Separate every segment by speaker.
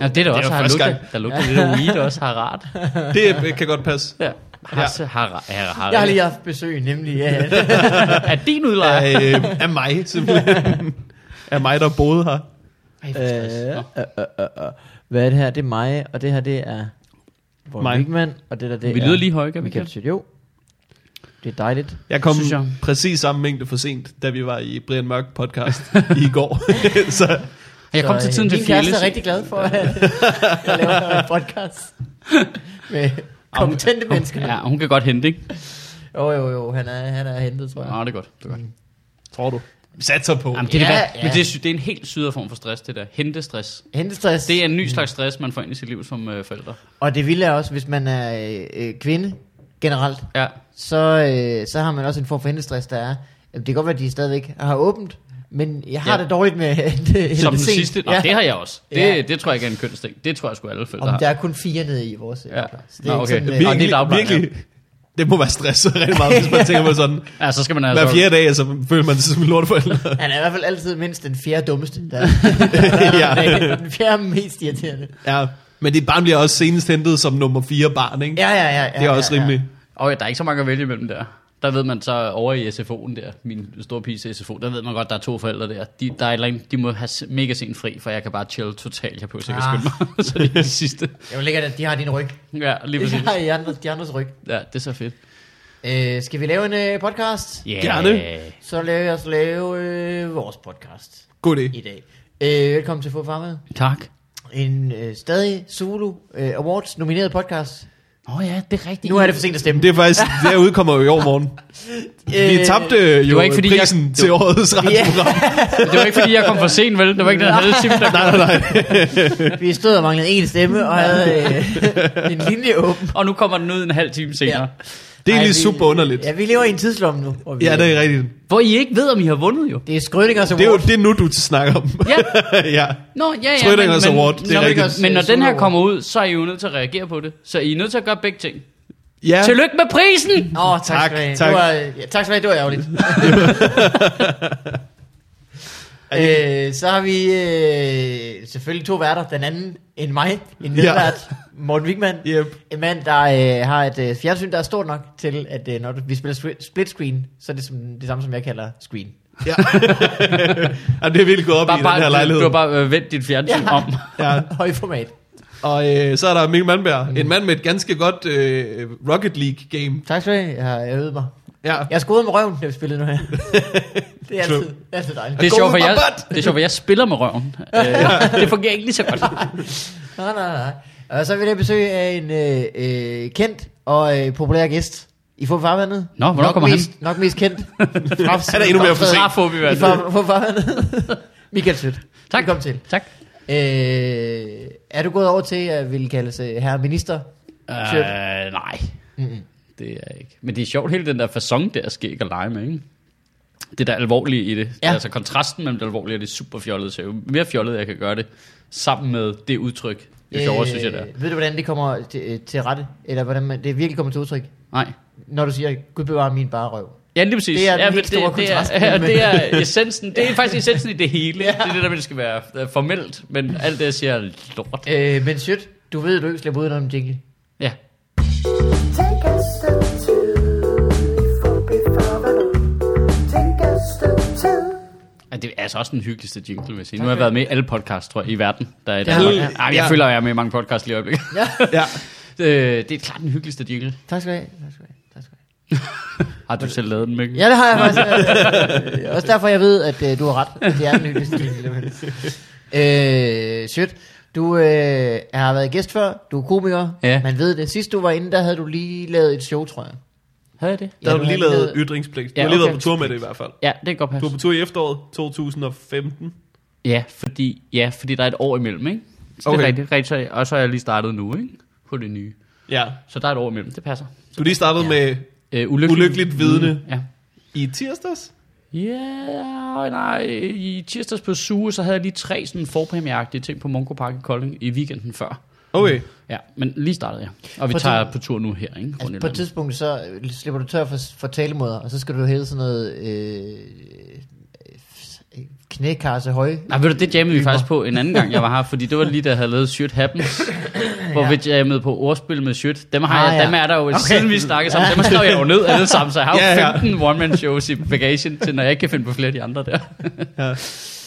Speaker 1: Og det er da også
Speaker 2: var
Speaker 1: har
Speaker 2: første
Speaker 1: lugter,
Speaker 2: gang.
Speaker 1: der lugter lidt af weed, også har rart.
Speaker 2: Det øh, kan godt passe.
Speaker 1: Ja. Har, ja. har, har, har,
Speaker 3: Jeg har lige haft besøg, nemlig. Ja.
Speaker 1: Er din udlejer?
Speaker 2: Af, øh, af mig, simpelthen. af mig, der boede her.
Speaker 3: Øh, øh, øh, øh, øh. Hvad er det her? Det er mig, og det her det er
Speaker 2: Mig.
Speaker 3: Morten Wigman, og det der det
Speaker 4: Vi
Speaker 3: er
Speaker 4: lyder lige høje, gør vi
Speaker 3: Michael
Speaker 4: ikke?
Speaker 3: Studio. Det er dejligt.
Speaker 2: Jeg kom
Speaker 4: Synes jeg.
Speaker 2: præcis samme mængde for sent, da vi var i Brian Mørk podcast i går. så
Speaker 4: Jeg kom
Speaker 3: Så,
Speaker 4: til tiden
Speaker 3: øh,
Speaker 4: til
Speaker 3: Min kæreste
Speaker 4: Fjelles.
Speaker 3: er rigtig glad for, at jeg laver en podcast med kompetente mennesker.
Speaker 4: Ja, hun kan godt hente, ikke?
Speaker 3: Jo, jo, jo. Han er, han er hentet, tror jeg.
Speaker 4: Nå, det er godt. Det er godt.
Speaker 2: tror du. Satser på.
Speaker 4: Jamen, det, er
Speaker 3: Ja,
Speaker 4: ja,
Speaker 3: ja.
Speaker 4: Men det, er, sy- det er en helt syret form for stress, det der. Hentestress.
Speaker 3: Hentestress.
Speaker 4: Det er en ny slags stress, man får ind i sit liv som øh, forældre.
Speaker 3: Og det vilde er også, hvis man er øh, øh, kvinde generelt,
Speaker 4: Ja.
Speaker 3: så, øh, så har man også en form for hentestress, der er. Jamen, det kan godt være, at de stadigvæk har åbent, men jeg har
Speaker 4: Ja.
Speaker 3: ja. det dårligt med hente,
Speaker 4: Som den sidste. Nå, ja. det har jeg også. Det,
Speaker 3: Ja.
Speaker 4: det tror jeg ikke er en kønsting. Det tror jeg sgu alle forældre
Speaker 3: Om
Speaker 4: har.
Speaker 3: der er kun fire nede i vores øh,
Speaker 4: Ja.
Speaker 3: ja.
Speaker 4: Nå, okay.
Speaker 3: Sådan,
Speaker 4: Vi-
Speaker 3: øh,
Speaker 4: Og det er dagpleje,
Speaker 2: virkelig, det må være stresset rigtig meget, hvis man tænker på sådan.
Speaker 4: Ja, så skal man altså...
Speaker 2: Hver fjerde dag, så føler man sig som en lorteforælder.
Speaker 3: øh, han er i hvert fald altid mindst den fjerde dummeste. Der, der
Speaker 2: Ja.
Speaker 3: ja. Den fjerde mest irriterende.
Speaker 2: ja. Men det barn bliver også senest hentet som nummer fire barn, ikke?
Speaker 3: Ja, ja, ja. ja
Speaker 2: det er også
Speaker 3: ja, ja.
Speaker 2: rimeligt.
Speaker 4: Og der er ikke så mange at vælge imellem der. Der ved man så over i SFO'en der, min store pige i SFO, der ved man godt, der er to forældre der. De, der er et eller andet, de må have se- mega sent fri, for jeg kan bare chill totalt. Jeg behøver sikkert
Speaker 3: Ah.
Speaker 4: ah. skynde mig, så det er det sidste.
Speaker 3: Det er jo lækkert, at de har din ryg.
Speaker 4: Ja, lige
Speaker 3: Det
Speaker 4: præcis.
Speaker 3: har de andres, de andres ryg.
Speaker 4: Ja, det er så fedt.
Speaker 3: Øh, skal vi lave en øh, podcast?
Speaker 4: Yeah.
Speaker 2: Gerne.
Speaker 3: Så laver jeg så lave øh, vores podcast
Speaker 2: God idé.
Speaker 3: i dag. Øh, velkommen til Få Farmad.
Speaker 4: Tak.
Speaker 3: En øh, stadig Zulu øh, Awards nomineret podcast.
Speaker 4: Åh oh, ja, det er rigtigt.
Speaker 3: Nu er det for sent at stemme. Øh,
Speaker 2: Det er faktisk, det her udkommer jo i år morgen. Vi tabte jo
Speaker 4: var ikke, fordi jeg-
Speaker 2: prisen
Speaker 4: Øh, det var-
Speaker 2: til årets radioprogram.
Speaker 4: det var ikke, fordi jeg kom for sent, vel? Det var ikke den halve time, der
Speaker 2: Nej, nej, nej.
Speaker 3: Vi stod og manglede en stemme og havde øh, en linje åben.
Speaker 4: Og nu kommer den ud en halv time senere. Ja.
Speaker 2: Det er
Speaker 3: Ej,
Speaker 2: egentlig
Speaker 3: vi-
Speaker 2: super underligt.
Speaker 3: Ja, vi lever i en tidslomme nu. Og vi,
Speaker 2: Ja, det er rigtigt.
Speaker 4: Hvor I ikke ved, om I har vundet jo.
Speaker 3: Det er Skrødingers
Speaker 2: Det er jo
Speaker 3: Award.
Speaker 2: det er nu, du snakker om.
Speaker 4: Ja.
Speaker 2: ja.
Speaker 4: Nå, ja, ja.
Speaker 2: Schrödingers Award, det er
Speaker 4: når-
Speaker 2: rigtigt.
Speaker 4: Men når den her
Speaker 3: Schrödinger.
Speaker 4: kommer ud, så er I jo nødt til at reagere på det. Så I er nødt til at gøre begge ting.
Speaker 2: ja.
Speaker 4: Tillykke med prisen!
Speaker 3: Åh, oh, tak,
Speaker 2: Tak,
Speaker 3: skal du
Speaker 2: tak.
Speaker 3: have. Det var, ja, tak skal du have, det var ærgerligt. øh, så har vi øh, selvfølgelig to værter. Den anden end mig, en medvært, ja. Morten Wigman.
Speaker 2: Yep.
Speaker 3: En mand, der øh, har et øh, fjernsyn, der er stort nok til, at øh, når du- vi spiller swi- split screen, så er det som, det samme, som jeg kalder screen.
Speaker 2: ja. Jamen, det er virkelig gået op i
Speaker 4: Bare,
Speaker 2: den her
Speaker 4: bare, du,
Speaker 2: lejlighed.
Speaker 4: du har bare øh, vendt dit fjernsyn ja. om.
Speaker 2: Ja.
Speaker 3: Højformat.
Speaker 2: Og øh, så er der Mikkel Mandberg.
Speaker 4: Mm.
Speaker 2: En mand med et ganske godt øh, Rocket League-game.
Speaker 3: Tak skal du have, jeg har øvet mig.
Speaker 2: Ja.
Speaker 3: Jeg har skudt med røven, da vi spillede nu her. det er altid,
Speaker 2: True.
Speaker 3: altid dejligt.
Speaker 4: Det er
Speaker 2: Go
Speaker 4: sjovt, for
Speaker 2: with my
Speaker 4: jeg,
Speaker 2: butt!
Speaker 4: det er sjovt, for jeg spiller med røven. Øh, det fungerer ikke lige så godt.
Speaker 3: Nej, nej, nej. Og så er vi der besøg af en øh, øh, kendt og øh, populær gæst i Få Farvandet.
Speaker 4: Nå, hvornår
Speaker 3: nok
Speaker 4: kommer han?
Speaker 3: mest, Nok mest kendt. han
Speaker 2: endnu mere for sent.
Speaker 4: Bare får vi
Speaker 3: I
Speaker 4: været
Speaker 3: Få Få Farvandet. Michael Sødt.
Speaker 4: Tak.
Speaker 3: Velkommen til.
Speaker 4: Tak.
Speaker 3: Øh, er du gået over til at ville kaldes øh, herre minister? Shit.
Speaker 4: Øh, nej,
Speaker 3: Mm-mm.
Speaker 4: det er jeg ikke. Men det er sjovt, hele den der façon der skæg og lege med, ikke? Det der alvorlige i det. Ja.
Speaker 3: Ja.
Speaker 4: Altså kontrasten mellem det alvorlige og det super fjollede. Så jo mere fjollet jeg kan gøre det, sammen med det udtryk, jo sjovere øh, synes jeg det er.
Speaker 3: Ved du, hvordan det kommer til, øh, til rette? Eller hvordan man, det virkelig kommer til udtryk?
Speaker 4: Nej.
Speaker 3: Når du siger, Gud bevarer min bare røv.
Speaker 4: Ja, lige præcis.
Speaker 3: Det er den
Speaker 4: ja,
Speaker 3: helt store
Speaker 4: det,
Speaker 3: kontrast
Speaker 4: Det er,
Speaker 3: mellem-
Speaker 4: det er essensen. Det er faktisk essensen i det hele. ja. Det er det, der vil skal være øh, formelt, men alt det, jeg siger, er lort.
Speaker 3: Øh, men Sødt, du ved, du ikke slipper ud af en jingle.
Speaker 4: Ja.
Speaker 5: Take a step two before before the Take a step two.
Speaker 4: Og Det er altså også den hyggeligste jingle, vil jeg sige. Nu har jeg været med i alle podcasts, tror jeg, i verden. Der er i
Speaker 3: har
Speaker 4: Danmark.
Speaker 3: du.
Speaker 4: Ja. Ej, jeg
Speaker 2: Ja.
Speaker 4: føler, jeg er med i mange podcasts lige i øjeblikket.
Speaker 3: Ja.
Speaker 2: ja.
Speaker 4: Øh, det er klart den hyggeligste jingle.
Speaker 3: tak skal du have. Tak skal du have. Tak skal du have.
Speaker 4: Har du selv lavet den, Mikkel?
Speaker 3: Ja, det har jeg faktisk. Øh, også derfor, jeg ved, at øh, du har ret. at Det er den hyggeligste ting. Øh, Sødt, du øh, har været gæst før. Du er komiker.
Speaker 4: Ja.
Speaker 3: Man ved det. Sidst du var inde, der havde du lige lavet et show, tror jeg.
Speaker 4: Havde jeg det?
Speaker 2: Der har du lige lavet
Speaker 3: havde-
Speaker 2: ytringspligt. Du
Speaker 4: Ja,
Speaker 2: har lige været
Speaker 4: okay.
Speaker 2: på tur med det i hvert fald.
Speaker 4: Ja, det kan godt
Speaker 2: Du
Speaker 4: passe.
Speaker 2: var på tur i efteråret 2015.
Speaker 4: Ja, fordi, ja, fordi der er et år imellem, ikke? Så okay. det
Speaker 2: Okay.
Speaker 4: er rigtigt, rigtigt. så- Og så er jeg lige startet nu, ikke? På det nye.
Speaker 2: Ja.
Speaker 4: Så der er et år imellem, det passer.
Speaker 2: Du er lige startet ja. med
Speaker 4: Øh, ulykkeligt,
Speaker 2: Ulykkeligt vidne.
Speaker 4: Ja.
Speaker 2: i tirsdags.
Speaker 4: Ja, yeah, nej, i tirsdags på Suge, så havde jeg lige tre sådan forpremiereagtige ting på Mongo Park i Kolding i weekenden før.
Speaker 2: Okay.
Speaker 4: Ja, men lige startede jeg. Og vi
Speaker 3: På
Speaker 4: tager på tur nu her, ikke? Rundt i
Speaker 3: Altså, på et
Speaker 4: landet.
Speaker 3: tidspunkt, så øh, slipper du tør for, for talemåder, og så skal du hedde sådan noget... Øh, knækasse høj.
Speaker 4: Nej, ved du, det jammede vi faktisk på en anden gang, jeg var her, fordi det var lige, da jeg havde lavet Shit Happens, hvor vi jammede på ordspil med Shit. Dem, har
Speaker 3: Ah,
Speaker 4: jeg,
Speaker 3: ja.
Speaker 4: dem er der jo, okay. siden vi snakkede sammen, dem skrev jeg jo ned alle sammen, så jeg har jo
Speaker 2: Ja, ja.
Speaker 4: 15 one-man-shows i bagagen, til når jeg ikke kan finde på flere af de andre der.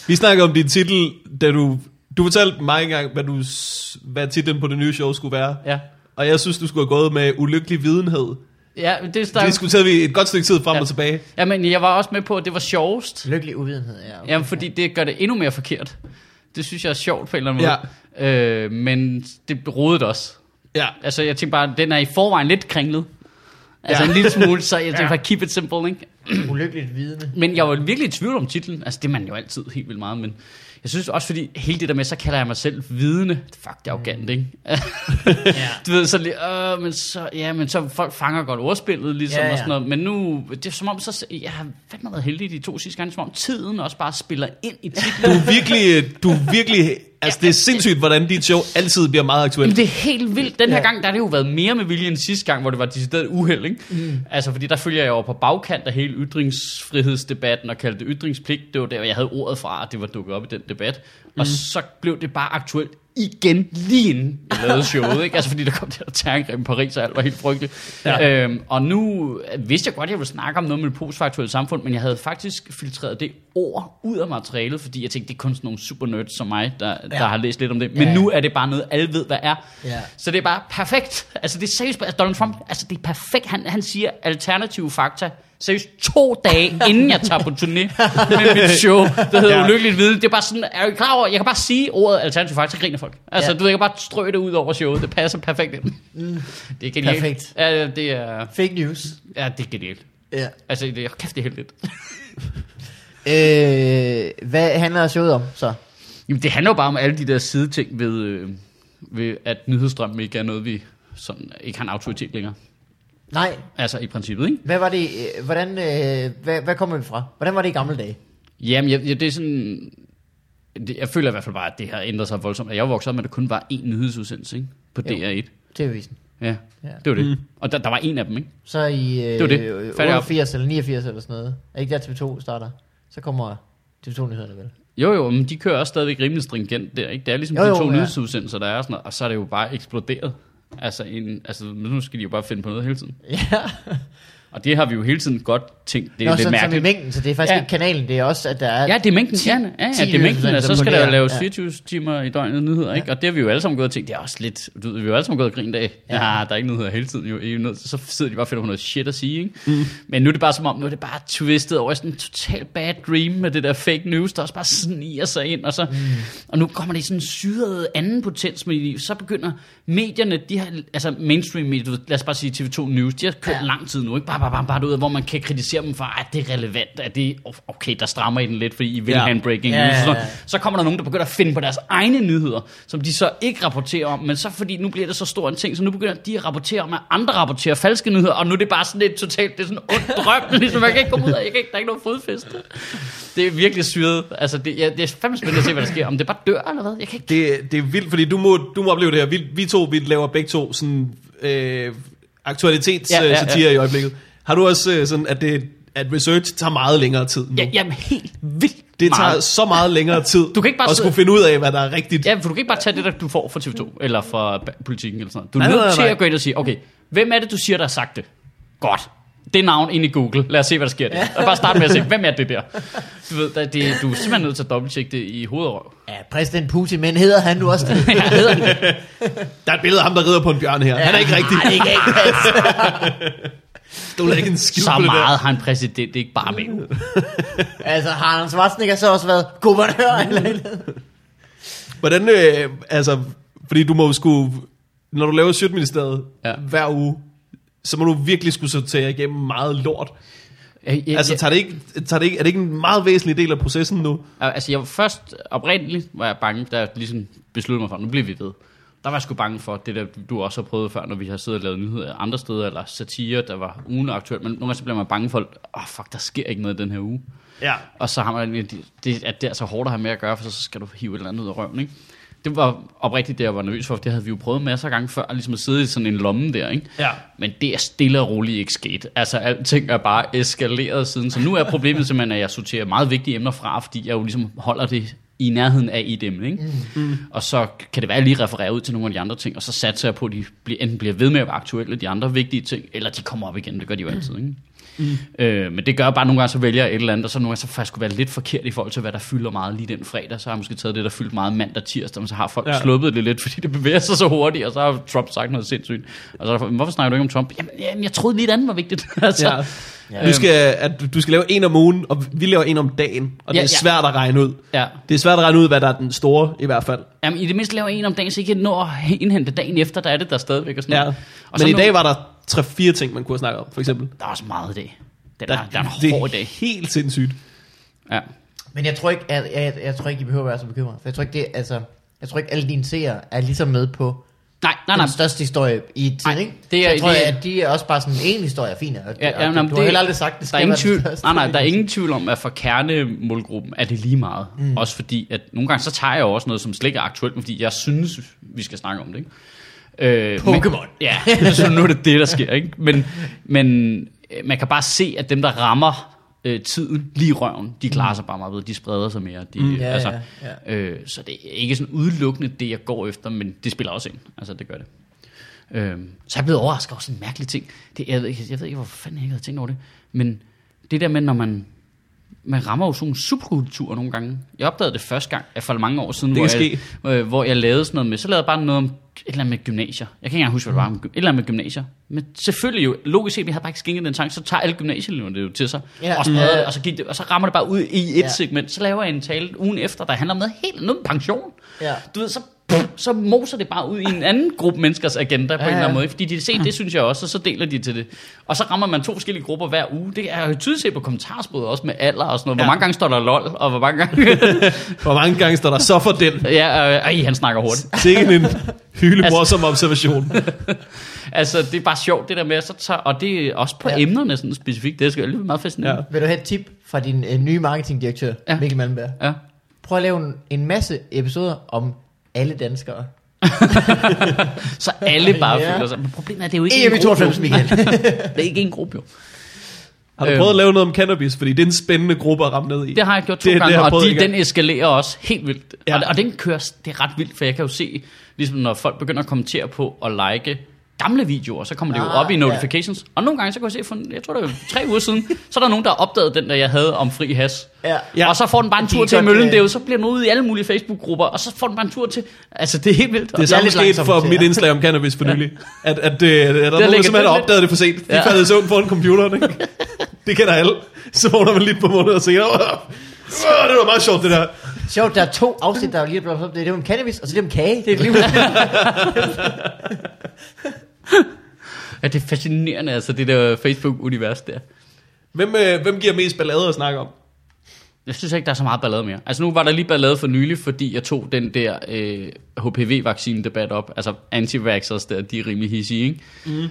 Speaker 2: Vi snakker om din titel, da du... Du fortalte mig engang, hvad, du, s- hvad titlen på det nye show skulle være.
Speaker 4: Ja,
Speaker 2: Og jeg synes, du skulle have gået med ulykkelig videnhed.
Speaker 4: ja men det
Speaker 2: Der...
Speaker 4: snakker...
Speaker 2: Det diskuterede vi et godt stykke tid frem ja.
Speaker 4: Ja.
Speaker 2: og tilbage.
Speaker 4: Jamen, jeg var også med på, at det var sjovest.
Speaker 3: Lykkelig uvidenhed, ja.
Speaker 4: Jamen, fordi det gør det endnu mere forkert. Det synes jeg er sjovt på en eller anden måde. Ja. Øh, men det rodede det også.
Speaker 2: Ja.
Speaker 4: Altså, jeg tænkte bare, den er i forvejen lidt kringlet. Altså ja. en lille smule, så jeg tænkte bare, keep it simple, ikke?
Speaker 3: Ulykkeligt vidne.
Speaker 4: Men jeg var virkelig i tvivl om titlen. Altså, det er man jo altid helt vildt meget, men jeg synes også, fordi hele det der med, så kalder jeg mig selv vidne. Fuck, det er arrogant, ikke? du ved, så lige, øh, men så, ja, men så folk fanger godt ordspillet, ligesom, ja,
Speaker 3: Ja, ja.
Speaker 4: ja. og sådan noget. Men nu, det er som om, så, jeg har fandme været heldig de to sidste gange, som om tiden også bare spiller ind i
Speaker 2: Du
Speaker 4: titlen.
Speaker 2: er virkelig... Du er virkelig altså, det er sindssygt, hvordan dit show altid bliver meget
Speaker 4: Jamen,
Speaker 2: aktuelt.
Speaker 4: det er helt vildt. Den her
Speaker 3: Ja.
Speaker 4: ja. gang, der har det jo været mere med vilje end sidste gang, hvor det var decideret uheld, ikke? Mm. Altså, fordi der følger jeg jo på bagkant af hele ytringsfrihedsdebatten og kaldte det ytringspligt. Det var der, jeg havde ordet fra, at det var dukket op i den debat. Mm. Og så blev det bare aktuelt igen, lige inden jeg lavede showet, ikke? Altså, fordi der kom det her terrorangreb i Paris, og alt var helt frygteligt. Ja. Øhm, og nu øh, vidste jeg godt, at jeg ville snakke om noget med det postfaktuelle samfund, men jeg havde faktisk filtreret det ord ud af materialet, fordi jeg tænkte, det er kun sådan nogle super nerds som mig, der, ja. der har læst lidt om det. Men
Speaker 3: Ja.
Speaker 4: ja. nu er det bare noget, alle ved, hvad er.
Speaker 3: Ja.
Speaker 4: Så det er bare perfekt. Altså, det er seriøst. Altså, Donald Trump, altså, det er perfekt. Han, han siger alternative fakta. Seriøst to dage, inden jeg tager på turné med mit show, der hedder ja. Ulykkeligt Viden. Det er bare sådan, er du klar over, jeg kan bare sige ordet alternativ fakta, så griner folk. Altså,
Speaker 3: Ja. Mm.
Speaker 4: ja. du ved, jeg kan bare strø det ud over showet. Det passer perfekt ind. Det er genialt.
Speaker 3: Perfekt.
Speaker 4: Ja, det er,
Speaker 3: Fake news.
Speaker 4: ja, det er genialt.
Speaker 3: Ja.
Speaker 4: Altså, det er, kæft, det er heldigt.
Speaker 3: Øh, hvad handler showet om, så?
Speaker 4: Jamen, det handler jo bare om alle de der sideting ved, øh, ved at nyhedsstrømmen ikke er noget, vi sådan, ikke har en autoritet længere.
Speaker 3: Nej,
Speaker 4: Altså, i princippet, ikke?
Speaker 3: hvad var det, øh, hvordan, øh, hvad, hvad kommer vi fra? Hvordan var det i gamle dage?
Speaker 4: Jamen, jeg, jeg, det er sådan... Det, jeg føler i hvert fald bare, at det har ændret sig voldsomt. At Jeg voksede op med, at der kun var én nyhedsudsendelse ikke? på
Speaker 3: Jo.
Speaker 4: DR1.
Speaker 3: TV-visen.
Speaker 4: Ja,
Speaker 3: Ja.
Speaker 4: det var det. Mm. Og der, der var en af dem, ikke?
Speaker 3: Så i
Speaker 4: Det var
Speaker 3: øh,
Speaker 4: det.
Speaker 3: det.
Speaker 4: Færdig op.
Speaker 3: 88 eller 89 eller sådan noget. Er ikke der TV2 starter? Så kommer TV2-nyhederne vel?
Speaker 4: Jo, jo, men de kører også stadigvæk rimelig stringent der, ikke? Det er ligesom
Speaker 3: Jo,
Speaker 4: jo, de
Speaker 3: jo,
Speaker 4: to
Speaker 3: ja.
Speaker 4: ja. nyhedsudsendelser, der er og sådan noget, og så er det jo bare eksploderet. Altså, en, altså, nu skal de jo bare finde på noget hele tiden.
Speaker 3: Ja.
Speaker 4: Og det har vi jo hele tiden godt tænkt, det er
Speaker 3: Nå,
Speaker 4: Nå, lidt
Speaker 3: sådan som i
Speaker 4: mærkeligt.
Speaker 3: mængden, så det er faktisk ja.
Speaker 4: Ja.
Speaker 3: ikke kanalen, det er også, at der er...
Speaker 4: Ja, det er mængden.
Speaker 3: 10
Speaker 4: ja, ja, ja, det
Speaker 3: 10
Speaker 4: er mængden, og
Speaker 3: nyhedsudsendelser
Speaker 4: så skal
Speaker 3: på
Speaker 4: der jo
Speaker 3: DR.
Speaker 4: laves
Speaker 3: Ja.
Speaker 4: 24 timer i døgnet nyheder, ikke? Og det har vi jo alle sammen gået og tænkt, det er også lidt, du ved, vi har jo alle sammen gået og grinet af, ja. ja, der er ikke nyheder hele tiden, jo, I er jo nødt, så sidder de bare og finder på noget shit at sige, ikke? Mm. Men nu er det bare som om, nu er det bare twistet over i sådan en total bad dream med det der fake news, der også bare sniger sig ind, og så, mm. og nu kommer det i sådan en syret anden potens med, i, så begynder medierne, de har, altså mainstream medier, du ved, lad os bare sige TV2 News, de har kørt
Speaker 3: Ja.
Speaker 4: ja. lang tid nu, ikke? Bare, bare, bare, bare ud af, hvor man kan kritisere dem for, at det er relevant, at det, okay, der strammer I den lidt, fordi I vil
Speaker 2: Ja.
Speaker 4: ja. have en breaking
Speaker 3: Ja,
Speaker 4: ja,
Speaker 3: ja,
Speaker 4: ja,
Speaker 3: ja.
Speaker 4: ja. Så kommer der nogen, der begynder at finde på deres egne nyheder, som de så ikke rapporterer om, men så fordi nu bliver det så stor en ting, så nu begynder de at rapportere om, at andre rapporterer falske nyheder, og nu er det bare sådan et totalt, det er sådan en ond drøm, ligesom man kan ikke komme ud af, jeg kan ikke, der er ikke nogen fodfæste. Det er virkelig syret, altså det, ja, det er fandme spændende at se, hvad der sker, om det bare dør eller hvad, jeg kan ikke.
Speaker 2: Det, det er vildt, fordi du må, du må opleve det her. Vi, vi to vi laver begge to sådan øh, aktualitetssatire ja, ja, ja. i øjeblikket. Har du også øh, sådan, at, det, at research tager meget længere tid nu?
Speaker 4: Ja, jamen helt vildt
Speaker 2: Det tager
Speaker 4: meget.
Speaker 2: så meget længere tid
Speaker 4: Du kan ikke bare
Speaker 2: at skulle
Speaker 4: sidde-
Speaker 2: finde ud af, hvad der er rigtigt.
Speaker 4: Ja, for du kan ikke bare tage det, der du får fra TV2, eller fra ba- politikken, eller sådan noget. Du er
Speaker 2: Nej,
Speaker 4: nødt
Speaker 2: nej, nej,
Speaker 4: til
Speaker 2: nej.
Speaker 4: at gå ind og sige, okay, hvem er det, du siger, der har sagt det? Godt. Det navn ind i Google. Lad os se, hvad der sker der. Og bare starte med at se, hvem er det der? Du ved, der- det, du er simpelthen nødt til at dobbelttjekke det i hovedet og røv.
Speaker 3: Ja, præsident Putin, men hedder han nu også det?
Speaker 2: Der er et billede af ham, der rider på en bjørn her. Ja. Han er ikke rigtig.
Speaker 3: Nej, det kan ikke Altså, passe.
Speaker 2: Du lader ikke en skid
Speaker 4: Så
Speaker 2: på det Øh. der.
Speaker 4: meget har en præsident ikke bare med.
Speaker 3: Altså, har Arnold Schwarzenegger så også været guvernør eller et eller andet?
Speaker 2: Hvordan, øh, altså, fordi du må jo skulle, når du laver Sjøtministeriet ja.
Speaker 4: Ja.
Speaker 2: hver uge, så må du virkelig skulle sortere igennem meget lort.
Speaker 4: Øh, jeg-
Speaker 2: Altså, tager det ikke, tager det ikke, er det ikke en meget væsentlig del af processen nu?
Speaker 4: Og, Altså, jeg var først oprindeligt var jeg bange, da jeg ligesom besluttede mig for, nu bliver vi ved. Der var jeg sgu bange for det der, du også har prøvet før, når vi har siddet og lavet nyheder andre steder, eller satire, der var ugen aktuelt. Men nogle gange så bliver man bange for, åh oh, fuck, der sker ikke noget i den her uge.
Speaker 2: Ja.
Speaker 4: Og så har man, det, at det er så hårdt at have med at gøre, for så skal du hive et eller andet ud af røven, ikke? Det var oprigtigt det, jeg var nervøs for, for det havde vi jo prøvet masser af gange før, ligesom at sidde i sådan en lomme der, ikke?
Speaker 2: Ja.
Speaker 4: Men det er stille og roligt ikke sket. Altså, alting er bare eskaleret siden. Så nu er problemet simpelthen, at jeg sorterer meget vigtige emner fra, fordi jeg jo ligesom holder det i nærheden af et emne, ikke? Mm. Og så kan det være, at jeg lige refererer ud til nogle af de andre ting, og så satser jeg på, at de bliver, enten bliver ved med at være aktuelle, de andre vigtige ting, eller de kommer op igen, det gør de jo altid, ikke? Øh, men det gør bare nogle gange, så vælger jeg et eller andet, og så nogle gange, så faktisk skulle være lidt forkert i forhold til, hvad der fylder meget lige den fredag. Så har jeg måske taget det, der fyldte meget mandag tirsdag, men så har folk
Speaker 2: Ja.
Speaker 4: ja. sluppet det lidt, fordi det bevæger sig så hurtigt, og så har Trump sagt noget sindssygt. Og så er der, folk, hvorfor snakker du ikke om Trump? Jamen, jamen jeg troede lige, det andet var vigtigt. altså,
Speaker 2: Ja.
Speaker 4: ja.
Speaker 2: Du skal, at du- du skal lave en om ugen, og vi laver en om dagen, og det
Speaker 4: Ja,
Speaker 2: er
Speaker 4: ja.
Speaker 2: svært at regne ud.
Speaker 4: ja.
Speaker 2: Det er svært at regne ud, hvad der er den store, i hvert fald.
Speaker 4: Jamen, i det mindste laver jeg en om dagen, så ikke når at indhente dagen efter, der er det der stadigvæk. Og sådan
Speaker 2: Ja.
Speaker 4: noget.
Speaker 2: Men i
Speaker 4: nogle-
Speaker 2: dag var der tre fire ting, man kunne have snakket om, for eksempel.
Speaker 4: Der er også meget i dag. Den er, der er
Speaker 2: det
Speaker 4: en
Speaker 2: er
Speaker 4: hård dag.
Speaker 2: helt sindssygt.
Speaker 4: Ja.
Speaker 3: Men jeg tror ikke, at, jeg, jeg, jeg tror ikke, I behøver at være så bekymret. For jeg tror ikke, det, altså, jeg tror ikke, alle dine seere er ligesom med på
Speaker 4: Nej, nej,
Speaker 3: den
Speaker 4: nej.
Speaker 3: største historie i tid,
Speaker 4: Nej,
Speaker 3: ikke?
Speaker 4: det er-
Speaker 3: så jeg tror,
Speaker 4: det er-
Speaker 3: at de er også bare sådan, en historie er fin, og,
Speaker 4: Ja,
Speaker 3: og
Speaker 4: ja,
Speaker 3: du,
Speaker 4: men
Speaker 3: du har
Speaker 4: det-
Speaker 3: heller aldrig sagt, det
Speaker 4: Der
Speaker 3: skal
Speaker 4: er ingen
Speaker 3: være den
Speaker 4: tvivl,
Speaker 3: største.
Speaker 4: nej, nej, der er ingen tvivl om, at for kernemålgruppen er det lige meget. Mm. Også fordi, at nogle gange, så tager jeg jo også noget, som slet ikke er aktuelt, fordi jeg synes, vi skal snakke om det, ikke? Øh, men-
Speaker 3: Pokémon.
Speaker 4: Ja, så nu er det det, der sker, ikke? Men, men øh, man kan bare se, at dem, der rammer øh, tiden lige i røven, de klarer sig bare meget bedre. De spreder sig mere. De, mm,
Speaker 3: Mm. ja,
Speaker 4: altså,
Speaker 3: ja,
Speaker 4: Øh, så det er ikke sådan udelukkende det, jeg går efter, men det spiller også ind. Altså, det gør det. Øhm, så er jeg blevet overrasket over sådan en mærkelig ting. Det, jeg, ved, ikke- jeg ved ikke, hvor fanden jeg ikke havde tænkt over det. Men det der med, når man, man rammer jo sådan nogle subkulturer nogle gange. Jeg opdagede det første gang, at for mange år siden,
Speaker 2: Det
Speaker 4: hvor
Speaker 2: kan
Speaker 4: jeg, øh, hvor jeg lavede sådan noget med, så lavede jeg bare noget om et eller andet med gymnasier. Jeg kan ikke engang huske, hvad det var, om, gy- et eller andet med gymnasier. Men selvfølgelig jo, logisk set, vi har bare ikke skænket den tanke, så tager alle gymnasieeleverne det jo til sig,
Speaker 3: Ja.
Speaker 4: ja. og, spreder
Speaker 3: Ja.
Speaker 4: det, og, så gik det, og så rammer det bare ud i et
Speaker 3: Ja.
Speaker 4: ja. segment. Så laver jeg en tale ugen efter, der handler om noget helt noget med pension.
Speaker 3: Ja.
Speaker 4: Du ved, så, så moser det bare ud i en anden gruppe menneskers agenda på
Speaker 3: Ja,
Speaker 4: en eller
Speaker 3: ja.
Speaker 4: anden måde. ikke? Fordi de ser, det synes jeg også, og så deler de til det. Og så rammer man to forskellige grupper hver uge. Det er jo tydeligt set på kommentarsporet også med alder og sådan noget. Hvor
Speaker 2: Ja.
Speaker 4: mange gange står der lol, og hvor mange gange...
Speaker 2: Hvor mange gange står der så for den?
Speaker 4: ja, øh, ej, han snakker hurtigt.
Speaker 2: Sikke en hyle morsom observation.
Speaker 4: Altså, det er bare sjovt det der med, at så tager, og det er også på
Speaker 3: Ja.
Speaker 4: ja. emnerne sådan specifikt. Det er sgu alligevel meget fascinerende.
Speaker 3: Vil du have et tip fra din øh, nye marketingdirektør, ja.
Speaker 4: Ja.
Speaker 3: Mikkel Malmberg?
Speaker 4: Ja. ja.
Speaker 3: Prøv at lave en, en masse episoder om alle danskere.
Speaker 4: Så alle bare
Speaker 3: Ja.
Speaker 4: føler sig. Men problemet er, det er jo ikke
Speaker 3: EM i
Speaker 4: en gruppe.
Speaker 3: 92, Michael.
Speaker 4: Det er ikke en gruppe, jo.
Speaker 2: Har du
Speaker 4: Øhm.
Speaker 2: prøvet at lave noget om cannabis? Fordi det er en spændende gruppe at ramme ned i.
Speaker 4: Det har jeg gjort
Speaker 2: Det-
Speaker 4: to det,
Speaker 2: det
Speaker 4: gange,
Speaker 2: har jeg
Speaker 4: det og
Speaker 2: prøvet
Speaker 4: de,
Speaker 2: en gang.
Speaker 4: den eskalerer også helt vildt.
Speaker 2: Ja.
Speaker 4: Ja. Og, og den kører, det er ret vildt, for jeg kan jo se, ligesom når folk begynder at kommentere på og like gamle videoer, så kommer det jo
Speaker 3: Ah,
Speaker 4: op i
Speaker 3: ja.
Speaker 4: notifications. Og nogle gange, så kan jeg se, for en- jeg tror det var tre uger siden, så er der nogen, der har opdaget den, der jeg havde om fri has.
Speaker 3: Ja.
Speaker 2: Ja.
Speaker 4: Ja. Og så får den bare en
Speaker 3: De
Speaker 4: tur
Speaker 3: er
Speaker 4: til i
Speaker 3: godt,
Speaker 4: Møllen,
Speaker 3: øh,
Speaker 4: det er jo, så bliver den ude i alle mulige Facebook-grupper, og så får den bare en tur til, altså det er helt vildt.
Speaker 2: Det er
Speaker 3: Jeg er
Speaker 2: samme
Speaker 3: lidt
Speaker 2: sket
Speaker 3: langsom
Speaker 2: for
Speaker 3: til,
Speaker 2: mit
Speaker 3: ja.
Speaker 2: indslag om cannabis for nylig. At, at, at, øh, at der er nogen, der
Speaker 4: ligger
Speaker 2: simpelthen
Speaker 4: den
Speaker 2: har
Speaker 4: lidt.
Speaker 2: opdaget det for sent. De
Speaker 4: Ja.
Speaker 2: faldt i søvn foran computeren, ikke? Det kender alle. Så vågner man lidt på måneder og siger, "Åh, åh, det var meget sjovt det der.
Speaker 3: Sjovt, der er to afsnit, der er lige blevet op. Det er det om cannabis, og så det om kage. Det er lige
Speaker 4: Ja, det er fascinerende, altså det der Facebook-univers der.
Speaker 2: Hvem, øh, hvem giver mest ballade at snakke om?
Speaker 4: Jeg synes ikke, der er så meget ballade mere. Altså nu var der lige ballade for nylig, fordi jeg tog den der øh, HPV-vaccine-debat op. Altså anti der, de er rimelig hissige, ikke? Mm.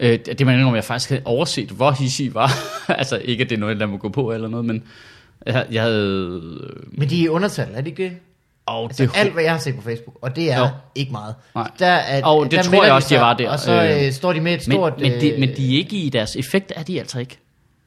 Speaker 4: Øh, det det må jeg indrømme, jeg faktisk havde overset, hvor hissige var. altså ikke, at det er noget, der må gå på eller noget, men jeg, jeg havde...
Speaker 3: Men de er i undertal, er det ikke det?
Speaker 4: Og
Speaker 3: Altså,
Speaker 4: det,
Speaker 3: alt, hvad jeg har set på Facebook, og det er
Speaker 4: Jo.
Speaker 3: ikke meget.
Speaker 4: Nej.
Speaker 3: Der er,
Speaker 4: Og det
Speaker 3: der
Speaker 4: tror
Speaker 3: melder
Speaker 4: jeg også,
Speaker 3: sig,
Speaker 4: de var der.
Speaker 3: Og så øh,
Speaker 4: Øh,
Speaker 3: står de med et
Speaker 4: men,
Speaker 3: stort...
Speaker 4: men, de,
Speaker 3: øh,
Speaker 4: men de er ikke i deres effekt, er de altså ikke.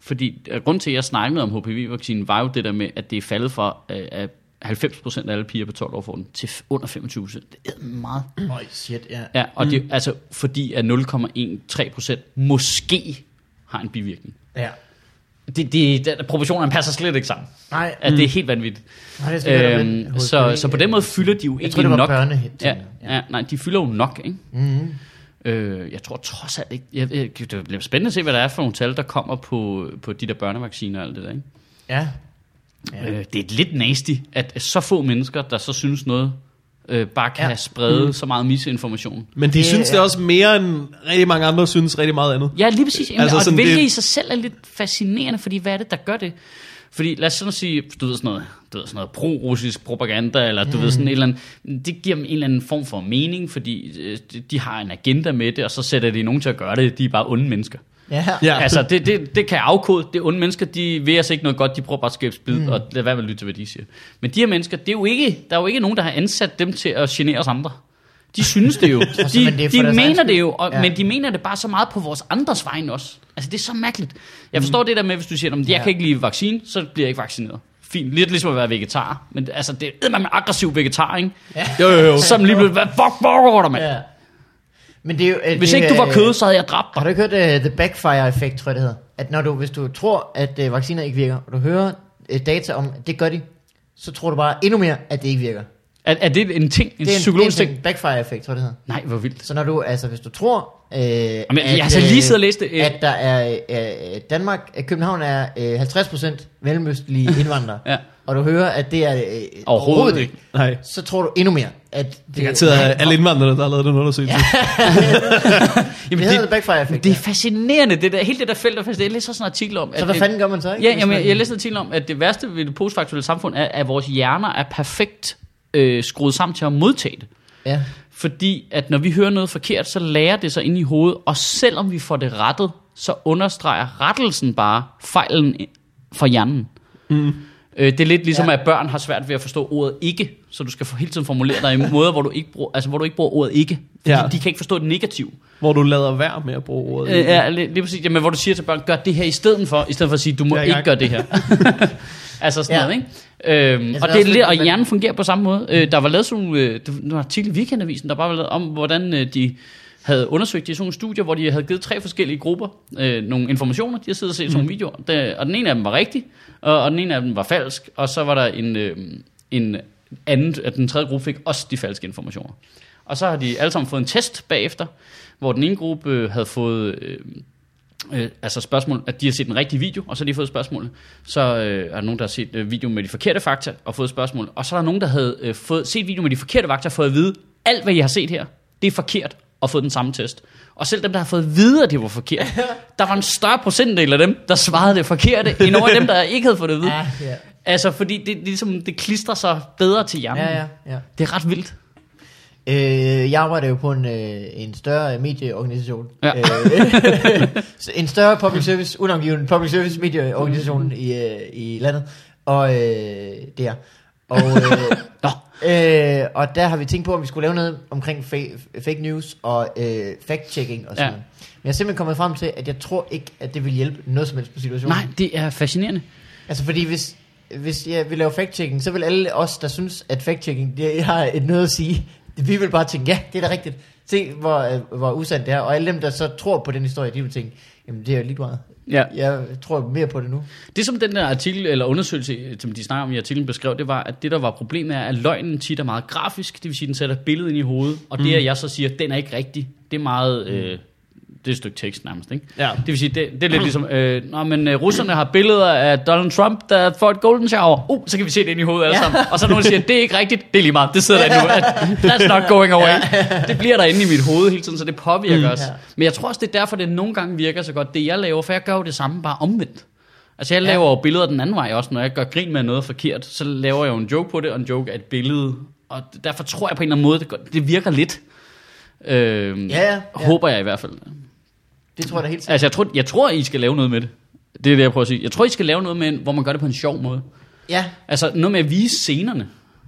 Speaker 4: Fordi øh, grunden til, at jeg snakkede om HPV-vaccinen, var jo det der med, at det er faldet fra, øh, at 90% af alle piger på 12 år får den, til f- under 25%. Det er meget
Speaker 3: Øj, shit, ja.
Speaker 4: Ja, og mm. det, altså, fordi at 0,13 procent måske har en bivirkning.
Speaker 3: ja.
Speaker 4: Det, det, der, proportionerne passer slet ikke sammen.
Speaker 3: Nej,
Speaker 4: At det er helt vanvittigt.
Speaker 3: nej, det skal Mm. jeg da
Speaker 4: Øhm,
Speaker 3: vente.
Speaker 4: så, så på den måde fylder de jo
Speaker 3: Jeg
Speaker 4: egentlig
Speaker 3: tror, det var
Speaker 4: nok.
Speaker 3: børnehit,
Speaker 4: ja,
Speaker 3: tænker jeg. Mm-hmm.
Speaker 4: ja, nej, de fylder jo nok, ikke? Mm. Øh, jeg tror trods alt ikke... Jeg, jeg, det bliver spændende at se, hvad der er for nogle tal, der kommer på, på de der børnevacciner og alt det der, ikke?
Speaker 3: Ja. Ja.
Speaker 4: Ja. Øh, det er lidt nasty, at så få mennesker, der så synes noget, øh, bare kan
Speaker 3: Ja.
Speaker 4: ja. sprede mm. så meget misinformation.
Speaker 2: Men de
Speaker 3: Det
Speaker 2: synes det
Speaker 3: er-
Speaker 2: også mere end rigtig mange andre synes rigtig meget andet.
Speaker 4: Ja, lige præcis.
Speaker 2: Altså,
Speaker 4: Altså, og
Speaker 2: sådan
Speaker 4: hvilket
Speaker 2: det-
Speaker 4: det... i sig selv er lidt fascinerende, fordi hvad er det, der gør det? Fordi lad os sådan sige, du ved sådan noget, du ved sådan noget pro-russisk propaganda, eller du mm. ved sådan et eller andet, det giver dem en eller anden form for mening, fordi øh, de- de har en agenda med det, og så sætter de nogen til at gøre det, de er bare onde mennesker.
Speaker 3: Ja.
Speaker 2: Ja.
Speaker 4: Altså, det, det, det kan jeg afkode. Det er onde mennesker, de vil altså ikke noget godt. De prøver bare at skabe splid, mm. og lad være med at lytte til, hvad de siger. Men de her mennesker, det er jo ikke, der er jo ikke nogen, der har ansat dem til at genere os andre. De synes det jo.
Speaker 3: Altså,
Speaker 4: de
Speaker 3: men det er for
Speaker 4: de
Speaker 3: deres egen
Speaker 4: mener
Speaker 3: skyld.
Speaker 4: det jo, og,
Speaker 3: Ja.
Speaker 4: ja. men de mener det bare så meget på vores andres vegne også. Altså, det er så mærkeligt. Jeg forstår mm. det der med, hvis du siger, at jeg
Speaker 3: Ja.
Speaker 4: kan ikke lide vaccine, så bliver jeg ikke vaccineret. Fint, lidt ligesom at være vegetar. Men altså, det er man aggressiv vegetar, ikke?
Speaker 2: Jo, jo, jo.
Speaker 4: Som lige blev, hvad fuck foregår der, mand?
Speaker 3: ja. Men det er jo, øh,
Speaker 4: Hvis
Speaker 3: det,
Speaker 4: ikke du var
Speaker 3: øh,
Speaker 4: kød, så havde jeg dræbt
Speaker 3: Har
Speaker 4: dig.
Speaker 3: du ikke hørt uh, The Backfire Effect, tror jeg det hedder? At når du, hvis du tror, at uh, vacciner ikke virker, og du hører uh, data om, at det gør de, så tror du bare endnu mere, at det ikke virker.
Speaker 4: Er, er det en ting? En,
Speaker 3: Det er en,
Speaker 4: psykologisk
Speaker 3: det er
Speaker 4: ting?
Speaker 3: en Backfire Effect, tror jeg det hedder.
Speaker 4: Nej, hvor vildt.
Speaker 3: Så når du, altså hvis du tror, øh, Jamen,
Speaker 4: jeg har så lige siddet og læst det, øh.
Speaker 3: at der er, øh, øh, Danmark, at København er øh, 50% mellemøstlige indvandrere,
Speaker 4: Ja.
Speaker 3: og du hører, at det er øh, overhovedet,
Speaker 4: ikke.
Speaker 2: Nej.
Speaker 3: så tror du endnu mere, at det,
Speaker 2: Det er garanteret
Speaker 4: øh,
Speaker 2: alle indvandrere, der har lavet den undersøgelse.
Speaker 4: Jamen,
Speaker 3: det hedder The Backfire Effect.
Speaker 4: det er
Speaker 3: ja.
Speaker 4: fascinerende, det der, hele det der felt. er fascinerende. Jeg læser sådan en artikel om...
Speaker 3: så hvad
Speaker 4: det,
Speaker 3: fanden gør man så, ikke?
Speaker 4: Ja,
Speaker 3: hvis
Speaker 4: jamen,
Speaker 3: man-
Speaker 4: jeg, jeg læste en artikel om, at det værste ved det postfaktuelle samfund er, at vores hjerner er perfekt øh, skruet sammen til at modtage det.
Speaker 3: ja.
Speaker 4: Fordi at når vi hører noget forkert, så lærer det sig ind i hovedet, og selvom vi får det rettet, så understreger rettelsen bare fejlen i- for hjernen. Mm. Øh, det er lidt ligesom,
Speaker 3: Ja.
Speaker 4: ja. at børn har svært ved at forstå ordet ikke, så du skal for- hele tiden formulere dig i måder, hvor du ikke bruger, altså, hvor du ikke bruger ordet ikke. Fordi
Speaker 2: Ja.
Speaker 4: ja. de kan ikke forstå det negative.
Speaker 2: Hvor du lader være med at bruge ordet.
Speaker 4: Øh, ja, lige, lige præcis. Jamen, hvor du siger til børn, gør det her i stedet for, i stedet for at sige, du må
Speaker 2: Ja,
Speaker 4: ja,
Speaker 2: i
Speaker 4: ikke
Speaker 2: gang.
Speaker 4: gøre det her. altså sådan
Speaker 3: Ja.
Speaker 4: ja. noget, ikke? Øhm, og,
Speaker 3: det er
Speaker 4: det er
Speaker 3: også
Speaker 4: lidt,
Speaker 3: lidt-
Speaker 4: og hjernen fungerer på samme måde. Øh, der var lavet sådan nogle, øh, det var en artikel i Weekendavisen, der bare var lavet om, hvordan øh, de havde undersøgt de sådan nogle studier, hvor de havde givet tre forskellige grupper øh, nogle informationer. De havde siddet og set sådan nogle videoer, der, og den ene af dem var rigtig, og, og den ene af dem var falsk, og så var der en, øh, en anden, at den tredje gruppe fik også de falske informationer. Og så har de alle sammen fået en test bagefter, hvor den ene gruppe øh, havde fået øh, øh, altså spørgsmål, at de har set den rigtige video, og så har de fået spørgsmålet. Så øh, er der nogen, der har set øh, videoen med de forkerte fakta og fået spørgsmål. Og så er der nogen, der havde øh, fået, set videoen med de forkerte fakta og fået at vide, alt hvad I har set her, det er forkert, og fået den samme test. Og selv dem, der har fået at vide, at det var forkert, der var en større procentdel af dem, der svarede det forkerte, end over dem, der ikke havde fået det at vide.
Speaker 3: Ah, ja.
Speaker 4: Altså, fordi det, det, er ligesom, det klistrer sig bedre til hjernen.
Speaker 3: ja, ja, ja.
Speaker 4: Det er ret vildt.
Speaker 3: Øh, jeg arbejder jo på en, øh, en større medieorganisation.
Speaker 4: Ja.
Speaker 3: Øh, så en større public service, unangiven public service medieorganisation i, øh, i landet. Og øh, der. Og, øh,
Speaker 4: Nå.
Speaker 3: øh, og der har vi tænkt på, om vi skulle lave noget omkring fa- fake news og øh, fact-checking og sådan
Speaker 4: Ja.
Speaker 3: ja. noget. Men jeg er simpelthen kommet frem til, at jeg tror ikke, at det vil hjælpe noget som helst på situationen.
Speaker 4: Nej, det er fascinerende.
Speaker 3: Altså fordi hvis, hvis ja, vi laver fact-checking, så vil alle os, der synes, at fact-checking det har et noget at sige, vi vil bare tænke, ja, det er da rigtigt. Se, hvor, øh, hvor usandt det er. Og alle dem, der så tror på den historie, de vil tænke, jamen det er jo lige meget.
Speaker 4: Ja.
Speaker 3: Jeg tror mere på det nu.
Speaker 4: Det som den der artikel, eller undersøgelse, øh, som de snakker om i artiklen beskrev, det var, at det der var problemet er, at løgnen tit er meget grafisk, det vil sige, at den sætter et billede ind i hovedet, og det, at jeg så siger, den er ikke rigtig, det er meget, øh, det er et stykke tekst nærmest, ikke?
Speaker 2: Ja.
Speaker 4: Det vil sige, det, det er lidt ligesom, øh, nå, men øh, russerne har billeder af Donald Trump, der får et golden shower, uh, så kan vi se det ind i hovedet alle
Speaker 3: Ja.
Speaker 4: sammen, og så er der nogen der siger, det er ikke rigtigt, det er lige meget, det sidder der endnu, at, that's not going away. Det bliver derinde i mit hoved hele tiden, så det påvirker os.
Speaker 3: Mm. Ja.
Speaker 4: Men jeg tror også, det er derfor, det nogle gange virker så godt, det jeg laver, for jeg gør jo det samme, bare omvendt. Altså jeg laver jo billeder den anden vej også, når jeg gør grin med noget forkert, så laver jeg jo en joke på det, og en joke er et billede. Og derfor tror jeg på en eller anden måde, det, gør, det virker lidt. Øhm,
Speaker 3: Ja, ja, ja.
Speaker 4: Håber jeg i hvert fald.
Speaker 3: Det tror jeg da helt sikkert.
Speaker 4: Altså jeg tror, jeg tror, I skal lave noget med det. Det er det, jeg prøver at sige. Jeg tror, I skal lave noget med, hvor man gør det på en sjov måde.
Speaker 3: Ja,
Speaker 4: Altså noget med at vise scenerne.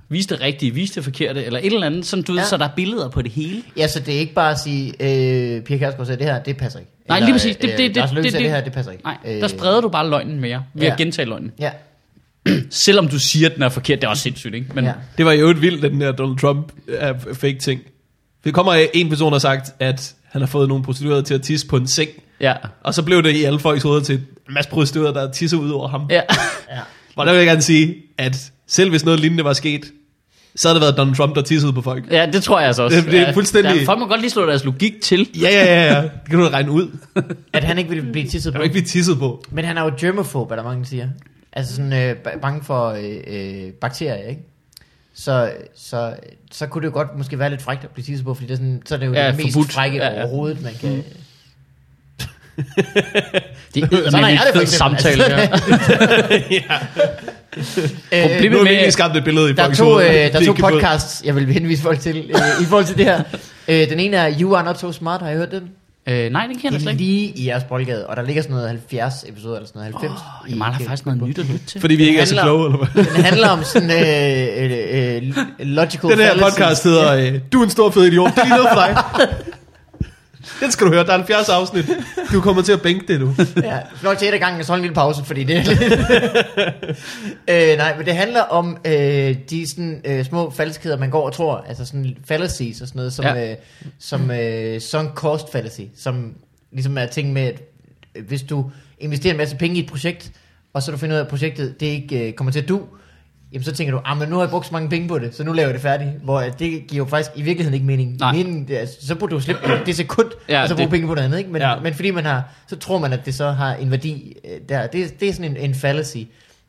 Speaker 4: Vise det rigtige, vise det forkerte, eller et eller andet, sådan, du ja.
Speaker 3: Ja.
Speaker 4: ved, så der er billeder på det hele.
Speaker 3: ja så det er ikke bare at sige, øh, Pia Kærsgaard sagde det her, det passer ikke.
Speaker 4: Nej,
Speaker 3: Eller,
Speaker 4: lige præcis. Det-
Speaker 3: øh,
Speaker 4: det- det-
Speaker 3: Lars Løkke
Speaker 4: det-
Speaker 3: sagde det
Speaker 4: det-
Speaker 3: her, det passer ikke.
Speaker 4: Nej, der spreder du bare løgnen mere, ved
Speaker 3: Øh. ja.
Speaker 4: at gentage løgnen.
Speaker 3: Ja,
Speaker 4: Selvom du siger, at den er forkert, det er også sindssygt, ikke? Men,
Speaker 3: ja.
Speaker 2: Det var jo øvrigt vildt, at den der Donald Trump er fake ting. Det kommer af, en person har sagt, at han har fået nogle prostituerede til at tisse på en seng.
Speaker 4: ja.
Speaker 2: Og så blev det i alle folks hoveder til en masse prostituerede, der tisser ud over ham. Ja.
Speaker 4: ja.
Speaker 3: ja.
Speaker 2: Og der vil jeg gerne sige, at selv hvis noget lignende var sket, så havde det været Donald Trump, der tissede på folk.
Speaker 4: Ja, det tror jeg altså også.
Speaker 2: Det- det er
Speaker 4: Ja,
Speaker 2: fuldstændig-
Speaker 4: Der, folk må godt lige slå deres logik til.
Speaker 2: Ja, ja, ja, ja. Det kan du da regne ud.
Speaker 3: At han ikke ville blive tisset
Speaker 2: Der
Speaker 3: på.
Speaker 2: vil ikke blive tisset på.
Speaker 3: Men han er jo germofob, er der mange, der siger. Altså sådan øh, ba- bange for øh, øh, bakterier, ikke? Så, så, så kunne det jo godt måske være lidt frækt at blive tisset på, fordi det er sådan, så er det jo
Speaker 4: Ja,
Speaker 3: ja, det mest
Speaker 4: forbudt.
Speaker 3: frække
Speaker 4: Ja,
Speaker 3: ja,
Speaker 4: ja.
Speaker 3: ja. overhovedet, man kan...
Speaker 4: Det er
Speaker 3: Sådan
Speaker 4: eddermame en fed samtale.
Speaker 3: Altså.
Speaker 4: Ja.
Speaker 3: Øh,
Speaker 4: Problemet-
Speaker 2: Nu har vi
Speaker 4: med-
Speaker 2: virkelig skabt et billede i
Speaker 3: der er
Speaker 2: folks
Speaker 3: to, øh,
Speaker 2: hoveder.
Speaker 3: der er
Speaker 2: Det
Speaker 3: to
Speaker 2: kan både-
Speaker 3: podcasts, jeg vil henvise folk til, øh, i forhold til det her. Øh, den ene er You Are Not So Smart, har I hørt den?
Speaker 4: Øh, nej, den kender jeg
Speaker 3: Det
Speaker 4: slet
Speaker 3: er
Speaker 4: ikke.
Speaker 3: lige i jeres boldgade, og der ligger sådan noget 70 episoder, eller sådan noget 90.
Speaker 4: Oh,
Speaker 3: i-
Speaker 4: jeg mangler faktisk noget nyt at lytte til.
Speaker 2: Fordi vi ikke er så
Speaker 3: handler-
Speaker 2: kloge, eller hvad?
Speaker 3: Den handler om sådan øh, øh, øh, logical
Speaker 2: Den her
Speaker 3: fallacies.
Speaker 2: podcast hedder øh, Du er en stor fed idiot. Det er lige noget for dig. Den skal du høre. Der er 70 afsnit. Du kommer til at bænke det nu.
Speaker 4: Altså,
Speaker 3: Ja, nok til et af gangen, så hold en lille pause, fordi det er lidt... øh, nej, men det handler om øh, de sådan, øh, små falskheder, man går og tror, altså sådan fallacies og sådan noget, som,
Speaker 4: Ja.
Speaker 3: ja. øh, som øh, sunk cost fallacy, som ligesom er ting med, at øh, hvis du investerer en masse penge i et projekt, og så du finder ud af, at projektet det ikke øh, kommer til at du, jamen så tænker du, ah, men nu har jeg brugt så mange penge på det, så nu laver jeg det færdigt, hvor øh, det giver jo faktisk i virkeligheden ikke mening.
Speaker 4: Nej.
Speaker 3: Meningen, det er, så burde du slippe det sekund,
Speaker 4: Ja,
Speaker 3: ja, og så bruge
Speaker 4: det-
Speaker 3: penge på noget andet, ikke? Men,
Speaker 2: Ja.
Speaker 3: ja. men fordi man har, så tror man, at det så har en værdi øh, der. Det, det er sådan en, en fallacy.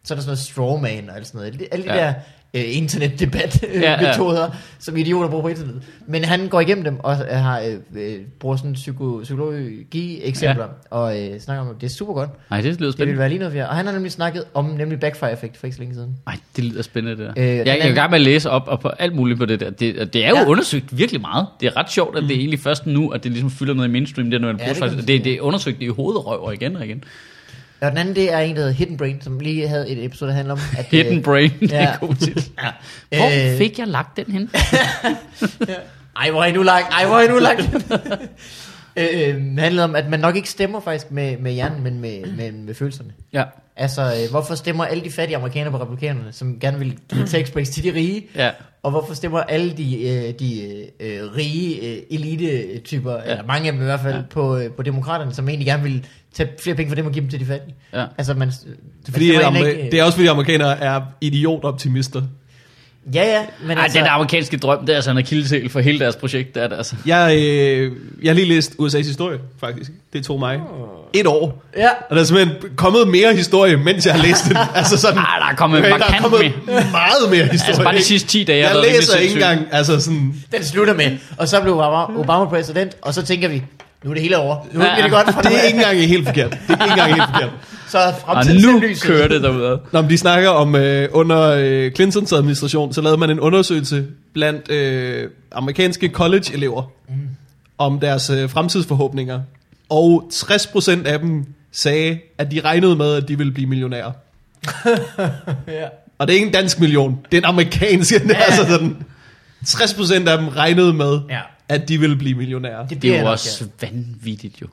Speaker 3: Så er der sådan noget strawman og alt sådan noget. Alle de- Alle de
Speaker 4: Ja.
Speaker 3: ja. der øh, internetdebat-metoder,
Speaker 4: Ja,
Speaker 3: øh,
Speaker 4: ja.
Speaker 3: metoder, som idioter bruger på internettet. Men han går igennem dem og øh, har, øh, øh, bruger sådan psyko, psykologi-eksempler, ja. og øh, snakker om, at det er super godt.
Speaker 4: Nej, det lyder
Speaker 3: Det ville
Speaker 4: spændende.
Speaker 3: være lige noget, vi har. Og han har nemlig snakket om nemlig backfire-effekt for ikke så længe siden.
Speaker 4: Nej, det lyder spændende det der.
Speaker 3: Øh,
Speaker 4: Øh, jeg,
Speaker 3: den
Speaker 4: jeg er i
Speaker 3: anden-
Speaker 4: gang med at læse op og på alt muligt på det der. Det, og det er jo ja.
Speaker 3: Ja.
Speaker 4: undersøgt virkelig meget. Det er ret sjovt, at det er egentlig først nu, at det ligesom fylder noget i mainstream. Det er, noget,
Speaker 3: Ja,
Speaker 4: ja,
Speaker 3: det kan
Speaker 4: det,
Speaker 3: man
Speaker 4: det,
Speaker 3: sige,
Speaker 4: det, er undersøgt i hovedrøver igen og igen.
Speaker 3: Og den anden, det er en, der hedder Hidden Brain, som lige havde et episode, der handler om, at... øh,
Speaker 4: Hidden Brain, det er
Speaker 3: ja.
Speaker 4: god titel. Hvor
Speaker 3: Øh,
Speaker 4: fik jeg lagt den hen?
Speaker 3: Ej, hvor er I nu langt? Ej, hvor er I nu langt? øh, det handler om, at man nok ikke stemmer faktisk med, med hjernen, men med, med, med følelserne.
Speaker 4: Ja.
Speaker 3: Altså, øh, hvorfor stemmer alle de fattige amerikanere på republikanerne, som gerne vil give tax breaks til de rige?
Speaker 4: Ja.
Speaker 3: Og hvorfor stemmer alle de, øh, de øh, rige øh, elite-typer, ja. eller mange af dem i hvert fald, ja. på, øh, på demokraterne, som egentlig gerne vil tage flere penge fra dem og give dem til de fattige?
Speaker 4: Ja.
Speaker 3: Altså, man,
Speaker 2: Det er, fordi, at, amer- det er også fordi, amerikanere er idiotoptimister.
Speaker 3: Ja, ja, men
Speaker 4: Ej,
Speaker 3: altså...
Speaker 4: den amerikanske drøm, det er altså en akilleshæl for hele deres projekt. Det er det altså.
Speaker 2: Jeg, øh, jeg har lige læst USA's historie, faktisk. Det tog mig et år.
Speaker 3: Ja,
Speaker 2: Og der er simpelthen kommet mere historie, mens jeg har læst den. altså sådan,
Speaker 4: Ah, der er kommet
Speaker 2: okay, der er
Speaker 4: markant
Speaker 2: kommet
Speaker 4: mere.
Speaker 2: meget mere historie.
Speaker 4: Altså bare de
Speaker 2: ikke?
Speaker 4: sidste 10 dage. har
Speaker 2: jeg
Speaker 4: været rimelig
Speaker 2: læser ikke
Speaker 4: sindssyg.
Speaker 2: engang, altså sådan,
Speaker 3: den slutter med, og så blev
Speaker 2: Mm.
Speaker 3: Obama, Obama præsident, og så tænker vi, nu er det hele over. Nu
Speaker 4: Ja,
Speaker 3: bliver det
Speaker 4: ja.
Speaker 3: godt fra
Speaker 2: det
Speaker 3: nu
Speaker 2: er
Speaker 3: af.
Speaker 2: ikke engang helt forkert. Det er ikke engang helt forkert.
Speaker 3: Så er
Speaker 4: Og
Speaker 3: fremtiden
Speaker 4: nu
Speaker 3: selv lyset.
Speaker 4: kører det derude.
Speaker 2: Nå, men de snakker om, øh, under øh, Clintons administration, så lavede man en undersøgelse blandt øh, amerikanske college-elever mm. om deres øh, fremtidsforhåbninger. Og 60% af dem sagde, at de regnede med, at de ville blive millionærer.
Speaker 3: Ja.
Speaker 2: Og det er ikke en dansk million, det er en amerikansk. Ja. Altså sådan, 60% af dem regnede med, ja.
Speaker 3: Ja.
Speaker 2: at de ville blive millionærer.
Speaker 4: Det er jo
Speaker 3: nok,
Speaker 4: også vanvittigt jo.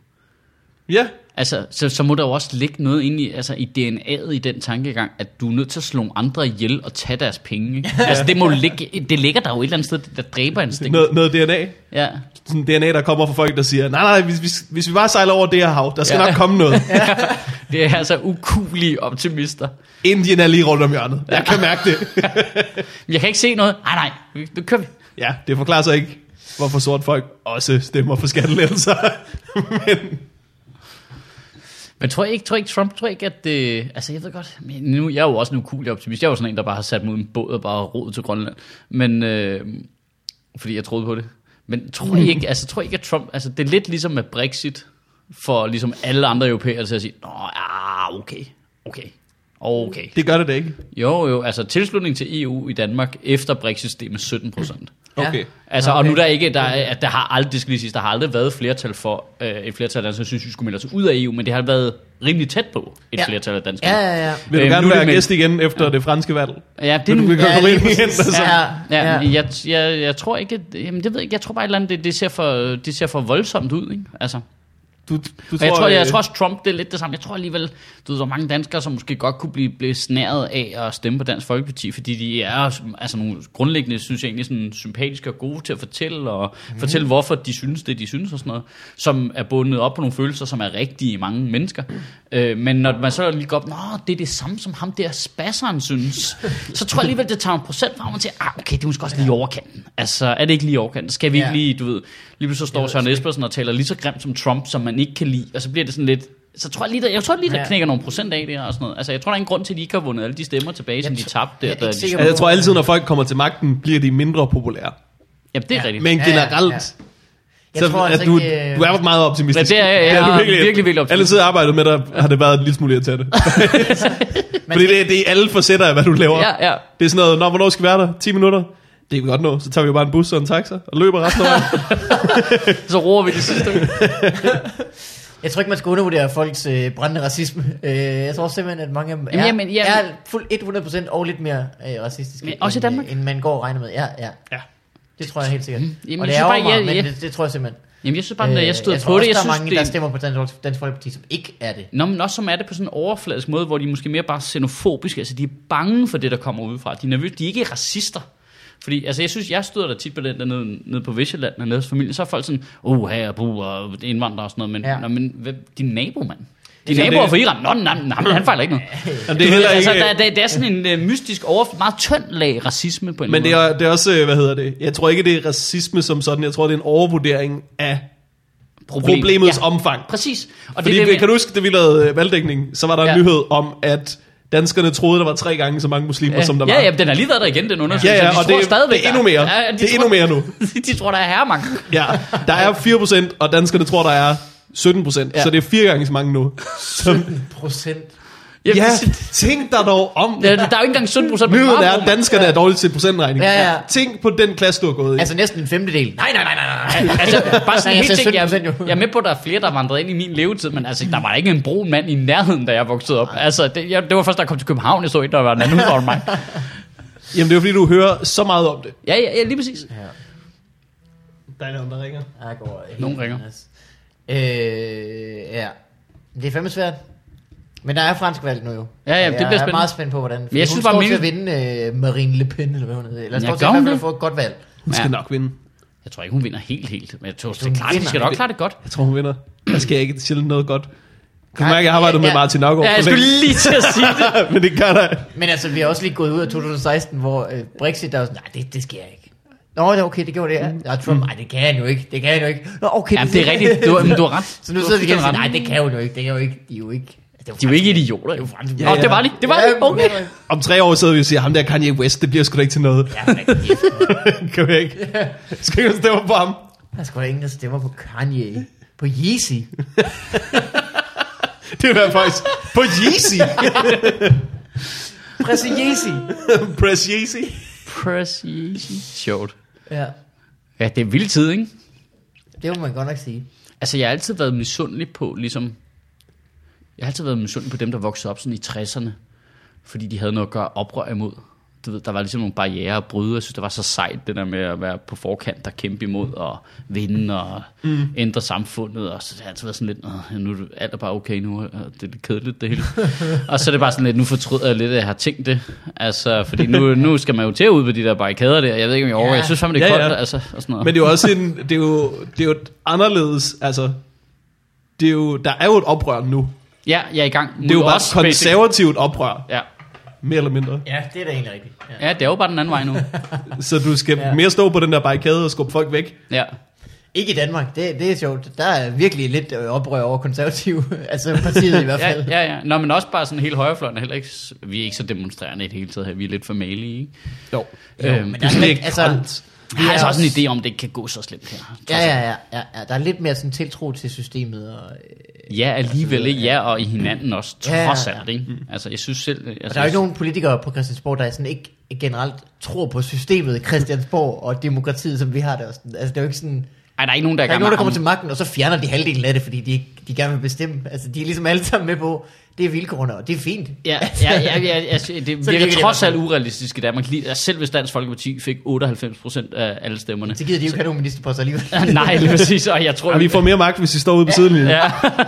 Speaker 2: Ja,
Speaker 4: Altså, så, så må der jo også ligge noget inde i, altså, i DNA'et i den tankegang, at du er nødt til at slå nogle andre ihjel og tage deres penge. Ikke? Altså, det, må jo ligge, det ligger der jo et eller andet sted, det der dræber instinkt.
Speaker 2: noget, noget DNA.
Speaker 4: Ja.
Speaker 2: Sådan DNA, der kommer fra folk, der siger, nej, nej, hvis, hvis, hvis vi bare sejler over det her hav, der skal ja. nok komme noget.
Speaker 4: Det er altså ukulige optimister.
Speaker 2: Indien er lige rundt om hjørnet. Jeg kan mærke det.
Speaker 4: Men Jeg kan ikke se noget. Nej, nej, nu kører vi.
Speaker 2: Ja, det forklarer sig ikke, hvorfor sort folk også stemmer for skattelettelser. Men
Speaker 4: Men tror jeg ikke, tror jeg ikke Trump, tror jeg ikke, at det... Altså, jeg ved godt, men nu, jeg er jo også en ukulig optimist. Jeg er jo sådan en, der bare har sat mig ud i en båd og bare rodet til Grønland. Men, øh, fordi jeg troede på det. Men tror jeg ikke, altså, tror jeg ikke, at Trump... Altså, det er lidt ligesom med Brexit, for ligesom alle andre europæere til at sige, Nå, ah, okay, okay, okay.
Speaker 2: det gør det da ikke.
Speaker 4: Jo, jo, altså tilslutning til EU i Danmark efter Brexit-systemet 17 procent.
Speaker 2: Okay.
Speaker 4: Altså,
Speaker 3: Nå,
Speaker 4: okay. og nu er
Speaker 3: okay.
Speaker 4: der ikke, der, er- at der har aldrig, det skal lige siges, der har aldrig været flertal for, øh, et flertal af danskere, synes, vi skulle melde os ud af EU, men det har været rimelig tæt på et ja.
Speaker 3: Ja.
Speaker 4: flertal af danskere.
Speaker 3: Ja, ja, ja.
Speaker 2: Vil du
Speaker 4: Øhm,
Speaker 2: gerne
Speaker 4: nu er det
Speaker 2: være
Speaker 4: men-
Speaker 2: gæst igen efter ja. det franske valg?
Speaker 4: ja det,
Speaker 2: Vil du
Speaker 4: er-
Speaker 2: gerne
Speaker 3: Ja,
Speaker 2: komme
Speaker 3: lige
Speaker 2: ind igen?
Speaker 3: præcis.
Speaker 2: Altså,
Speaker 3: Ja,
Speaker 4: ja,
Speaker 3: ja.
Speaker 4: ja. Jeg, jeg, jeg, tror ikke, at- jamen, det ved jeg ikke, jeg tror bare et eller andet, det, det, ser, for, det ser for voldsomt ud, ikke? Altså,
Speaker 2: du, du
Speaker 4: tror, jeg, tror, jeg, jeg
Speaker 2: øh,
Speaker 4: tror også, Trump det er lidt det samme. Jeg tror alligevel, du ved, der er mange danskere, som måske godt kunne blive, blive snæret af at stemme på Dansk Folkeparti, fordi de er altså nogle grundlæggende, synes jeg egentlig, sådan sympatiske og gode til at fortælle, og mm. fortælle, hvorfor de synes det, de synes og sådan noget, som er bundet op på nogle følelser, som er rigtige i mange mennesker. Øh, men når man så lige går op, nå, det er det samme, som ham der spasseren synes, så tror jeg alligevel, det tager en procent fra, og man siger, ah, okay, det er måske også lige i overkanten. Altså, er det ikke lige i overkanten? Skal vi ikke
Speaker 3: Ja.
Speaker 4: lige, du ved, lige pludselig står Søren Espersen og taler lige så grimt som Trump, som man ikke kan lide, og så bliver det sådan lidt, så tror jeg lige, der, jeg tror lige, der
Speaker 3: Ja.
Speaker 4: knækker nogle procent af det her og sådan noget. Altså, jeg tror, der er en grund til, at de ikke har vundet alle de stemmer tilbage, som de
Speaker 3: tror-
Speaker 4: tabte.
Speaker 3: jeg
Speaker 4: Der,
Speaker 3: er ikke
Speaker 4: der,
Speaker 3: sikker
Speaker 2: altså, jeg tror altid, når folk kommer til magten, bliver de mindre populære.
Speaker 4: jamen, det er rigtigt. Men,
Speaker 2: Men
Speaker 3: Ja, ja,
Speaker 2: generelt, ja,
Speaker 3: ja.
Speaker 2: ja.
Speaker 3: Jeg
Speaker 2: så
Speaker 3: tror
Speaker 2: tror,
Speaker 3: altså
Speaker 2: at du,
Speaker 3: ikke, øh,
Speaker 2: du er meget optimistisk.
Speaker 4: Ja, det er jeg. Jeg
Speaker 2: du
Speaker 4: er virkelig, virkelig optimistisk.
Speaker 2: Alle tider arbejdet med dig, har det været en lille smule irriterende.
Speaker 3: Man
Speaker 2: Fordi
Speaker 3: skal-
Speaker 2: det, det er alle facetter af, hvad du laver.
Speaker 4: ja, ja.
Speaker 2: Det er sådan noget, Nå, hvornår skal vi være der? 10 minutter? Det kan vi godt nå. Så tager vi jo bare en bus og en taxa og løber resten af vejen.
Speaker 4: Så roer vi det sidste.
Speaker 3: Jeg tror ikke, man skal undervurdere folks øh, brændende racisme. Øh, jeg tror simpelthen, at mange af dem er,
Speaker 4: Jamen, jamen.
Speaker 3: er fuld 100% og lidt mere øh, racistiske,
Speaker 4: Men også i
Speaker 3: end, øh,
Speaker 4: Danmark? Mm.
Speaker 3: end man går og regner med. Ja, ja.
Speaker 2: Ja.
Speaker 3: Det tror jeg helt sikkert.
Speaker 4: Jamen, jeg
Speaker 3: og det
Speaker 4: synes
Speaker 3: er
Speaker 4: bare,
Speaker 3: bare, mig,
Speaker 4: jeg-
Speaker 3: men
Speaker 4: jeg-
Speaker 3: det, det tror jeg simpelthen.
Speaker 4: Jamen, jeg synes bare, når jeg
Speaker 3: Øh,
Speaker 4: støder
Speaker 3: jeg tror
Speaker 4: på
Speaker 3: også,
Speaker 4: det, jeg
Speaker 3: der
Speaker 4: synes,
Speaker 3: er mange,
Speaker 4: det
Speaker 3: der stemmer på Dansk, Dansk Folkeparti, som ikke er det.
Speaker 4: Nå, men også som er det på sådan en overfladisk måde, hvor de måske mere bare er xenofobiske. Altså, de er bange for det, der kommer udefra. De er nervøse. De er ikke racister. Fordi, altså, jeg synes, jeg støder da tit på den der nede, nede på Vestjylland, når nede hos familien, så er folk sådan, oh, her er brug og indvandrere og sådan noget, men,
Speaker 3: Ja.
Speaker 4: ja. nå, men hvad, din nabo, mand. Din
Speaker 2: Ja,
Speaker 4: nabo er
Speaker 2: det-
Speaker 4: fra Iran. Nå, nej, nej, men han fejler ikke noget.
Speaker 2: Jamen,
Speaker 4: Det er, heller ikke... altså, der, der, der er sådan en øh, mystisk, over, meget tynd lag racisme på en
Speaker 2: Men det
Speaker 4: måde.
Speaker 2: er, det er også, øh, hvad hedder det, jeg tror ikke, det er racisme som sådan, jeg tror, det er en overvurdering af
Speaker 4: Problem.
Speaker 2: problemets omfang.
Speaker 4: Præcis. Og
Speaker 2: Fordi
Speaker 4: det,
Speaker 2: det,
Speaker 4: er det,
Speaker 2: kan
Speaker 4: kan
Speaker 2: du huske, da vi lavede øh, valgdækning, så var der en
Speaker 4: Ja.
Speaker 2: nyhed om, at danskerne troede, der var tre gange så mange muslimer,
Speaker 4: ja.
Speaker 2: som der var.
Speaker 4: ja, ja, den har lige været der igen, den undersøgelse.
Speaker 2: ja, ja
Speaker 4: de
Speaker 2: og
Speaker 4: tror
Speaker 2: det, er-
Speaker 4: stadigvæk,
Speaker 2: det er endnu mere.
Speaker 4: der- Ja, de
Speaker 2: det er
Speaker 4: tror,
Speaker 2: endnu mere nu.
Speaker 4: de tror, der er herremangel.
Speaker 2: Ja, der er 4%, og danskerne tror, der er 17%, ja. så det er fire gange så mange nu. Som,
Speaker 3: 1%.
Speaker 4: Jamen,
Speaker 2: ja,
Speaker 4: det-
Speaker 2: tænk dig dog om.
Speaker 4: Der, der er jo ikke engang 17 procent
Speaker 2: Nyheden er, at danskerne er dårlige til procentregning.
Speaker 3: Ja, ja.
Speaker 2: Tænk på den klasse, du har gået i.
Speaker 3: Altså næsten en femtedel. Nej, nej, nej, nej. nej.
Speaker 4: Altså, bare sådan
Speaker 3: Ja,
Speaker 4: en
Speaker 3: jeg
Speaker 4: helt
Speaker 3: sagde
Speaker 4: ting, jeg,
Speaker 3: 17% jo.
Speaker 4: jeg er med på, at der er flere, der er vandret ind i min levetid, men altså, der var ikke en brun mand i nærheden, da jeg voksede op. Altså, det, jeg, det var først, da jeg kom til København, jeg så en, der var en anden udfordring mig.
Speaker 2: Jamen, det er jo fordi, du hører så meget om det.
Speaker 4: Ja, ja, ja, lige præcis.
Speaker 2: Der er nogen, der ringer.
Speaker 3: Der går helt
Speaker 4: Nogen ringer.
Speaker 3: bananas. Øh, ja. Det er fandme svært. Men der er fransk valg nu jo.
Speaker 4: ja, det
Speaker 3: jeg
Speaker 4: bliver
Speaker 3: Jeg er
Speaker 4: spændende.
Speaker 3: meget spændt på, hvordan. Men
Speaker 4: jeg
Speaker 3: jeg
Speaker 4: synes
Speaker 3: synes, hun
Speaker 4: bare,
Speaker 3: står
Speaker 4: min-
Speaker 3: til at vinde øh, Marine Le Pen, eller hvad hun hedder. Eller
Speaker 4: Ja,
Speaker 3: står til
Speaker 4: gør
Speaker 3: i
Speaker 4: hun
Speaker 3: hvert fald at
Speaker 4: det?
Speaker 3: få et godt valg.
Speaker 2: Hun skal
Speaker 4: Ja.
Speaker 2: nok vinde.
Speaker 4: Jeg tror ikke, hun vinder helt, helt. Men jeg tror, det
Speaker 3: Hun
Speaker 4: er klart, de skal
Speaker 3: vinder.
Speaker 4: nok klare det godt.
Speaker 2: Jeg tror, hun vinder. Der sker ikke sjældent noget godt. Kan du
Speaker 3: Nej,
Speaker 2: mærke, jeg har arbejdet med
Speaker 3: ja.
Speaker 2: Martin Nørgaard?
Speaker 4: Ja, jeg
Speaker 2: for
Speaker 4: skulle
Speaker 2: længe?
Speaker 4: lige til at sige det.
Speaker 2: Men det gør der.
Speaker 3: Men altså, vi har også lige gået ud af 2016, hvor øh, Brexit, der var sådan, nej, det, det sker ikke. Nå, det er okay, det gjorde det. Ja. Og Trump, nej, det kan han jo ikke, det kan han jo ikke. Nå, okay,
Speaker 4: Mm. Jamen, det er rigtigt. Du, jamen, du har ret.
Speaker 3: Så nu
Speaker 4: Du har
Speaker 3: sidder vi igen og siger,
Speaker 4: fuldstændig
Speaker 3: nej,
Speaker 4: ret.
Speaker 3: det kan hun jo ikke, det kan jo ikke, de er jo ikke. Det
Speaker 4: De er jo ikke idioter, jo.
Speaker 3: fransk.
Speaker 4: Nå, det var lige. Det var lige. Okay.
Speaker 2: Om tre år sidder vi og siger, ham der Kanye West, det bliver sgu da ikke til noget.
Speaker 3: Ja, men det-
Speaker 2: kan vi ikke? Skal vi stemme på ham?
Speaker 3: Der er sgu da ingen, der stemmer på Kanye. På Yeezy.
Speaker 2: Det vil være faktisk på Yeezy.
Speaker 3: Presse Yeezy.
Speaker 2: Press Yeezy.
Speaker 4: Præcis. Sjovt.
Speaker 3: Ja,
Speaker 4: Ja, det er vild tid, ikke?
Speaker 3: det må man godt nok sige.
Speaker 4: Altså, jeg har altid været misundelig på, ligesom... Jeg har altid været misundelig på dem, der voksede op sådan i 60'erne. Fordi de havde noget at gøre oprør imod. Du ved, der var ligesom nogle barriere at bryde. Jeg synes, det var så sejt, det der med at være på forkant og kæmpe imod og vinde og mm. ændre samfundet. Og så har jeg altid været sådan lidt, "Åh, nu er det- alt er bare okay nu, og det er lidt kedeligt det hele. og så er det bare sådan lidt, nu fortryder jeg lidt, at jeg har tænkt det. Altså, fordi nu, nu skal man jo til at ud på de der barrikader der. Jeg ved ikke, om jeg overgår.
Speaker 3: Ja.
Speaker 4: Jeg synes fandme, det er
Speaker 2: Ja,
Speaker 4: koldt,
Speaker 2: ja.
Speaker 4: altså. Og sådan noget.
Speaker 2: Men det er jo også en, det er jo, det er jo et anderledes, altså, det er jo, der er jo et oprør nu.
Speaker 4: ja, jeg er i gang.
Speaker 2: Det er jo bare et konservativt oprør,
Speaker 4: Ja.
Speaker 2: mere eller mindre.
Speaker 3: Ja, det er da egentlig rigtigt. Ja.
Speaker 4: Ja, det er jo bare den anden vej nu.
Speaker 2: Så du skal
Speaker 3: Ja.
Speaker 2: mere stå på den der barrikade og skubbe folk væk.
Speaker 4: Ja.
Speaker 3: Ikke i Danmark, det, det er sjovt. Der er virkelig lidt øh, oprør over konservative, altså partiet i hvert
Speaker 4: Ja,
Speaker 3: fald.
Speaker 4: ja, ja. Nå, men også bare sådan helt højrefløjen er heller ikke... s- Vi er ikke så demonstrerende i det hele taget her. Vi er lidt for malige, ikke?
Speaker 2: Jo.
Speaker 4: Jo, øhm,
Speaker 3: men
Speaker 4: men
Speaker 3: der
Speaker 4: der
Speaker 3: er
Speaker 4: er
Speaker 3: lidt- altså-
Speaker 4: altså, jeg har altså også en idé om, at det ikke kan gå så slemt her. trods
Speaker 3: Ja,
Speaker 4: alt.
Speaker 3: ja, ja, ja, ja. Der er lidt mere sådan tiltro til systemet. Og, øh,
Speaker 4: Ja, alligevel, ikke? Ja, og i hinanden også,
Speaker 3: Ja, ja, ja.
Speaker 4: trods alt, ikke? Altså, jeg synes selv... Altså,
Speaker 3: og der er jo ikke nogen politikere på Christiansborg, der sådan ikke generelt tror på systemet Christiansborg og demokratiet, som vi har det. Også. Altså, det er jo ikke sådan...
Speaker 4: Ej, der er ikke nogen, der,
Speaker 3: Der er ikke nogen, der kommer til
Speaker 4: mig.
Speaker 3: magten, og så fjerner de halvdelen af det, fordi de, ikke- de gerne vil bestemme. Altså, de er ligesom alle sammen med på, det er vilkårene, og det er fint.
Speaker 4: Ja, ja, ja, ja, altså, det
Speaker 3: virker det i
Speaker 4: virker
Speaker 3: hvert
Speaker 4: trods
Speaker 3: fald.
Speaker 4: alt urealistisk i Danmark. Lige, altså, selv hvis Dansk Folkeparti fik 98 procent af alle stemmerne.
Speaker 3: Så gider de jo ikke have nogen ministerposter alligevel.
Speaker 4: Nej, lige præcis, og jeg tror...
Speaker 2: Og vi får mere magt, hvis vi står ude på sidelinjen
Speaker 4: Ja.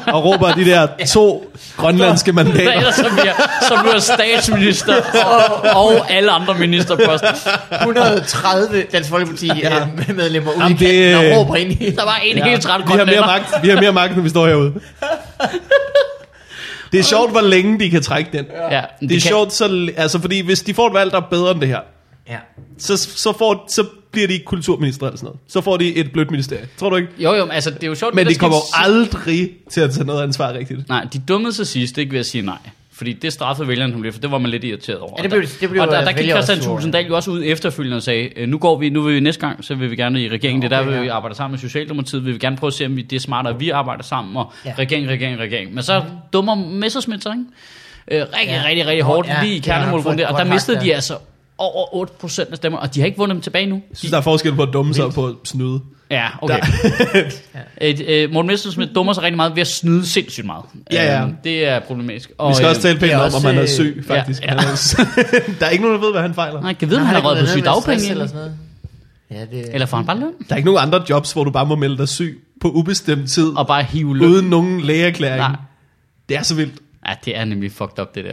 Speaker 2: og råber de der to grønlandske
Speaker 4: Der
Speaker 2: mandater.
Speaker 4: ellers så bliver, så bliver statsminister og, og alle andre ministerposter.
Speaker 3: 130 Dansk Folkeparti ja.
Speaker 4: øh,
Speaker 3: medlemmer ude
Speaker 2: Jamen,
Speaker 3: i
Speaker 2: det-
Speaker 3: kanten og råber ind i.
Speaker 4: Der var en ja. helt træt
Speaker 2: Vi har, mere
Speaker 4: grønlænder.
Speaker 2: magt, vi har mere magt, når vi står herude. Det er sjovt, hvor længe de kan trække den. Det
Speaker 4: Ja,
Speaker 2: er sjovt, så, l- altså, fordi hvis de får et valg, der er bedre end det her,
Speaker 3: Ja.
Speaker 2: så, så, får, så bliver de ikke kulturminister eller sådan noget. Så får de et blødt ministerie. Tror du ikke?
Speaker 4: Jo, jo, men altså, det er jo sjovt.
Speaker 2: Men
Speaker 4: der
Speaker 2: de
Speaker 4: skete
Speaker 2: kommer jo
Speaker 4: sidst-
Speaker 2: aldrig til at tage noget ansvar rigtigt.
Speaker 4: Nej, de dummede sig sidst, ikke ved at sige nej. Fordi det straffede vælgerne, som blev, for det var man lidt irriteret over.
Speaker 3: Ja, det blev- det blev,
Speaker 4: og der,
Speaker 3: øh,
Speaker 4: der gik
Speaker 3: vælgere
Speaker 4: Christian
Speaker 3: også sure.
Speaker 4: Tulsendal jo også ud efterfølgende og sagde, "Øh, nu går vi, nu vil vi næste gang, så vil vi gerne i regeringen, okay, det er
Speaker 3: Okay,
Speaker 4: der, vil vi
Speaker 3: ja.
Speaker 4: arbejder sammen med Socialdemokratiet, vil vi gerne prøve at se, om vi, det er smartere, at vi arbejder sammen, og
Speaker 3: Ja.
Speaker 4: ja. regering, regering, regering. Men så mm. dummer Messerschmidt sig, ikke? Øh, rigtig,
Speaker 3: Ja.
Speaker 4: rigtig, rigtig hårdt
Speaker 3: Ja,
Speaker 4: lige i
Speaker 3: det har han fået
Speaker 4: kernemålgrunden der, og der
Speaker 3: godt hak
Speaker 4: mistede
Speaker 3: der.
Speaker 4: de altså over 8% af stemmerne, og de har ikke vundet dem tilbage nu.
Speaker 2: Jeg synes, der er forskel på at dumme sig og på at snyde.
Speaker 4: Ja, okay. Et, øh, Morten Messerschmidt dummer sig rigtig meget ved at snyde sindssygt meget.
Speaker 2: Ja, ja.
Speaker 4: Øh, det er problematisk. Og,
Speaker 2: Vi skal også
Speaker 4: øh,
Speaker 2: tale pænt
Speaker 3: det er
Speaker 2: om,
Speaker 3: også,
Speaker 2: om han er
Speaker 3: øh,
Speaker 2: syg,
Speaker 4: ja,
Speaker 2: faktisk.
Speaker 4: ja.
Speaker 2: der er ikke nogen, der ved, hvad han fejler.
Speaker 4: Nej, kan vide, om han
Speaker 3: har
Speaker 4: har røget på
Speaker 3: ikke noget med stress
Speaker 4: sygedagpenge.
Speaker 3: Eller
Speaker 4: Eller,
Speaker 3: sådan noget. Ja, det,
Speaker 4: eller får han bare løn?
Speaker 2: Der er ikke nogen andre jobs, hvor du bare må melde dig syg på ubestemt tid,
Speaker 4: Og bare hive løn.
Speaker 2: uden nogen lægeerklæring.
Speaker 4: Nej.
Speaker 2: Det er så vildt.
Speaker 4: Ja, det er nemlig fucked up, det der.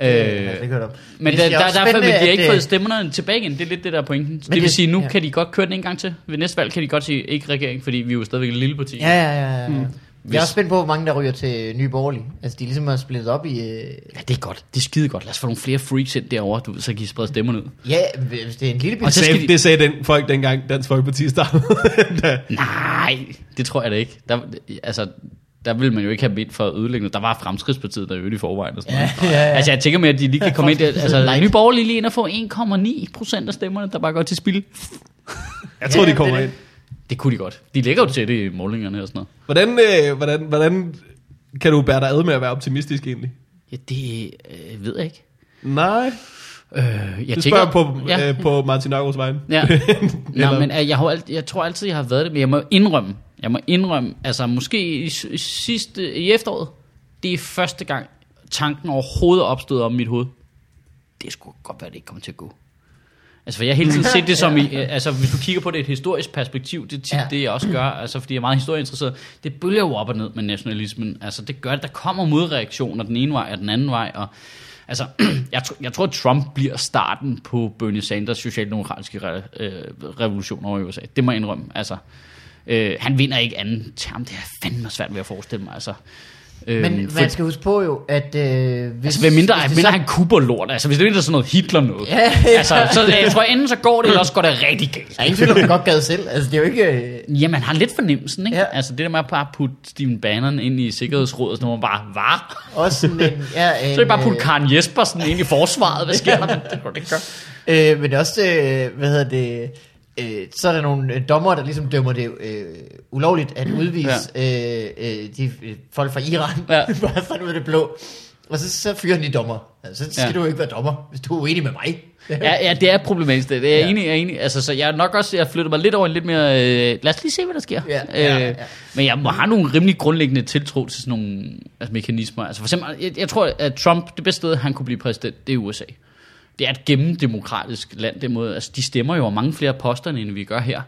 Speaker 3: det,
Speaker 4: øh,
Speaker 3: øh, det hørt om.
Speaker 4: Men
Speaker 3: det
Speaker 4: der,
Speaker 3: er
Speaker 4: der,
Speaker 3: også
Speaker 4: der, derfor vil
Speaker 3: spændende,
Speaker 4: de ikke
Speaker 3: at,
Speaker 4: fået
Speaker 3: øh,
Speaker 4: stemmerne tilbage igen. Det er lidt det, der er pointen. Det, det vil
Speaker 3: det-
Speaker 4: sige, nu
Speaker 3: ja.
Speaker 4: kan de godt køre den en gang til. Ved næste valg kan de godt sige, ikke regering, fordi vi er jo stadigvæk et lille parti.
Speaker 3: Ja, ja, ja. ja. Mm. Jeg er
Speaker 4: Hvis-
Speaker 3: også spændt på, hvor mange der ryger til Nye Borgerlige. Altså, de er ligesom er splittet op i... Øh,
Speaker 4: ja, det er godt. Det er skide godt. Lad os få nogle flere freaks ind derovre, du, ved, så kan I sprede stemmerne ud.
Speaker 3: ja, hvis det er en lille bil.
Speaker 4: Og
Speaker 2: Det
Speaker 4: så skal
Speaker 2: sagde,
Speaker 4: de-
Speaker 2: det sagde den folk dengang Dansk Folkeparti startede. Da-
Speaker 4: Nej, det tror jeg da ikke. Der, altså, der ville man jo ikke have bind for at ødelægge noget. Der var Fremskridspartiet, der øvrigt i forvejen og sådan noget.
Speaker 3: ja, ja.
Speaker 4: Altså, jeg tænker med, at de lige kan komme ind. der- Altså, Nye Borgerlige lige ind og få 1,9 procent af stemmerne, der bare går til spil.
Speaker 2: Jeg tror,
Speaker 3: Ja,
Speaker 2: de kommer
Speaker 3: det er
Speaker 2: ind.
Speaker 4: Det kunne de godt. De ligger jo til det i målingerne og sådan noget.
Speaker 2: Hvordan, øh, hvordan, hvordan kan du bære dig ad med at være optimistisk egentlig?
Speaker 4: Ja, det øh, ved jeg ikke.
Speaker 2: Nej,
Speaker 4: Øh, jeg
Speaker 2: det spørger jeg
Speaker 4: tænker-
Speaker 2: på,
Speaker 4: ja.
Speaker 2: ja. øh, på Martin Nørgaards vejen.
Speaker 4: Ja.
Speaker 2: Eller-
Speaker 4: Nå, men øh, jeg, har jo alt, jeg tror altid, jeg har været det, men jeg må indrømme, jeg må indrømme, altså måske i, s- i sidste, i efteråret, det er første gang, tanken overhovedet opstod om mit hoved. Det skulle godt være, det ikke kommer til at gå. Altså, for jeg har hele tiden set det som, i, øh, altså, hvis du kigger på det i et historisk perspektiv, det er tit
Speaker 3: Ja.
Speaker 4: ja. det, jeg også gør, altså, fordi jeg er meget historieinteresseret. Det bølger jo op og ned med nationalismen. Altså, det gør, at der kommer modreaktioner den ene vej og den anden vej, og Altså, jeg, tr- jeg tror, at Trump bliver starten på Bernie Sanders socialdemokratiske re- øh, revolution over i USA. Det må jeg indrømme. Altså, øh, han vinder ikke anden term. Det er fandme svært ved at forestille mig. Altså, øh,
Speaker 3: Men man skal huske på jo, at... Øh, hvis,
Speaker 4: Altså, hvad mindre,
Speaker 3: hvis det
Speaker 4: mindre
Speaker 3: så-
Speaker 4: han kuber lort, altså hvis det mindre sådan noget Hitler noget.
Speaker 3: Ja, ja.
Speaker 4: altså, så jeg tror enten så går det, eller også går det rigtig galt.
Speaker 3: Der er ingen tvivl om, han godt gad selv. Altså, det er jo ikke... Øh,
Speaker 4: Jamen, han har lidt fornemmelsen, ikke?
Speaker 3: Ja.
Speaker 4: Ja. Altså, det der med at bare putte Steven Bannon ind i Sikkerhedsrådet, så man bare, var.
Speaker 3: også sådan en... Ja,
Speaker 4: Så
Speaker 3: en
Speaker 4: kan I bare putte
Speaker 3: øh,
Speaker 4: Karen Jespersen ind i forsvaret. Hvad sker der? Det går det gør.
Speaker 3: Øh, men også, øh, hvad hedder det, øh, så er der nogle øh, dommer, der ligesom dømmer det øh, ulovligt at udvise ja. øh, øh, de øh, folk fra Iran, ja.
Speaker 4: Ja.
Speaker 3: bare sådan ud af det blå. Og så, så fyrer de dommer. Altså, så skal ja.
Speaker 4: Ja.
Speaker 3: du jo ikke være dommer, hvis du er uenig med mig.
Speaker 4: Ja, ja, det er problematisk. Det er jeg
Speaker 3: Ja.
Speaker 4: ja. enig, jeg er enig. Altså, så jeg er nok også, jeg flytter mig lidt over i en lidt mere, øh, lad os lige se, hvad der sker.
Speaker 3: Ja, ja, ja.
Speaker 4: Øh, men jeg må have nogle rimelig grundlæggende tiltro til sådan nogle altså, mekanismer. Altså, for eksempel, jeg, jeg tror, at Trump, det bedste sted, han kunne blive præsident, det er USA. Det er et gennemdemokratisk land, den måde. Altså, de stemmer jo om mange flere poster, end vi gør her.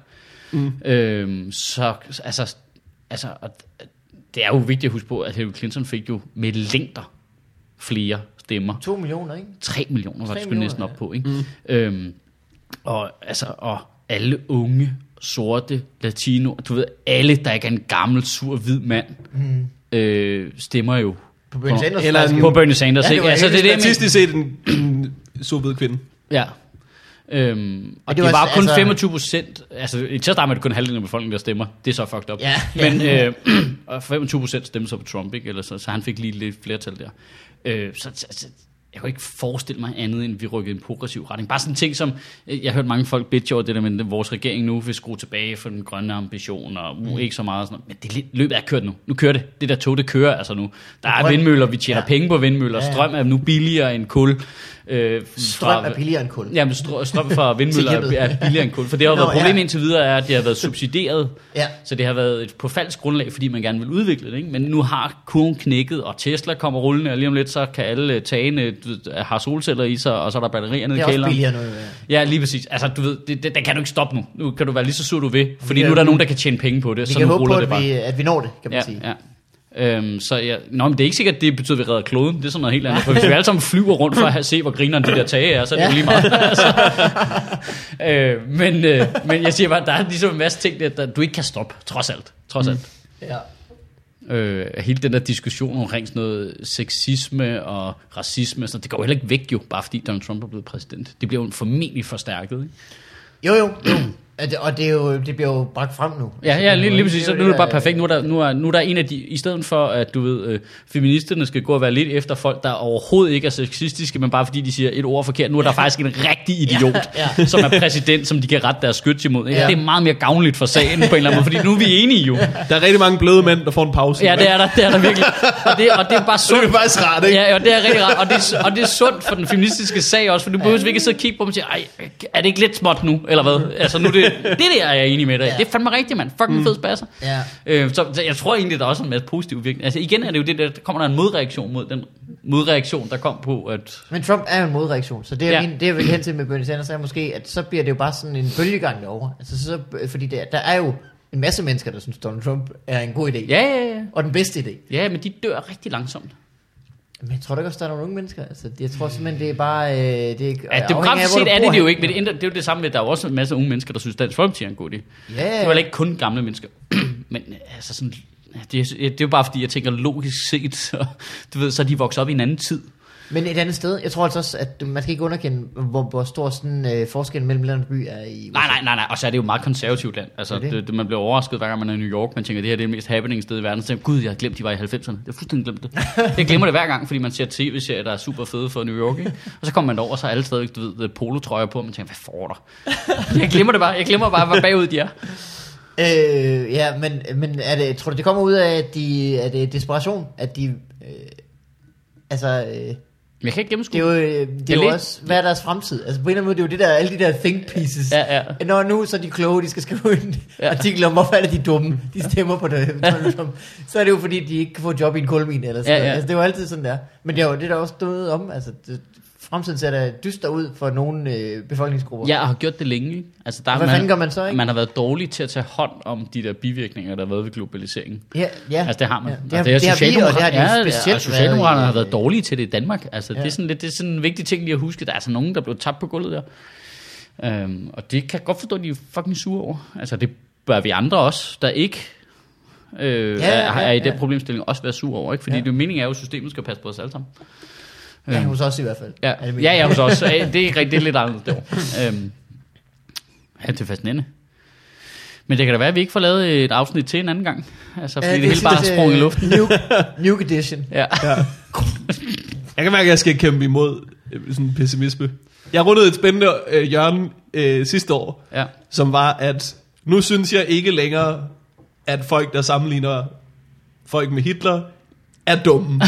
Speaker 4: Mm. Øh, så, altså, altså, og det er jo vigtigt at huske på, at Hillary Clinton fik jo med længder flere stemmer
Speaker 3: 2 millioner, ikke?
Speaker 4: 3 millioner var
Speaker 3: 3
Speaker 4: det sgu
Speaker 3: millioner,
Speaker 4: næsten
Speaker 3: ja.
Speaker 4: op på, ikke? Mm. Øhm, og, altså, og alle unge, sorte, latino, du ved, alle, der ikke er en gammel, sur, hvid mand, mm. øh, stemmer jo
Speaker 3: På Bernie Sanders.
Speaker 2: eller
Speaker 3: faktisk
Speaker 2: en-
Speaker 3: jo.
Speaker 4: på Bernie Sanders, ja,
Speaker 3: Ja, det
Speaker 4: ikke?
Speaker 3: var
Speaker 4: Altså, det er det, jeg
Speaker 2: Statistisk set en, en soved kvinde.
Speaker 4: mener. Ja. Øhm, og
Speaker 3: det
Speaker 4: det
Speaker 3: var
Speaker 4: var,
Speaker 3: også-
Speaker 4: kun
Speaker 3: altså-
Speaker 4: 25 procent, altså til at starte med er det kun halvdelen af befolkningen, der stemmer. Det er så fucked up.
Speaker 3: Ja, ja.
Speaker 4: Men øh, og 25 procent stemte så på Trump, ikke? Eller så, så han fik lige lidt flertal der. Øh, så, så, så jeg kan ikke forestille mig andet, end vi rykkede i en progressiv retning. Bare sådan en ting som, øh, jeg har hørt mange folk bitch over det der, men vores regering nu vil skrue tilbage for den grønne ambition, og
Speaker 3: Mm.
Speaker 4: uh, ikke så meget og sådan noget. Men det er lidt- løbet er kørt nu. Nu kører det. Det der tog, det kører altså nu. Der er
Speaker 3: grøn-
Speaker 4: vindmøller, vi tjener
Speaker 3: Ja.
Speaker 4: ja. penge på vindmøller,
Speaker 3: Ja, ja.
Speaker 4: strøm er nu billigere end kul. Øh, fra-
Speaker 3: Strøm er billigere end kul.
Speaker 4: Jamen, str- strøm fra vindmøller
Speaker 3: Til hjemmet.
Speaker 4: er billigere end kul. For det har
Speaker 3: Nå,
Speaker 4: været problemet
Speaker 3: ja.
Speaker 4: indtil videre, er, at det har været subsidieret.
Speaker 3: Ja.
Speaker 4: Så det har været et på falsk grundlag, fordi man gerne vil udvikle det. Ikke? Men nu har kurven knækket, og Tesla kommer rullende, og lige om lidt, så kan alle øh, tagene du ved, har solceller i sig, og så er der batterier nede
Speaker 3: Det
Speaker 4: i
Speaker 3: er også
Speaker 4: kælderen.
Speaker 3: billigere noget. Ja.
Speaker 4: Ja, lige præcis. Altså, du ved, det, det, der kan du ikke stoppe nu. Nu kan du være lige så sur, du vil. Fordi
Speaker 3: Ja.
Speaker 4: nu er der nogen, der kan tjene penge på det,
Speaker 3: Vi
Speaker 4: så
Speaker 3: kan
Speaker 4: nu
Speaker 3: håbe på,
Speaker 4: ruller det
Speaker 3: at
Speaker 4: bare.
Speaker 3: vi, at vi når det, kan man
Speaker 4: Ja,
Speaker 3: sige.
Speaker 4: ja. Øhm, så ja. Nå, men det er ikke sikkert, at det betyder, at vi redder kloden. Det er sådan noget helt andet. For hvis vi alle sammen flyver rundt for at se, hvor grineren de der tage er, så er det jo lige meget. altså. øh, men, øh, men jeg siger bare, at der er ligesom en masse ting, der, der du ikke kan stoppe, trods alt. Trods
Speaker 3: Mm.
Speaker 4: alt.
Speaker 3: Ja.
Speaker 4: Øh, hele den der diskussion omkring sådan noget sexisme og racisme, og sådan, noget, det går jo heller ikke væk jo, bare fordi Donald Trump er blevet præsident. Det bliver jo formentlig forstærket. Ikke?
Speaker 3: Jo, jo. jo. At- Og det, er jo, det bliver jo bragt frem nu.
Speaker 4: Ja, ja, lige, lige præcis. Så nu er Altså, det bare perfekt. Nu er,
Speaker 3: der...
Speaker 4: der, nu, er, nu er der en af de... I stedet for, at du ved, øh, feministerne skal gå og være lidt efter folk, der overhovedet ikke er sexistiske, men bare fordi de siger et ord forkert, nu er der faktisk en rigtig idiot, ja, ja. som er præsident, som de kan rette deres skyts imod. Ikke?
Speaker 3: Ja.
Speaker 4: Ja. Det er meget mere gavnligt for sagen på en eller anden måde, fordi nu er vi enige jo.
Speaker 2: Der er rigtig mange bløde mænd, der får en pause.
Speaker 4: Ja, det er der, det er der virkelig. Og det, og det er bare
Speaker 2: det
Speaker 4: sundt.
Speaker 2: er faktisk rart, ikke?
Speaker 4: Ja, og det er rigtig rart. Og det, er- og det er sundt for den feministiske sag også, for nu behøver vi ikke sidde og kigge på dem og sige, Ej, er det ikke lidt småt nu, eller hvad? Altså nu er det, det der er jeg enig med dig. i. Det er fandme rigtigt, mand. Fucking mm. fed spasser.
Speaker 3: Ja.
Speaker 4: Øh, så, så jeg tror egentlig, der er også en masse positiv virkning. Altså igen er det jo det der, der kommer der en modreaktion mod den modreaktion, der kom på, at
Speaker 3: Men Trump er jo en modreaktion, så det er, ja.
Speaker 4: Ja.
Speaker 3: min, det er jeg vil hen til med Bernie Sanders, er måske, at så bliver det jo bare sådan en bølgegang derovre. Altså, så, fordi der, der er jo en masse mennesker, der synes, Donald Trump er en god idé.
Speaker 4: ja, ja, ja.
Speaker 3: Og den bedste idé.
Speaker 4: ja men de dør rigtig langsomt.
Speaker 3: Men jeg tror da ikke også, der er nogle unge mennesker. Altså, jeg tror simpelthen, det er bare... Øh, det er,
Speaker 4: Ja,
Speaker 3: afhængig af, hvor
Speaker 4: demografisk
Speaker 3: du
Speaker 4: set er
Speaker 3: bor
Speaker 4: det, det jo
Speaker 3: henne.
Speaker 4: ikke, men det, ændrer, det er jo det samme med, at der er jo også en masse unge mennesker, der synes, Dansk Folkeparti er en god idé.
Speaker 3: Ja.
Speaker 4: Det var ikke kun gamle mennesker. Men øh, altså sådan, det, er- det er jo bare fordi, jeg tænker logisk set, så, du ved, så er de vokset op i en anden tid.
Speaker 3: Men et andet sted, jeg tror altså også, at man skal ikke underkende, hvor, hvor stor sådan, øh, forskel mellem land og by er i...
Speaker 4: Nej, nej, nej, nej. Og så er det jo et meget konservativt land. Altså,
Speaker 3: Det er
Speaker 4: det
Speaker 3: det.
Speaker 4: Det, man bliver overrasket, hver gang man er i New York. Man tænker, det her det er det mest happening sted i verden. Så tænker, jeg, gud, jeg har glemt, de var i 90'erne. Jeg har fuldstændig glemt det. Jeg glemmer det hver gang, fordi man ser tv-serier, der er super fede for New York. Ikke? Og så kommer man over, og så er alle stadigvæk, du ved, øh, polotrøjer på, og man tænker, hvad får der? Jeg glemmer det bare. Jeg glemmer bare, hvor bagud de er.
Speaker 3: Øh, ja, men, men er det, tror du, det kommer ud af, at de, er det desperation? At de... Øh, altså, øh,
Speaker 4: Men jeg kan ikke gennemskue.
Speaker 3: det er jo, øh, det er jo
Speaker 4: lidt-
Speaker 3: også, hvad er deres fremtid? Altså på en eller anden måde, det er jo det der, alle de der think pieces.
Speaker 4: Ja, ja.
Speaker 3: Når nu så er de kloge, de skal skrive en ja. artikel om, hvorfor er det de dumme, de stemmer på det, Donald Trump. så er det jo fordi, de ikke kan få job i en kulmine eller sådan
Speaker 4: Ja,
Speaker 3: ja, ja.
Speaker 4: ja.
Speaker 3: Altså, det er jo altid sådan der. Men det er jo det, der også stod om, altså det, fremtiden ser da dyster ud for nogle øh, befolkningsgrupper.
Speaker 4: Ja, og har gjort det længe. ikke? Altså, der
Speaker 3: Og
Speaker 4: er
Speaker 3: hvad
Speaker 4: man,
Speaker 3: fanden gør man så, ikke?
Speaker 4: Man har været dårlig til at tage hånd om de der bivirkninger, der har været ved globaliseringen.
Speaker 3: ja, ja.
Speaker 4: Altså, det har man.
Speaker 3: Ja, det,
Speaker 4: Og
Speaker 3: har, det, har vi, og det har de
Speaker 4: Socialdemokra-
Speaker 3: ja,
Speaker 4: ja, og
Speaker 3: specielt
Speaker 4: Socialdemokraterne
Speaker 3: været i-
Speaker 4: har været dårlige til det i Danmark. Altså,
Speaker 3: Ja.
Speaker 4: det, er sådan lidt, det er sådan en vigtig ting lige at huske. Der er altså nogen, der blev tabt på gulvet der. Øhm, og det kan jeg godt forstå, at de er fucking sure over. Altså, det bør vi andre også, der ikke øh,
Speaker 3: Ja,
Speaker 4: ja,
Speaker 3: ja,
Speaker 4: er, er i den
Speaker 3: ja.
Speaker 4: problemstilling, også være sure over. Ikke? Fordi
Speaker 3: Ja.
Speaker 4: ja. det meningen er jo, at systemet skal passe på os alle sammen.
Speaker 3: Ja, hos os i hvert fald.
Speaker 4: Ja,
Speaker 3: Er det min-
Speaker 4: ja, ja hos os. Øh, Det er ikke rigtigt, det er lidt anderledes derovre. Øhm, ja, det er fascinerende. Men det kan da være, at vi ikke får lavet et afsnit til en anden gang. Altså, fordi
Speaker 3: Ja,
Speaker 4: det, det hele bare
Speaker 3: sådan
Speaker 4: er
Speaker 3: lidt,
Speaker 4: sprunget i
Speaker 3: øh,
Speaker 4: luften.
Speaker 3: Nuke, nuke edition.
Speaker 4: Ja.
Speaker 2: Jeg kan mærke, at jeg skal kæmpe imod øh, sådan pessimisme. Jeg rundede et spændende øh, hjørne øh, sidste år,
Speaker 4: ja.
Speaker 2: som var, at nu synes jeg ikke længere, at folk, der sammenligner folk med Hitler, er dumme.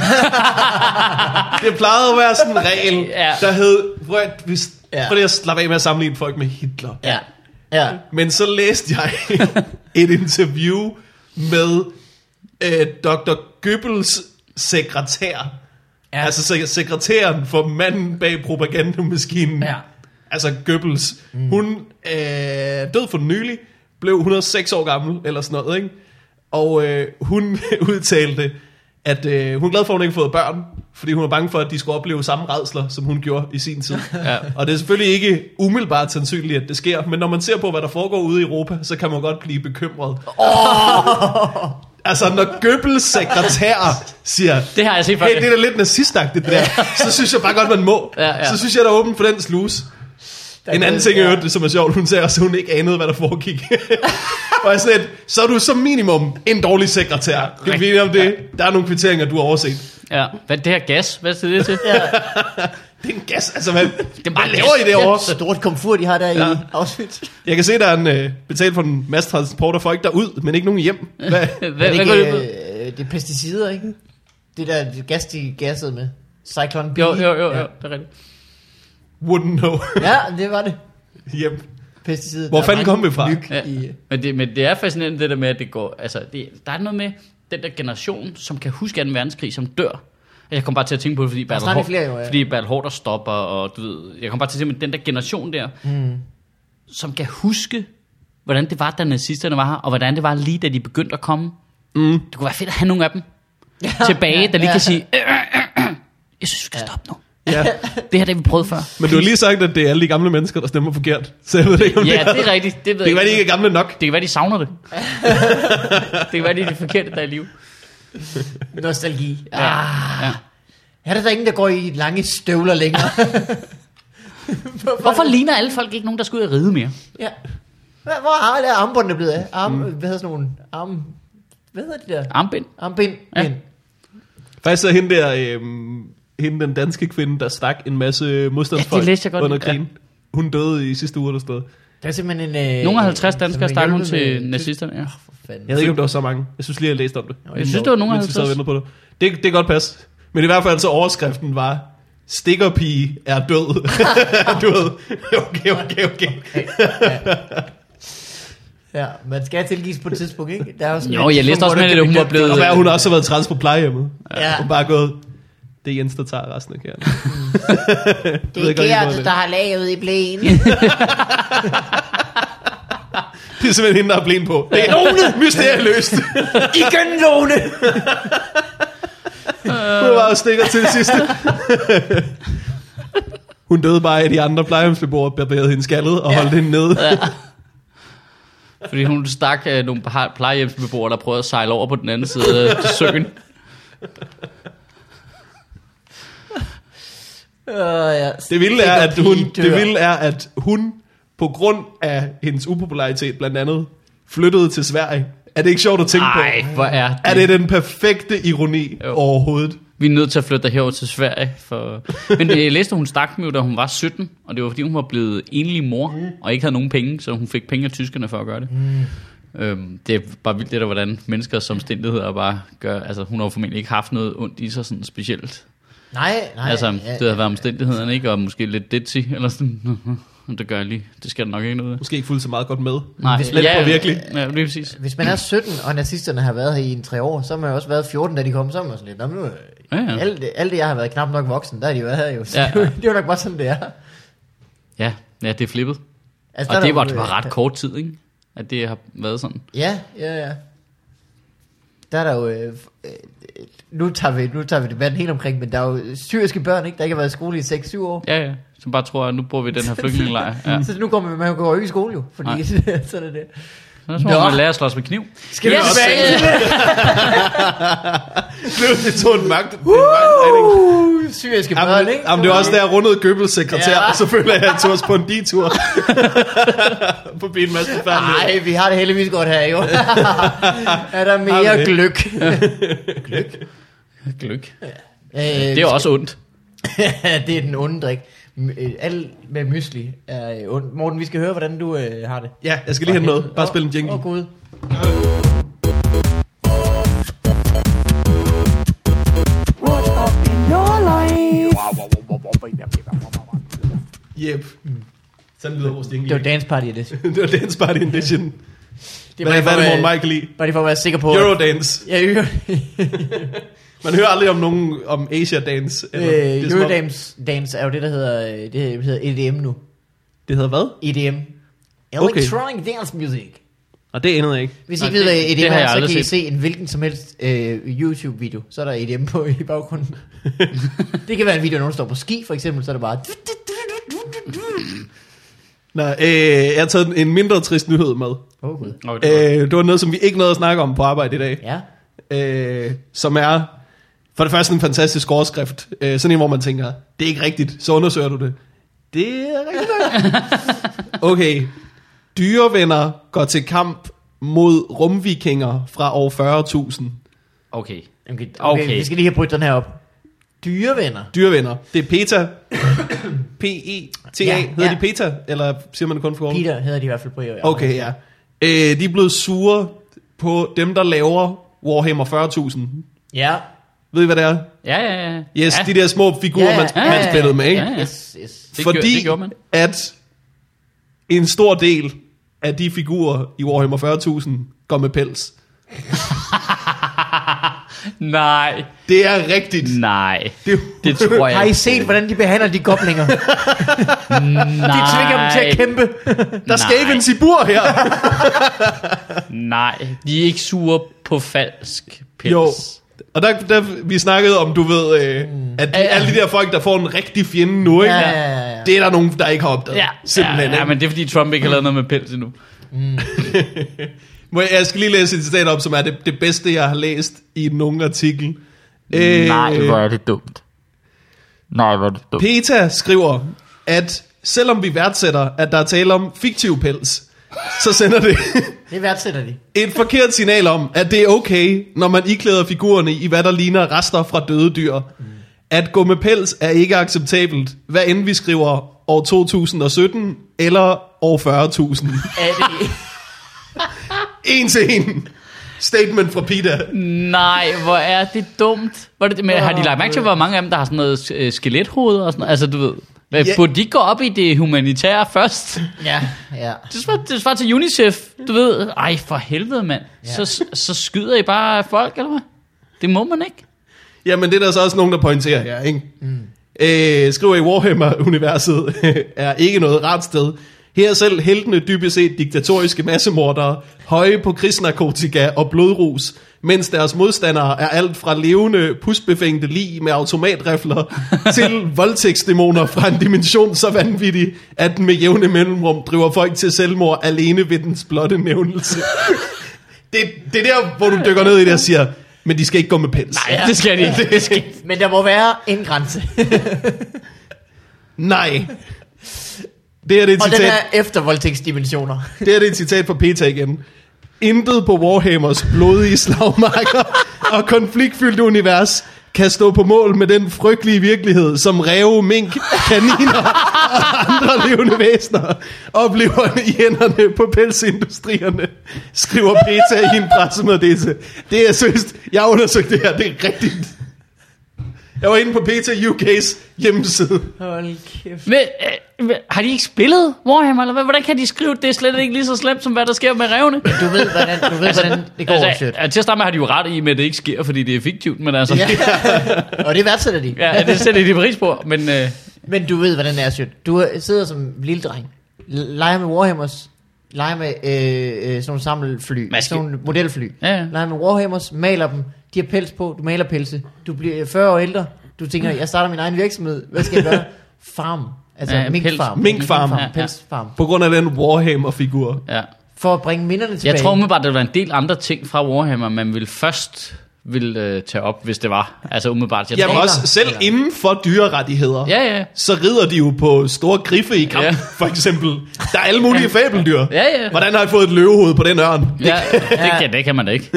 Speaker 2: det plejede at være sådan en regel,
Speaker 4: Ja.
Speaker 2: der hed, prøv at, hvis,
Speaker 3: Ja.
Speaker 2: prøv lige at slappe af med at sammenligne folk med Hitler.
Speaker 3: Ja. Ja.
Speaker 2: Men så læste jeg et interview med øh, Dr. Goebbels sekretær. Ja. Altså sek- sekretæren for manden bag propagandamaskinen.
Speaker 4: Ja.
Speaker 2: Altså Goebbels. Mm. Hun øh, død for nylig, blev 106 år gammel, eller sådan noget, ikke? Og øh, hun udtalte, at øh, hun er glad for, at hun ikke har fået børn, fordi hun er bange for, at de skulle opleve samme redsler, som hun gjorde i sin tid.
Speaker 4: Ja.
Speaker 2: Og det er selvfølgelig ikke umiddelbart sandsynligt, at det sker, men når man ser på, hvad der foregår ude i Europa, så kan man godt blive bekymret. Oh! altså, når Goebbels sekretær siger,
Speaker 4: Det har jeg set før.
Speaker 2: Hey, det er da lidt nazistagtigt det der. Så synes jeg bare godt, man må.
Speaker 4: Ja, ja.
Speaker 2: Så synes jeg, der er åben for den sluse. En anden ting, jeg hørte, som er sjovt, hun sagde også, at hun ikke anede, hvad der foregik. og jeg sådan lidt, så er du som minimum en dårlig sekretær. Kan vi blive enige om det? Der er nogle kvitteringer, du har overset.
Speaker 4: ja. Hvad er det her gas? Hvad er det til?
Speaker 2: Det er en gas, altså hvad, det
Speaker 4: er bare
Speaker 2: hvad laver I
Speaker 3: Hvor
Speaker 2: derovre?
Speaker 3: stort komfur de har der ja. i Auschwitz.
Speaker 2: Jeg kan se, der er en øh, betalt for en masse transport af folk derud, men ikke nogen hjem. Hvad?
Speaker 4: Hvad,
Speaker 3: Er
Speaker 4: hvad,
Speaker 3: det,
Speaker 4: går det ud?
Speaker 3: ikke, øh, det er pesticider, ikke? Det der det gas, de gassede med. Cyclone B.
Speaker 4: Jo, jo, jo, jo. Det er rigtigt.
Speaker 2: Wouldn't know.
Speaker 3: Ja, det var det.
Speaker 2: hjem.
Speaker 3: Pesticider.
Speaker 2: Hvor
Speaker 3: Der er
Speaker 2: fanden
Speaker 3: mange
Speaker 2: kom vi fra?
Speaker 3: Nyk
Speaker 4: Ja.
Speaker 3: i,
Speaker 4: Men, det, men det er fascinerende det der med, at det går... Altså, det, der er noget med den der generation, som kan huske 2. verdenskrig, som dør. Altså, Jeg kom bare til at tænke på det, fordi Bertel,
Speaker 3: snart
Speaker 4: Haarder,
Speaker 3: flere jo, ja.
Speaker 4: fordi Bertel Haarder stopper, og du ved... Jeg kom bare til at tænke på den der generation der, mm. som kan huske, hvordan det var, da nazisterne var her, og hvordan det var lige, da de begyndte at komme. Mm. Det kunne være fedt at have nogle af dem tilbage, der lige
Speaker 3: ja.
Speaker 4: kan sige... "Øh, øh, øh, øh, Jeg synes, vi skal stoppe nu.
Speaker 2: Ja.
Speaker 4: Det her, det har vi prøvet før.
Speaker 2: Men du har lige sagt, at det er alle de gamle mennesker, der stemmer forkert. Så jeg ved ikke, om
Speaker 4: Ja,
Speaker 2: det,
Speaker 4: det er rigtigt. Det, ved
Speaker 2: det
Speaker 4: jeg
Speaker 2: kan være, de
Speaker 4: ikke.
Speaker 2: ikke er gamle nok.
Speaker 4: Det kan være, de savner det. det kan være, det er de forkerte, der er i live.
Speaker 3: øh, Nostalgi. Ja.
Speaker 4: Ja. Ja.
Speaker 3: Er der da ingen, der går i lange støvler længere?
Speaker 4: Hvorfor ligner alle folk ikke nogen, der skal ud og ride mere?
Speaker 3: ja. Hvad, hvor har alle armbåndene blevet af? Arm, mm. Hvad hedder sådan nogle arm... Hvad hedder de der?
Speaker 4: Armbind.
Speaker 3: Armbind.
Speaker 4: Ja.
Speaker 3: Ja.
Speaker 2: Faktisk så hende der, øh, hende den danske kvinde, der stak en masse øh, modstandsfolk
Speaker 1: Ja, det læste jeg godt.
Speaker 2: under krigen. Hun døde i sidste uge eller sted.
Speaker 3: Der er simpelthen en... Øh,
Speaker 4: Nogle af 50 danskere
Speaker 3: som
Speaker 4: stak hun
Speaker 3: hjulpet
Speaker 4: til
Speaker 3: med-
Speaker 4: nazisterne, ja.
Speaker 3: For fanden.
Speaker 2: Jeg ved ikke, om der var så mange. Jeg synes lige, jeg læste om det.
Speaker 4: Jeg synes, det var nogen af
Speaker 2: Mens vi sad og
Speaker 4: 50.
Speaker 2: ventede på det. det. Det kan godt passe. Men i hvert fald så overskriften var, stikkerpige er død. du ved, okay, okay, okay.
Speaker 3: Ja, man skal tilgives på et tidspunkt, ikke? Der er jo sådan
Speaker 4: Jo,
Speaker 3: et
Speaker 4: jeg læste
Speaker 3: tidspunkt,
Speaker 4: også
Speaker 3: hvor
Speaker 4: med,
Speaker 3: du
Speaker 4: at
Speaker 3: kan
Speaker 4: hun
Speaker 3: blive
Speaker 4: var blevet...
Speaker 2: Og hvad, hun har også været træls på plejehjemmet.
Speaker 3: dømt. Ja,
Speaker 2: Hun bare gået, det er Jens, der tager resten af kæren. ved
Speaker 3: det er
Speaker 2: ikke rigtig, hvor det
Speaker 3: Gert,
Speaker 2: er.
Speaker 3: der har lavet i blæen.
Speaker 2: Det er simpelthen hende, der har blæn på. Det er Lone! Mysteriet løst.
Speaker 3: Igen, Lone!
Speaker 2: Hun var og stikker til det sidste. Hun døde bare af at de andre plejehjemsbeboere, barberede hende skaldet og holdt hende nede.
Speaker 4: Fordi hun stak øh, nogle par- plejehjemsbeboere, der prøvede at sejle over på den anden side af søen.
Speaker 3: Uh, ja.
Speaker 2: Det vilde er, at hun,
Speaker 3: Stikkerpige
Speaker 2: det
Speaker 3: dør.
Speaker 2: vilde er, at hun på grund af hendes upopularitet blandt andet, flyttede til Sverige. Er det ikke sjovt at tænke på?
Speaker 4: Nej, hvor er det?
Speaker 2: Er det den perfekte ironi
Speaker 4: Jo.
Speaker 2: jo. overhovedet?
Speaker 4: Vi er nødt til at flytte dig herover til Sverige. For... Men jeg læste, at hun stak dem jo, da hun var 17, og det var fordi, hun var blevet enlig mor,
Speaker 3: Mm.
Speaker 4: og ikke havde nogen penge, så hun fik penge af tyskerne for at gøre det. Mm. Øhm, det er bare vildt det der, hvordan mennesker som stændigheder bare gør, altså hun har jo formentlig ikke haft noget ondt i sig sådan specielt.
Speaker 3: Nej, nej.
Speaker 4: Ej, altså,
Speaker 3: ja,
Speaker 4: det havde været omstændighederne, ikke? Og måske lidt ditzy, eller sådan. det gør jeg lige. Det skal der nok ikke noget af.
Speaker 2: Måske ikke fuldt så meget godt med.
Speaker 4: Nej,
Speaker 2: Slet på virkelig.
Speaker 4: Ja, lige præcis.
Speaker 3: Hvis man er 17, og nazisterne har været her i en tre år, så har man jo også været 14, da de kom sammen og sådan lidt. Nå, men nu, øh,
Speaker 4: Ja, ja.
Speaker 3: Alt, det, alt det, jeg har været knap nok voksen, der har de været her jo. Så
Speaker 4: Ja,
Speaker 3: ja,
Speaker 4: ja.
Speaker 3: ja. det er jo nok bare sådan, det er.
Speaker 4: Ja, ja det er flippet.
Speaker 3: Altså, der
Speaker 4: Og
Speaker 3: er
Speaker 4: det var,
Speaker 3: jo- øh,
Speaker 4: det var ret kort tid, ikke? At det har været sådan.
Speaker 3: Ja, ja, ja. Der er der jo... Øh, øh, nu, tager vi, nu tager vi debatten helt omkring, men der er jo syriske børn, ikke, der ikke har været i skole i 6-7 år.
Speaker 4: Ja, ja. Som bare tror, at nu bor vi i den her flygtningelejr. Ja.
Speaker 3: Så nu går man, man går jo ikke i skole jo, fordi
Speaker 4: Nej.
Speaker 3: sådan er det.
Speaker 4: Så tror
Speaker 3: Nå.
Speaker 4: man, man lærer at slås med kniv.
Speaker 3: Skal vi
Speaker 4: Yes!
Speaker 3: tilbage?
Speaker 2: Det tog en magt. en magtregning.
Speaker 3: Uh, syriske børn,
Speaker 2: Jamen,
Speaker 3: ikke?
Speaker 2: jamen, det var også der, jeg rundede Goebbels sekretær,
Speaker 3: Ja.
Speaker 2: ja. og så føler jeg, at han tog os på en detur. på bilmassen færdig.
Speaker 3: Nej, vi har det heldigvis godt her, jo. er der
Speaker 2: Har
Speaker 3: mere
Speaker 2: vi det?
Speaker 3: gløk?
Speaker 4: Gløk.
Speaker 3: Øh,
Speaker 4: Det er også ondt.
Speaker 3: det er den onde drik. M- øh, Alt med mysli er øh, ondt. Morten, vi skal høre, hvordan du øh, har det.
Speaker 2: Ja, jeg skal lige have noget. Bare spil en jingle.
Speaker 3: Åh, oh, Gud.
Speaker 5: What up in your life?
Speaker 2: Yep. Sådan lyder vores jingle.
Speaker 3: Det var dance party, det.
Speaker 2: det var Dance Party Edition.
Speaker 3: Det
Speaker 2: Hvad hvad er det,
Speaker 3: for,
Speaker 2: Morten
Speaker 3: øh,
Speaker 2: Michael i?
Speaker 3: bare lige for at være sikker på...
Speaker 2: Eurodance.
Speaker 3: Ja, Euro,
Speaker 2: Man hører aldrig om nogen om Asia Dance. Eller, det er
Speaker 3: øh,
Speaker 2: som om-
Speaker 3: Eurodance dance er jo det, der hedder, øh, det hedder EDM nu.
Speaker 2: Det hedder hvad?
Speaker 3: EDM. E Electronic okay. Dance Music.
Speaker 2: Og det anede jeg ikke.
Speaker 3: Hvis I
Speaker 4: Nå,
Speaker 3: ikke ved, hvad
Speaker 4: det- det
Speaker 3: EDM
Speaker 4: har
Speaker 3: er,
Speaker 4: jeg
Speaker 3: så kan
Speaker 4: aldrig
Speaker 3: I
Speaker 4: set.
Speaker 3: se en hvilken som helst øh, YouTube-video. Så er der EDM på i baggrunden. det kan være en video, når nogen står på ski, for eksempel, så er det bare...
Speaker 2: Nå, øh, jeg har taget en- en mindre trist nyhed med.
Speaker 3: Åh, oh, Gud.
Speaker 4: Nå, det var-
Speaker 2: Øh, det var noget, som vi ikke nåede at snakke om på arbejde i dag.
Speaker 3: Ja.
Speaker 2: Øh, som er for det første en fantastisk overskrift. Øh, sådan en, hvor man tænker, det er ikke rigtigt, så undersøger du det. Det er rigtigt. nok. okay. Dyrevenner går til kamp mod rumvikinger fra år 40.000.
Speaker 4: Øh, Okay.
Speaker 3: Okay, okay,
Speaker 4: Okay.
Speaker 3: okay, vi skal lige have brudt den her op. Dyrevenner.
Speaker 2: Dyrevenner. Det er PETA. P-E-T-A.
Speaker 3: Ja,
Speaker 2: Ja, Hedder
Speaker 3: ja.
Speaker 2: de PETA, eller siger man det kun for kortet?
Speaker 3: Peter hedder de i hvert fald på E i år.
Speaker 2: Okay, ja. Øh, de er blevet sure på dem, der laver Warhammer 40.000.
Speaker 3: Ja.
Speaker 2: Ved I, hvad det er?
Speaker 4: Ja, ja, ja.
Speaker 2: Yes,
Speaker 4: ja.
Speaker 2: de der små figurer,
Speaker 3: Ja, ja,
Speaker 2: man,
Speaker 3: ja, ja,
Speaker 2: man
Speaker 3: ja.
Speaker 2: spillede med, ikke?
Speaker 4: Ja, ja.
Speaker 3: Yes, yes.
Speaker 4: Det gjorde-
Speaker 2: Fordi
Speaker 4: det gjorde man.
Speaker 2: at en stor del af de figurer i Warhammer 40.000 går med pels.
Speaker 4: Nej,
Speaker 2: Det er rigtigt.
Speaker 4: nej.
Speaker 2: Det,
Speaker 4: Mm. Det tror jeg
Speaker 3: Har I
Speaker 4: ikke.
Speaker 3: set, hvordan de behandler de goblinger?
Speaker 4: Nej.
Speaker 3: De tvinger dem til at kæmpe.
Speaker 2: der skal
Speaker 4: nej.
Speaker 2: ikke en sibur her.
Speaker 4: Nej, de er ikke sure på falsk pels.
Speaker 2: Jo. Og der, der, vi snakkede om, du ved, øh, at de,
Speaker 4: Mm. Ja, ja.
Speaker 2: alle de der folk, der får en rigtig fjende nu, ikke?
Speaker 3: Ja, ja, ja, ja.
Speaker 2: Det er der nogen, der ikke har opdaget.
Speaker 4: Ja,
Speaker 2: Simpelthen.
Speaker 4: ja, ja,
Speaker 2: ikke?
Speaker 4: men det er fordi Trump ikke har lavet noget med pels endnu.
Speaker 2: Må jeg, jeg skal lige læse et citat op, som er det, det bedste, jeg har læst i nogen artikel. Øh,
Speaker 6: Nej, hvor er det dumt. Nej, hvor er det dumt.
Speaker 2: PETA skriver, at selvom vi værdsætter, at der er tale om fiktiv pels, så sender det
Speaker 3: Det værdsætter de.
Speaker 2: et forkert signal om, at det er okay, når man iklæder figurerne i, hvad der ligner rester fra døde dyr. At gå med pels er ikke acceptabelt, hvad end vi skriver år 2017 eller år 40.000.
Speaker 3: Er det,
Speaker 2: En til en. Statement fra Peter.
Speaker 4: Nej, hvor er det dumt. Hvor er det, men har de lagt mærke til, hvor mange af dem, der har sådan noget øh, skelethoveder og sådan noget? Altså, du ved. Hvad,
Speaker 2: Ja.
Speaker 4: Burde de ikke gå op i det humanitære først?
Speaker 3: ja, ja.
Speaker 4: Det svarer, det svarer til UNICEF, du ved. Ej, for helvede, mand. Ja. Så, så skyder I bare folk, eller hvad? Det må man ikke.
Speaker 2: Jamen, det er der så også nogen, der pointerer her, ikke? Mm. Øh, skriver i Warhammer-universet, er ikke noget rart sted. Her er selv heltene dybest set diktatoriske massemordere, høje på krigsnarkotika og blodrus, mens deres modstandere er alt fra levende, pusbefængte lig med automatrifler til voldtægtsdæmoner fra en dimension så vanvittig, at den med jævne mellemrum driver folk til selvmord alene ved dens blotte nævnelse. det, det er der, hvor du dykker ned i det og siger, men de skal ikke gå med pels.
Speaker 4: Nej, det skal de ikke. Det skal.
Speaker 3: Men der må være en grænse.
Speaker 2: Nej. Det her det er et
Speaker 3: Og den
Speaker 2: citat,
Speaker 3: er efter voldtægtsdimensioner.
Speaker 2: det her det er et citat fra Peter igen. Intet på Warhammers blodige slagmarker og konfliktfyldte univers kan stå på mål med den frygtelige virkelighed, som ræve, mink, kaniner og andre levende væsener oplever i hænderne på pelsindustrierne, skriver Peter i en pressemeddelelse. Det er søst, jeg har undersøgt det her, det er rigtigt. Jeg var inde på Peter UK's hjemmeside.
Speaker 3: Hold kæft.
Speaker 4: Men, øh, men, har de ikke spillet Warhammer, eller hvad? Hvordan kan de skrive, at det er slet ikke lige så slemt, som hvad der sker med revne?
Speaker 3: Du ved, hvordan, du ved, hvordan det går, altså, shit.
Speaker 4: altså, til at starte med har de jo ret i, at det ikke sker, fordi det er fiktivt, men altså...
Speaker 3: Ja. Og det værdsætter de.
Speaker 4: Ja, det sætter de pris på, men øh,
Speaker 3: Men du ved, hvordan det er, Sjøt. Du øh, sidder som lille dreng, l- leger med Warhammers, leger med øh, øh, sådan nogle samlefly,
Speaker 4: Man skal-
Speaker 3: sådan nogle modelfly.
Speaker 4: Ja, ja.
Speaker 3: Leger med Warhammers, maler dem, de har pels på, du maler pelse. Du bliver 40 år ældre, du tænker, jeg starter min egen virksomhed, hvad skal jeg gøre? Farm, altså
Speaker 4: Ja,
Speaker 3: ja,
Speaker 4: pels.
Speaker 3: minkfarm.
Speaker 2: Minkfarm.
Speaker 4: Ja, ja.
Speaker 3: Pelsfarm.
Speaker 2: På grund af den Warhammer-figur.
Speaker 4: ja.
Speaker 3: For at bringe minderne tilbage.
Speaker 4: jeg tror umiddelbart, der var en del andre ting fra Warhammer, man ville først ville øh, tage op, hvis det var. Altså umiddelbart. Jeg
Speaker 2: Jamen
Speaker 4: tror,
Speaker 2: også, selv inden for dyrerettigheder, ja.
Speaker 4: ja, ja,
Speaker 2: så rider de jo på store griffe i kamp, ja.
Speaker 4: Ja.
Speaker 2: for eksempel. Der er alle mulige fabeldyr.
Speaker 4: Ja, ja.
Speaker 2: Hvordan har jeg fået et løvehoved på den ørn?
Speaker 4: ja, det, kan, det kan man da ikke.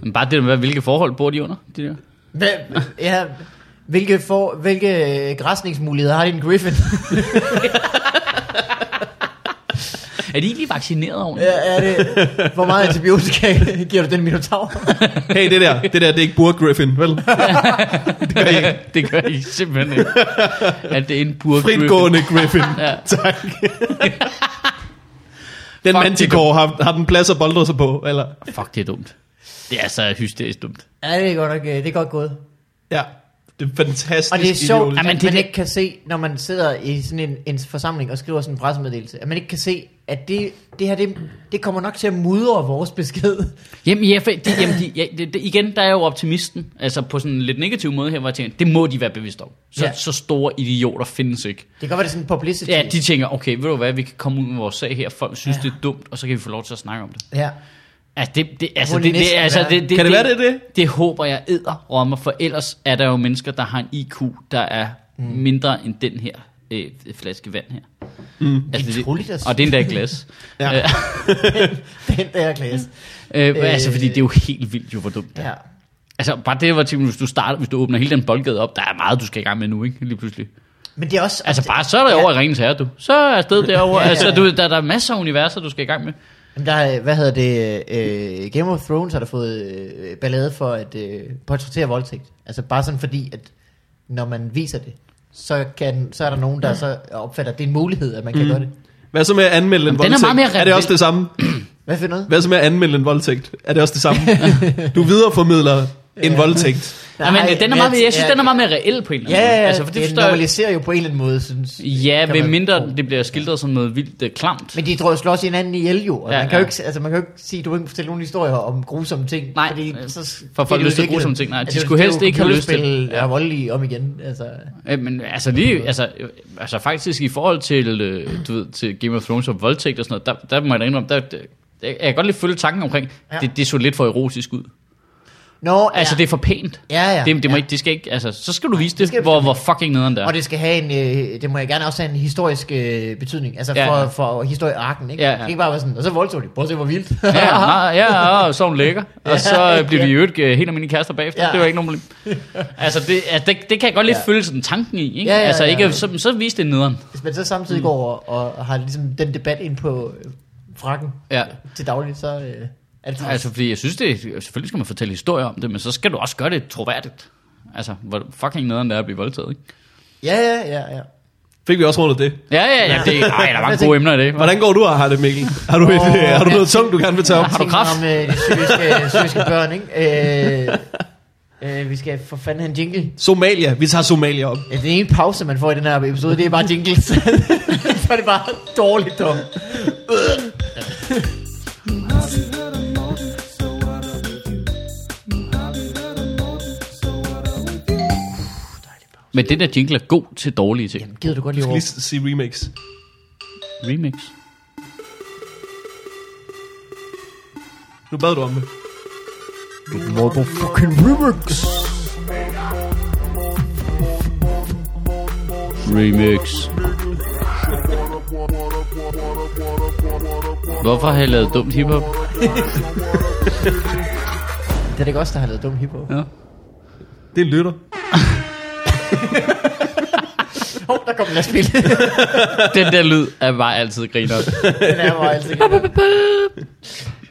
Speaker 4: Men bare det med, hvilke forhold bor de under? De der?
Speaker 3: Hvad, ja, hvilke, for, hvilke øh, græsningsmuligheder har din griffin?
Speaker 4: Er de ikke lige vaccineret over?
Speaker 3: ja, er det, hvor meget antibiotika giver du den minotaur?
Speaker 2: Hey, det der, det der, det er ikke burgriffin, vel?
Speaker 4: det gør I, det gør I simpelthen ikke. At det er en burg.
Speaker 2: Fritgående griffin. ja.
Speaker 4: Ja.
Speaker 2: Tak. den
Speaker 4: Fuck,
Speaker 2: manticore har, har den plads at boldre sig på, eller?
Speaker 4: Fuck, det er dumt. Det er så hysterisk dumt.
Speaker 3: Ja, det er godt nok, øh, det er godt gået.
Speaker 2: Ja, det er fantastisk
Speaker 3: Og det er sjovt,
Speaker 2: idiotisk.
Speaker 3: at
Speaker 4: Jamen,
Speaker 3: man,
Speaker 4: det
Speaker 3: det,
Speaker 4: er
Speaker 3: man
Speaker 4: det-
Speaker 3: ikke kan se, når man sidder i sådan en, en forsamling og skriver sådan en pressemeddelelse, at man ikke kan se, at det, det her, det, det kommer nok til at mudre vores besked.
Speaker 4: Jamen, ja, for, det, jamen de, ja, det, det, igen, der er jeg jo optimisten, altså på sådan en lidt negativ måde her, hvor jeg tænker, det må de være bevidst om. Så,
Speaker 3: Ja.
Speaker 4: ja. så store idioter findes ikke.
Speaker 3: Det kan godt være, det er sådan en publicity.
Speaker 4: Ja, de tænker, okay, ved du hvad, vi kan komme ud med vores sag her, folk synes, ja. det er dumt, og så kan vi få lov til at snakke om det.
Speaker 3: ja.
Speaker 4: Altså, det, det, altså,
Speaker 3: Hvor
Speaker 4: det,
Speaker 3: de
Speaker 4: det,
Speaker 3: næsten
Speaker 4: altså,
Speaker 3: er.
Speaker 4: det, det,
Speaker 2: Kan det være, det er det?
Speaker 4: Det håber jeg æder, Rommer, for ellers er der jo mennesker, der har en IQ, der er mm. mindre end den her øh, flaske vand her. Mm. Altså,
Speaker 3: Det er utroligt, at-
Speaker 4: og det er endda et glas.
Speaker 2: Ja.
Speaker 4: ja.
Speaker 3: Den der klasse.
Speaker 4: øh, øh, altså,
Speaker 3: Øh.
Speaker 4: fordi det er jo helt vildt, jo, hvor dumt det er.
Speaker 3: Ja.
Speaker 4: Altså bare det, hvor tænker, hvis du starter, hvis du åbner hele den boldgade op, der er meget, du skal i gang med nu, ikke? Lige pludselig.
Speaker 3: Men det er også...
Speaker 4: Altså bare, så er der
Speaker 3: Ja.
Speaker 4: over i Ringens Herre, du. Så er stedet derovre.
Speaker 3: Ja.
Speaker 4: Altså, du, ved, der, der er masser af universer, du skal i gang med.
Speaker 3: Jamen, der, er, hvad hedder det, øh, Game of Thrones har der fået øh, ballade for at øh, portrættere voldtægt. Altså bare sådan fordi, at når man viser det, så, kan, så er der nogen, der så opfatter, at det er en mulighed, at man kan mm. gøre det.
Speaker 2: Hvad så med at anmelde en
Speaker 4: den er
Speaker 2: voldtægt?
Speaker 4: meget mere
Speaker 2: er det også
Speaker 4: relevant.
Speaker 2: det samme?
Speaker 3: Hvad for noget?
Speaker 2: Hvad så med at anmelde en voldtægt? Er det også det samme? Du videreformidler en voldtægt.
Speaker 4: Nej, men øh, den er meget, mere- jeg synes,
Speaker 3: ja,
Speaker 4: den er meget mere reel på en eller
Speaker 3: Ja,
Speaker 4: anden
Speaker 3: ja,
Speaker 4: måde.
Speaker 3: ja.
Speaker 4: Altså, for det,
Speaker 3: det
Speaker 4: forstår jeg.
Speaker 3: normaliserer jo på en eller anden måde, synes
Speaker 4: Ja,
Speaker 3: kan
Speaker 4: ved
Speaker 3: man
Speaker 4: mindre
Speaker 3: tro.
Speaker 4: det bliver skildret som noget vildt øh, klamt.
Speaker 3: Men de tror jo slås hinanden ihjel jo, og ja,
Speaker 4: Ja,
Speaker 3: man, kan
Speaker 4: ja.
Speaker 3: jo ikke, altså, man kan jo ikke sige, du må ikke fortælle nogen historier om grusomme ting.
Speaker 4: Nej, øh, for folk lyst til grusomme ting. Nej, de skulle helst ikke have lyst til
Speaker 3: Altså, det. er jo voldelige om igen, altså.
Speaker 4: Øh, men altså lige, altså, øh, altså faktisk i forhold til, øh, du ved, til Game of Thrones og voldtægt og sådan noget, der, der må jeg da indrømme, der, der, jeg kan godt lige følge tanken omkring,
Speaker 3: Ja.
Speaker 4: ja. det, det så lidt for erotisk ud.
Speaker 3: Nå,
Speaker 4: Altså,
Speaker 3: ja.
Speaker 4: det er for pænt.
Speaker 3: Ja, ja.
Speaker 4: Det, det, må
Speaker 3: ja.
Speaker 4: ikke, det skal ikke, altså, så skal du vise det,
Speaker 3: skal du
Speaker 4: hvor,
Speaker 3: fandme
Speaker 4: hvor fucking nederen det er.
Speaker 3: Og det skal have en, øh, det må jeg gerne også have en historisk øh, betydning, altså
Speaker 4: Ja,
Speaker 3: ja,
Speaker 4: ja.
Speaker 3: for, for historiearken, ikke?
Speaker 4: Ja, ja.
Speaker 3: Ikke bare være sådan, og så voldtog de, prøv at se hvor vildt.
Speaker 4: Ja, nej, ja, og så er hun lækker. Og så øh, bliver vi i øvrigt øh, helt almindelige kærester bagefter.
Speaker 3: Ja.
Speaker 4: Det var ikke nogen problem. Altså, det, altså, det, det kan jeg godt lidt
Speaker 3: Ja.
Speaker 4: følge sådan tanken i. Ikke?
Speaker 3: Ja, ja,
Speaker 4: altså,
Speaker 3: ja.
Speaker 4: ikke, så, så viste det nederen.
Speaker 3: Hvis man så
Speaker 4: Mm.
Speaker 3: samtidig går over og har ligesom den debat ind på øh, frakken
Speaker 4: Ja.
Speaker 3: til daglig, så øh, er det
Speaker 4: Altså, fordi jeg synes, det er- selvfølgelig skal man fortælle historier om det, men så skal du også gøre det troværdigt. Altså, hvor fucking nederen det er at blive voldtaget, ikke?
Speaker 3: Ja, ja, ja, ja.
Speaker 2: Fik vi også rundet det.
Speaker 4: Ja, ja, ja. Det, ej, der var mange gode emner i det.
Speaker 2: Hvordan går du og har det, Mikkel? Har du, et,
Speaker 3: Åh,
Speaker 2: har du
Speaker 3: ja.
Speaker 2: noget tungt, du gerne vil tage op?
Speaker 4: Har du
Speaker 3: Ting
Speaker 4: kræft?
Speaker 3: Om øh, de syriske, syriske børn, ikke? Øh, øh, vi skal for fanden have en jingle.
Speaker 2: Somalia. Vi tager Somalia op.
Speaker 3: Ja, Den ene pause, man får i den her episode, det er bare jingles. så er det bare dårligt, dog.
Speaker 4: Men den der jingle er god til dårlige ting.
Speaker 3: Gider du godt lige
Speaker 2: Lige
Speaker 3: over?
Speaker 2: s- sige remix.
Speaker 4: Remix.
Speaker 2: Nu bad du om det.
Speaker 3: Motherfucking remix.
Speaker 4: Remix. Hvorfor har jeg lavet dumt hiphop?
Speaker 3: Det er da ikke os, der har lavet dum hiphop.
Speaker 4: Ja.
Speaker 2: Det er en lytter.
Speaker 3: Åh, oh, der kom en lastbil.
Speaker 4: Den der lyd er bare altid griner.
Speaker 3: den er bare altid godt.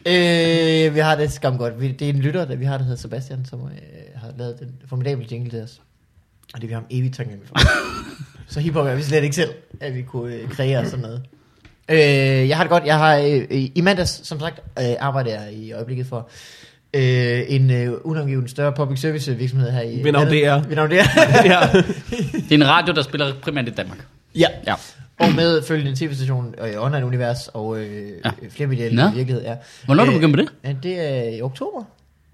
Speaker 3: øh, vi har det skam godt. Vi, det er en lytter, der vi har, der hedder Sebastian, som øh, har lavet den formidable jingle til os. Og det er vi ham evigt taknemmelig for. Så hiphop er vi slet ikke selv, at vi kunne øh, kreere sådan noget. Øh, jeg har det godt. Jeg har øh, øh, i mandags, som sagt, øh, arbejder jeg i øjeblikket for øh, en øh, unangiven større public service virksomhed her i
Speaker 2: Ved navn
Speaker 3: landet.
Speaker 2: DR.
Speaker 3: Ved navn DR.
Speaker 2: Ja.
Speaker 4: Det er en radio, der spiller primært i Danmark.
Speaker 3: ja.
Speaker 4: Ja.
Speaker 3: Og med følgende tv-station og øh, online-univers og øh,
Speaker 4: Ja.
Speaker 3: ja. flere medier
Speaker 4: Nå.
Speaker 3: i virkelighed. Ja.
Speaker 4: Hvornår er du
Speaker 3: Øh,
Speaker 4: begyndt med det?
Speaker 3: Ja, det er i oktober.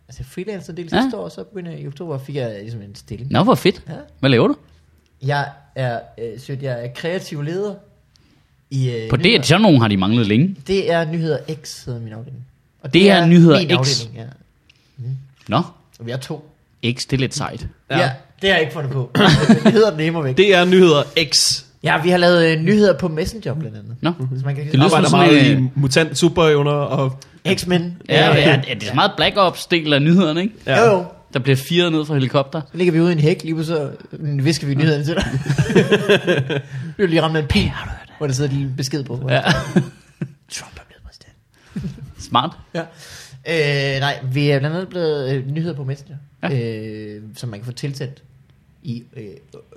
Speaker 3: Altså freelancer del
Speaker 4: Ja.
Speaker 3: sidste år, så begyndte jeg i oktober, fik jeg ligesom en stilling.
Speaker 4: Nå, hvor fedt.
Speaker 3: Ja.
Speaker 4: Hvad laver du?
Speaker 3: Jeg er, øh, søgt, jeg er kreativ leder i øh,
Speaker 4: På det,
Speaker 3: nyheder.
Speaker 4: at sådan nogen har de manglet længe.
Speaker 3: det er Nyheder X, hedder min afdeling. Og
Speaker 4: Det er Nyheder
Speaker 3: min
Speaker 4: X.
Speaker 3: afdeling, ja.
Speaker 4: Nå,
Speaker 3: Og vi er to.
Speaker 4: ikke det er lidt sejt.
Speaker 2: Ja.
Speaker 3: Ja. ja. det har jeg ikke fundet på. det hedder den nemmere væk.
Speaker 2: Det er nyheder X.
Speaker 3: Ja, vi har lavet øh, nyheder på Messenger blandt andet.
Speaker 4: Nå.
Speaker 3: Så man kan
Speaker 4: lyder som
Speaker 2: Arbejder
Speaker 4: sådan
Speaker 2: meget i
Speaker 4: en-
Speaker 2: mutant superevner og...
Speaker 3: X-Men.
Speaker 4: Ja, ja, ja, det er så meget Black Ops-del af nyhederne, ikke?
Speaker 2: Ja.
Speaker 3: Jo, jo.
Speaker 4: Der bliver firet ned fra helikopter.
Speaker 3: Så ligger vi ude i en hæk, lige så øh, visker vi nyhederne til dig. Vi bliver lige ramt af en pil, hvor der sidder lige en besked på.
Speaker 4: Ja.
Speaker 3: Trump er blevet præsident.
Speaker 4: Smart.
Speaker 3: Ja. Øh, nej, vi er blandt andet blevet øh, nyheder på Messenger,
Speaker 4: Ja.
Speaker 3: ja. øh, som man kan få tilsendt i øh,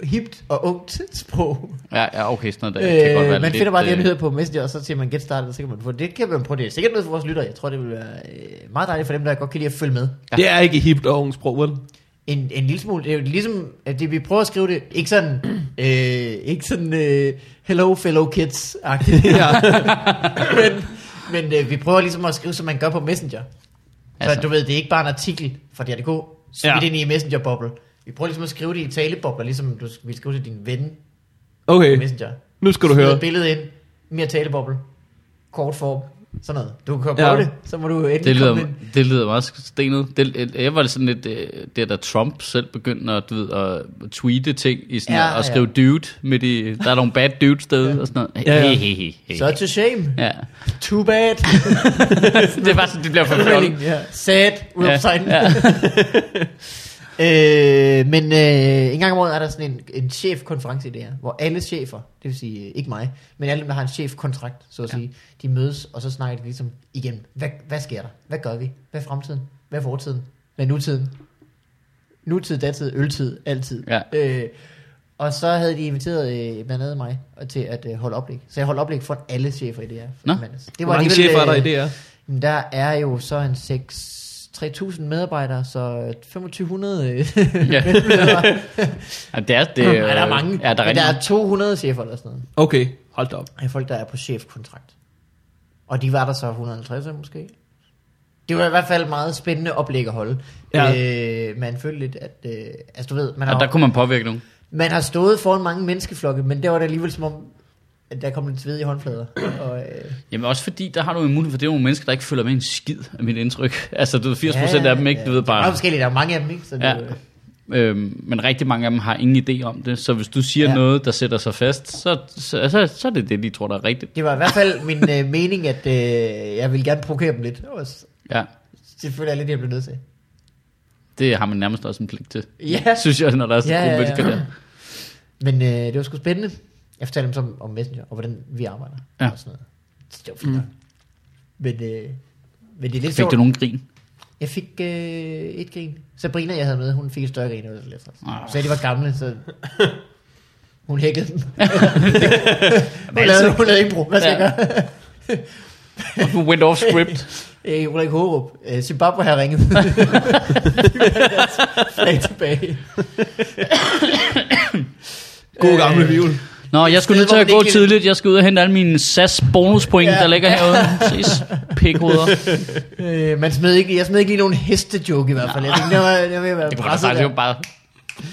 Speaker 3: hipt og ungt sprog.
Speaker 4: Ja, ja okay, sådan noget der. Det kan godt være
Speaker 3: Øh, man
Speaker 4: lidt,
Speaker 3: finder bare de her
Speaker 4: øh,
Speaker 3: nyheder på Messenger, og så siger man get started, og så kan man få det. Det kan man prøve. Det er sikkert noget for vores lyttere. Jeg tror, det vil være øh, meget dejligt for dem, der godt kan lide at følge med.
Speaker 4: Ja.
Speaker 2: Det er ikke hipt og ungt sprog, vel?
Speaker 3: En, en lille smule, det er jo ligesom, at det, vi prøver at skrive det, ikke sådan, øh, ikke sådan, øh, hello fellow kids ja. men men øh, vi prøver ligesom at skrive, som man gør på Messenger. Altså.
Speaker 4: Altså.
Speaker 3: Så du ved, det er ikke bare en artikel fra DRDK, smidt
Speaker 2: Ja.
Speaker 3: ja. ind i Messenger-boble. Vi prøver ligesom at skrive det i talebobler, ligesom du vil skrive til din ven
Speaker 2: Okay,
Speaker 3: på Messenger.
Speaker 2: nu skal Øh, du
Speaker 3: Smid
Speaker 2: høre.
Speaker 3: et billede ind, mere taleboble, kort form, sådan noget. Du kan prøve
Speaker 2: Ja.
Speaker 3: ja. det, så må du endelig
Speaker 4: Det
Speaker 3: komme
Speaker 4: lyder,
Speaker 3: ind.
Speaker 4: det lyder meget stenet. Det, jeg var det sådan lidt, øh, det da Trump selv begyndte at, du ved, at tweete ting, i sådan
Speaker 3: Ja,
Speaker 4: ja, at
Speaker 3: ja.
Speaker 4: skrive dude, midt i, der er nogle bad dudes derude, og sådan noget.
Speaker 2: Ja,
Speaker 4: Ja,
Speaker 2: ja.
Speaker 4: ja. He, he, he, he.
Speaker 3: Such a shame.
Speaker 4: Ja.
Speaker 3: Too bad.
Speaker 4: Det var sådan, det bliver for fjollet.
Speaker 3: ja. Sad,
Speaker 4: Ja,
Speaker 3: website.
Speaker 4: ja.
Speaker 3: øh, men øh, en gang om året er der sådan en, en chefkonference i det her, hvor alle chefer, det vil sige øh, ikke mig, men alle dem, der har en chefkontrakt, så at ja. sige, de mødes, og så snakker de ligesom igen, hvad, hvad sker der? Hvad gør vi? Hvad er fremtiden? Hvad er fortiden? Hvad er nutiden? Nutid, datid, øltid, altid.
Speaker 4: Ja.
Speaker 3: Øh, og så havde de inviteret øh, blandt andet mig og til at øh, holde oplæg. Så jeg holdt oplæg for alle chefer i det her.
Speaker 4: Nå.
Speaker 3: Det
Speaker 2: Hvor mange
Speaker 3: alligevel,
Speaker 2: chefer er der i
Speaker 3: øh,
Speaker 2: DR?
Speaker 3: men der er jo så en 6 3.000 medarbejdere, så 2500 øh,
Speaker 4: Ja. Ja, det er, det,
Speaker 3: Nej, der er mange.
Speaker 4: Ja, der er,
Speaker 3: men der
Speaker 4: rigtig
Speaker 3: er 200 chefer eller sådan noget.
Speaker 2: Okay, hold da op.
Speaker 3: Af folk, der er på chefkontrakt. Og de var der så 150 af måske. Det var i hvert fald meget spændende oplæg at holde.
Speaker 2: Ja.
Speaker 3: Øh, man følte lidt, at... Øh, altså du ved, man
Speaker 4: mange.
Speaker 3: har,
Speaker 4: Og der kunne man påvirke nogen.
Speaker 3: man har stået foran mange menneskeflokke, men det var det alligevel som om, at der kom lidt sved i håndflader. Og, øh,
Speaker 4: Jamen også fordi, der har du en mulighed for, det er nogle mennesker, der ikke følger med en skid af mit indtryk. Altså, du ved, 80 procent af dem, ikke? Du ved
Speaker 3: Der er
Speaker 4: bare...
Speaker 3: forskellige, der er mange af dem, ikke? Så det,
Speaker 4: Ja.
Speaker 3: øh,
Speaker 4: Øhm, men rigtig mange af dem har ingen idé om det, så hvis du siger
Speaker 3: Ja.
Speaker 4: ja. noget, der sætter sig fast, så, så, så, så er det det, de tror, der er rigtigt.
Speaker 3: det var i hvert fald min øh, mening, at øh, jeg ville gerne provokere dem lidt. Og s-
Speaker 4: Ja,
Speaker 3: selvfølgelig er lidt, det, jeg blev nødt til.
Speaker 4: det har man nærmest også en pligt til.
Speaker 3: Ja.
Speaker 4: Synes jeg, når der er sådan
Speaker 3: Ja,
Speaker 4: ja,
Speaker 3: ja,
Speaker 4: nogle
Speaker 3: ja.
Speaker 4: mennesker der.
Speaker 3: Men øh, det var sgu spændende. Jeg fortalte dem så om, om Messenger, og hvordan vi arbejder.
Speaker 4: Ja.
Speaker 3: Og sådan noget. Så det var fint. Mm. Men, øh, men det er lidt
Speaker 4: Fik
Speaker 3: sjovt.
Speaker 4: du nogen grin?
Speaker 3: Jeg fik øh, et grin. Sabrina, jeg havde med, hun fik et større grin. Eller lidt.
Speaker 4: Ah.
Speaker 3: Så de var gamle, så hun hækkede dem. hun, lavede, hun lavede ikke brug. Hvad skal
Speaker 4: Ja.
Speaker 3: jeg gøre?
Speaker 4: Du went off script.
Speaker 3: Øh, Ulrik Hårup. Øh, Zimbabwe har ringet. Flag tilbage.
Speaker 2: God gamle vivel.
Speaker 4: Nå, jeg skulle
Speaker 3: sted,
Speaker 4: nødt til
Speaker 3: hvor
Speaker 4: at
Speaker 3: man
Speaker 4: gå
Speaker 3: ikke-
Speaker 4: tidligt. Jeg skal ud og hente alle mine SAS bonuspoint,
Speaker 3: Ja.
Speaker 4: der ligger herude. Ses, pikhoveder.
Speaker 3: Øh, man smed ikke, jeg smed ikke lige nogen hestejoke i hvert fald. Jeg tænkte, det var, det var, jeg var
Speaker 4: Det kunne da
Speaker 3: presset
Speaker 4: faktisk
Speaker 3: der.
Speaker 4: jo bare...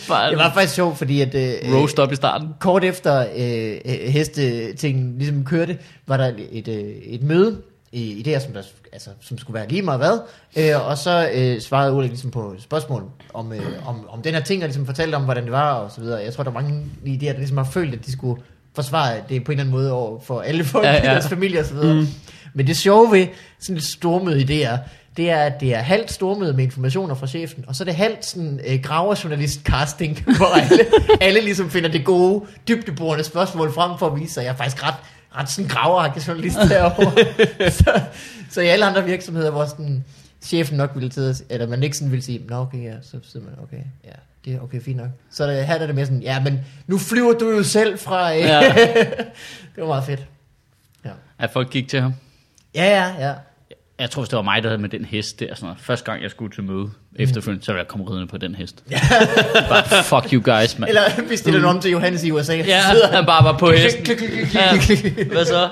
Speaker 4: bare
Speaker 3: Det var faktisk sjovt, fordi at... Øh,
Speaker 4: roast op i starten.
Speaker 3: kort efter øh, øh, hestetingen ligesom kørte, var der et, øh, et møde i, i det her, som, der, altså, som skulle være lige meget hvad. Øh, og så øh, svarede Ulrik ligesom på spørgsmål om, øh, om, om den her ting, og ligesom fortalte om, hvordan det var og så videre. Jeg tror, der er mange i det her, der ligesom har følt, at de skulle forsvare det på en eller anden måde over for alle folk ja,
Speaker 4: Ja,
Speaker 3: ja.
Speaker 4: ja.
Speaker 3: i deres familie og så videre. Mm. Men det sjove ved sådan et stormøde i DR, det er, at det er halvt stormøde med informationer fra chefen, og så er det halvt sådan øh, graverjournalist-casting, hvor alle, alle ligesom finder det gode, dybdeborende spørgsmål frem for at vise sig. Jeg er faktisk ret, ret sådan graveragtig journalist derovre. så, så i alle andre virksomheder, hvor sådan chefen nok ville til, at- eller man ikke sådan ville sige, nå okay, ja, så sidder man, okay, ja, det er okay, fint nok. Så er det, her er det mere sådan, ja, men nu flyver du jo selv fra, øh.
Speaker 4: Ja.
Speaker 3: ja. det var meget fedt. Ja.
Speaker 4: At folk gik til ham.
Speaker 3: Ja, ja, ja.
Speaker 4: Jeg tror, hvis det var mig, der havde med den hest der. Sådan noget. Første gang, jeg skulle til møde efterfølgende, så ville jeg komme ridende på den hest. bare, fuck you guys, mand.
Speaker 3: Eller vi stiller den om til Johannes i USA.
Speaker 4: Ja, han bare var på hesten. Ja. Hvad så?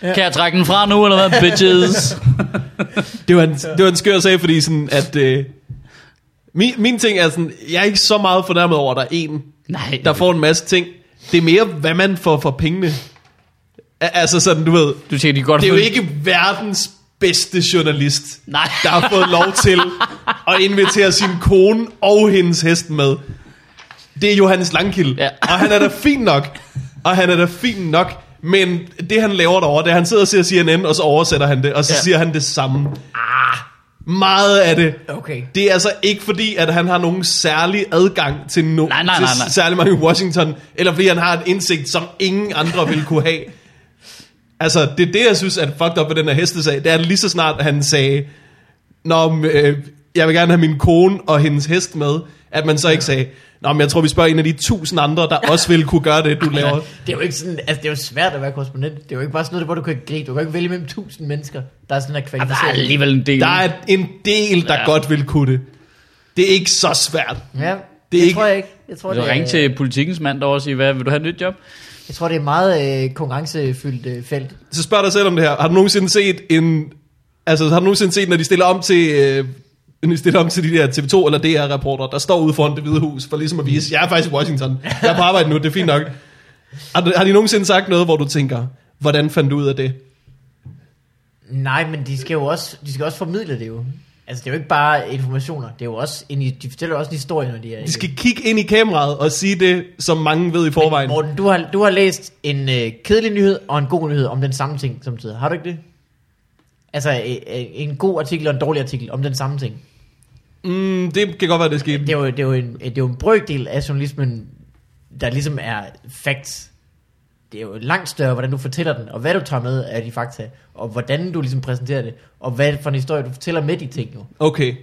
Speaker 4: Kan jeg trække den fra nu, eller hvad, bitches?
Speaker 2: Det var en, det var en skør sag, fordi sådan, at... Øh, min, min ting er sådan, jeg er ikke så meget fornærmet over, at der er en,
Speaker 4: Nej,
Speaker 2: der får en masse ting. Det er mere, hvad man får for pengene. Al- Altså sådan, du ved,
Speaker 4: du tænker, de godt
Speaker 2: det er jo ikke verdens bedste journalist,
Speaker 4: Nej.
Speaker 2: der har fået lov til at invitere sin kone og hendes hest med. Det er Johannes Langkild.
Speaker 4: Ja.
Speaker 2: Og han er da fin nok. Og han er da fin nok. Men det han laver derovre, det er, at han sidder og ser CNN, og så oversætter han det. Og så ja.
Speaker 4: Ja.
Speaker 2: siger han det samme. Ah, meget af det.
Speaker 3: Okay.
Speaker 2: Det er altså ikke fordi, at han har nogen særlig adgang til, no-
Speaker 4: Nej, nej, nej, nej.
Speaker 2: til særlig mange i Washington, eller fordi han har et indsigt, som ingen andre vil kunne have. Altså, det er det, jeg synes, at fucked up ved den her hestesag. Det er lige så snart, han sagde, Nå, men, øh, jeg vil gerne have min kone og hendes hest med, at man så ikke sagde, Nå, men jeg tror, vi spørger en af de tusind andre, der også ville kunne gøre det, du laver.
Speaker 3: Det er jo ikke sådan, altså det er jo svært at være korrespondent. Det er jo ikke bare sådan noget, hvor du kan gribe. Du kan ikke vælge mellem tusind mennesker, der er sådan her
Speaker 4: Der er
Speaker 3: kvalificeret.
Speaker 4: alligevel en del.
Speaker 2: Der er en del, der ja.
Speaker 4: Ja.
Speaker 2: godt vil kunne det. Det er ikke så svært.
Speaker 3: Ja,
Speaker 2: Det
Speaker 3: det
Speaker 2: er
Speaker 3: jeg
Speaker 2: ikke-
Speaker 3: tror jeg ikke. Jeg tror,
Speaker 4: Vil du
Speaker 3: det,
Speaker 4: ringe
Speaker 3: er,
Speaker 4: til politikens mand derovre og sige, hvad, vil du have et nyt job?
Speaker 3: jeg tror, det er meget øh, konkurrencefyldt øh, felt.
Speaker 2: Så spørg dig selv om det her. Har du nogensinde set en... Altså, har du nogensinde set, når de stiller om til... Øh, når de stiller om til de der TV2 eller DR-reporter, der står ude foran det hvide hus, for ligesom at vise, jeg er faktisk i Washington. Jeg er på arbejde nu, det er fint nok. Har, du- har de nogensinde sagt noget, hvor du tænker, hvordan fandt du ud af det?
Speaker 3: Nej, men de skal jo også, de skal også formidle det jo. Altså det er jo ikke bare informationer, det er jo også, en, de fortæller jo også en historie, når de er
Speaker 2: De skal kigge ind i kameraet og sige det, som mange ved i forvejen.
Speaker 3: Morten, du har, du har læst en øh, kedelig nyhed og en god nyhed om den samme ting samtidig. Har du ikke det? Altså øh, øh, en god artikel og en dårlig artikel om den samme ting.
Speaker 2: Mm, det kan godt være, det skete.
Speaker 3: Det er jo, det er jo, en, det er jo en brøkdel af journalismen, der ligesom er facts. Det er jo langt større, hvordan du fortæller den, og hvad du tager med af de fakta, og hvordan du ligesom præsenterer det, og hvad for en historie du fortæller med de ting jo.
Speaker 2: Okay.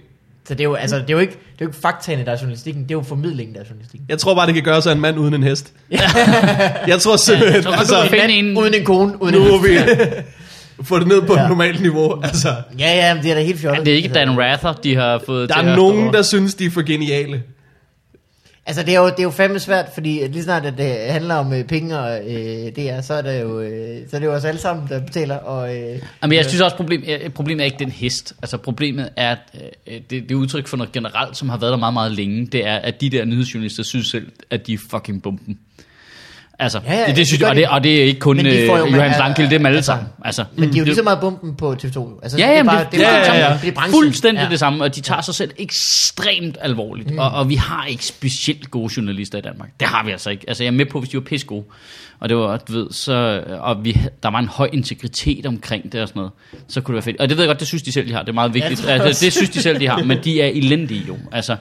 Speaker 3: Så det
Speaker 4: Mm.
Speaker 3: er jo, altså, det er jo ikke, det er jo ikke faktaene, der er journalistikken, det er jo formidlingen, der er journalistikken.
Speaker 2: Jeg tror bare, det kan gøre sig af en mand uden en hest. jeg tror
Speaker 4: Ja, jeg
Speaker 2: simpelthen,
Speaker 4: tror godt,
Speaker 2: altså,
Speaker 4: du kan
Speaker 3: Mand,
Speaker 4: Find en-
Speaker 3: uden en kone, uden
Speaker 2: nu
Speaker 3: en...
Speaker 2: må vi få det ned på
Speaker 3: Ja.
Speaker 2: et normalt niveau. Altså,
Speaker 3: Ja, ja, men det er da helt fjollet.
Speaker 4: Er det ikke
Speaker 3: altså,
Speaker 4: Dan Rather, de har fået
Speaker 2: Der
Speaker 4: til
Speaker 2: er
Speaker 4: at
Speaker 2: nogen,
Speaker 4: stå-
Speaker 2: der synes, de er for geniale.
Speaker 3: Altså, det er, jo, det er jo fandme svært, fordi at lige snart, at det handler om øh, penge og øh, det er, så er det jo, øh, så er det jo os alle sammen, der betaler, og... Øh,
Speaker 4: Jamen, jeg synes også, problem, eh, problemet er ikke den hest. Altså, problemet er, at øh, det, det er udtryk for noget generelt, som har været der meget, meget længe. Det er, at de der nyhedsjournalister synes selv, at de er fucking bomben. Altså,
Speaker 3: Ja, ja,
Speaker 4: det,
Speaker 3: det
Speaker 4: det synes
Speaker 3: gør
Speaker 4: jeg, og
Speaker 3: de.
Speaker 4: det, og det er ikke kun
Speaker 3: Men de
Speaker 4: øh,
Speaker 3: får jo- men,
Speaker 4: Johannes
Speaker 3: altså,
Speaker 4: Langkilde, det er dem alle
Speaker 3: altså,
Speaker 4: sammen. Altså,
Speaker 3: Men de er jo lige så meget bumpen på TV2. Altså,
Speaker 4: Ja,
Speaker 3: det er
Speaker 4: jamen,
Speaker 3: bare,
Speaker 4: det,
Speaker 3: det, er
Speaker 4: ja,
Speaker 3: bare,
Speaker 4: ja, ja.
Speaker 3: Det er branchen.
Speaker 4: fuldstændig ja. det samme, og de tager sig selv ekstremt alvorligt. Mm. Og, og vi har ikke specielt gode journalister i Danmark. Det har vi altså ikke. Altså, jeg er med på, hvis de var pisse gode. Og det var, du ved, så, og vi, der var en høj integritet omkring det og sådan noget. Så kunne det være fedt. Og det ved jeg godt, det synes de selv, de har. Det er meget vigtigt.
Speaker 3: det er
Speaker 4: Ja, det,
Speaker 3: også-
Speaker 4: altså, det synes de selv, de har, men de er elendige jo. Altså,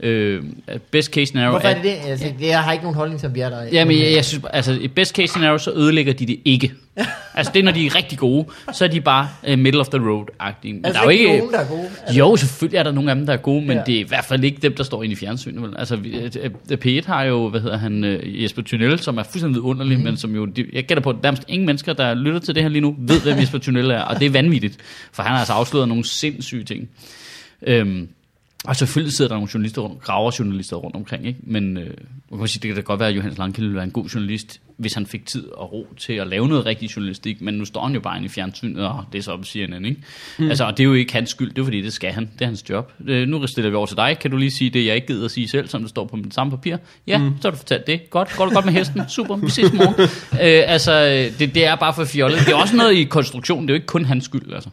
Speaker 4: øh, best case scenario
Speaker 3: Hvorfor er det det? Altså, det- jeg har ikke nogen holdning til, om vi er der.
Speaker 4: Jamen, jeg, jeg synes, bare- altså, i best case scenario, så ødelægger de det ikke. Altså, det er, når de er rigtig gode, så er de bare uh, middle of the road-agtige. Men
Speaker 3: Altså,
Speaker 4: der er jo
Speaker 3: ikke
Speaker 4: ikke...
Speaker 3: nogen, der er gode. Altså-
Speaker 4: Jo, selvfølgelig er der nogle af dem, der er gode, men
Speaker 3: Ja.
Speaker 4: ja. det er i hvert fald ikke dem, der står inde i fjernsynet. Vel? Altså, vi- øh, øh, P1 har jo, hvad hedder han, øh, Jesper Tunnel, som er fuldstændig underlig,
Speaker 3: Mhm.
Speaker 4: mm. men som jo, de- jeg gætter på, at nærmest ingen mennesker, der lytter til det her lige nu, ved, hvem Jesper Tunnel er, og det er vanvittigt, for han har altså afsløret nogle sindssyge ting. Øhm, og selvfølgelig sidder der nogle journalister rundt, graver journalister rundt omkring, ikke? men øh, man kan sige, det kan da godt være, at Johannes Langkilde ville være en god journalist, hvis han fik tid og ro til at lave noget rigtig journalistik, men nu står han jo bare inde i fjernsynet, og det er så op i CNN, ikke? Mm. Altså, og det er jo ikke hans skyld, det er fordi, det skal han, det er hans job. Øh, nu stiller vi over til dig, kan du lige sige det, jeg ikke gider at sige selv, som det står på mit samme papir? Ja, mm. så har du fortalt det. Godt, går du godt med hesten? Super, vi ses i morgen. øh, altså, øh, det, det er bare for fjollet. Det er også noget i konstruktionen, det er jo ikke kun hans skyld, altså.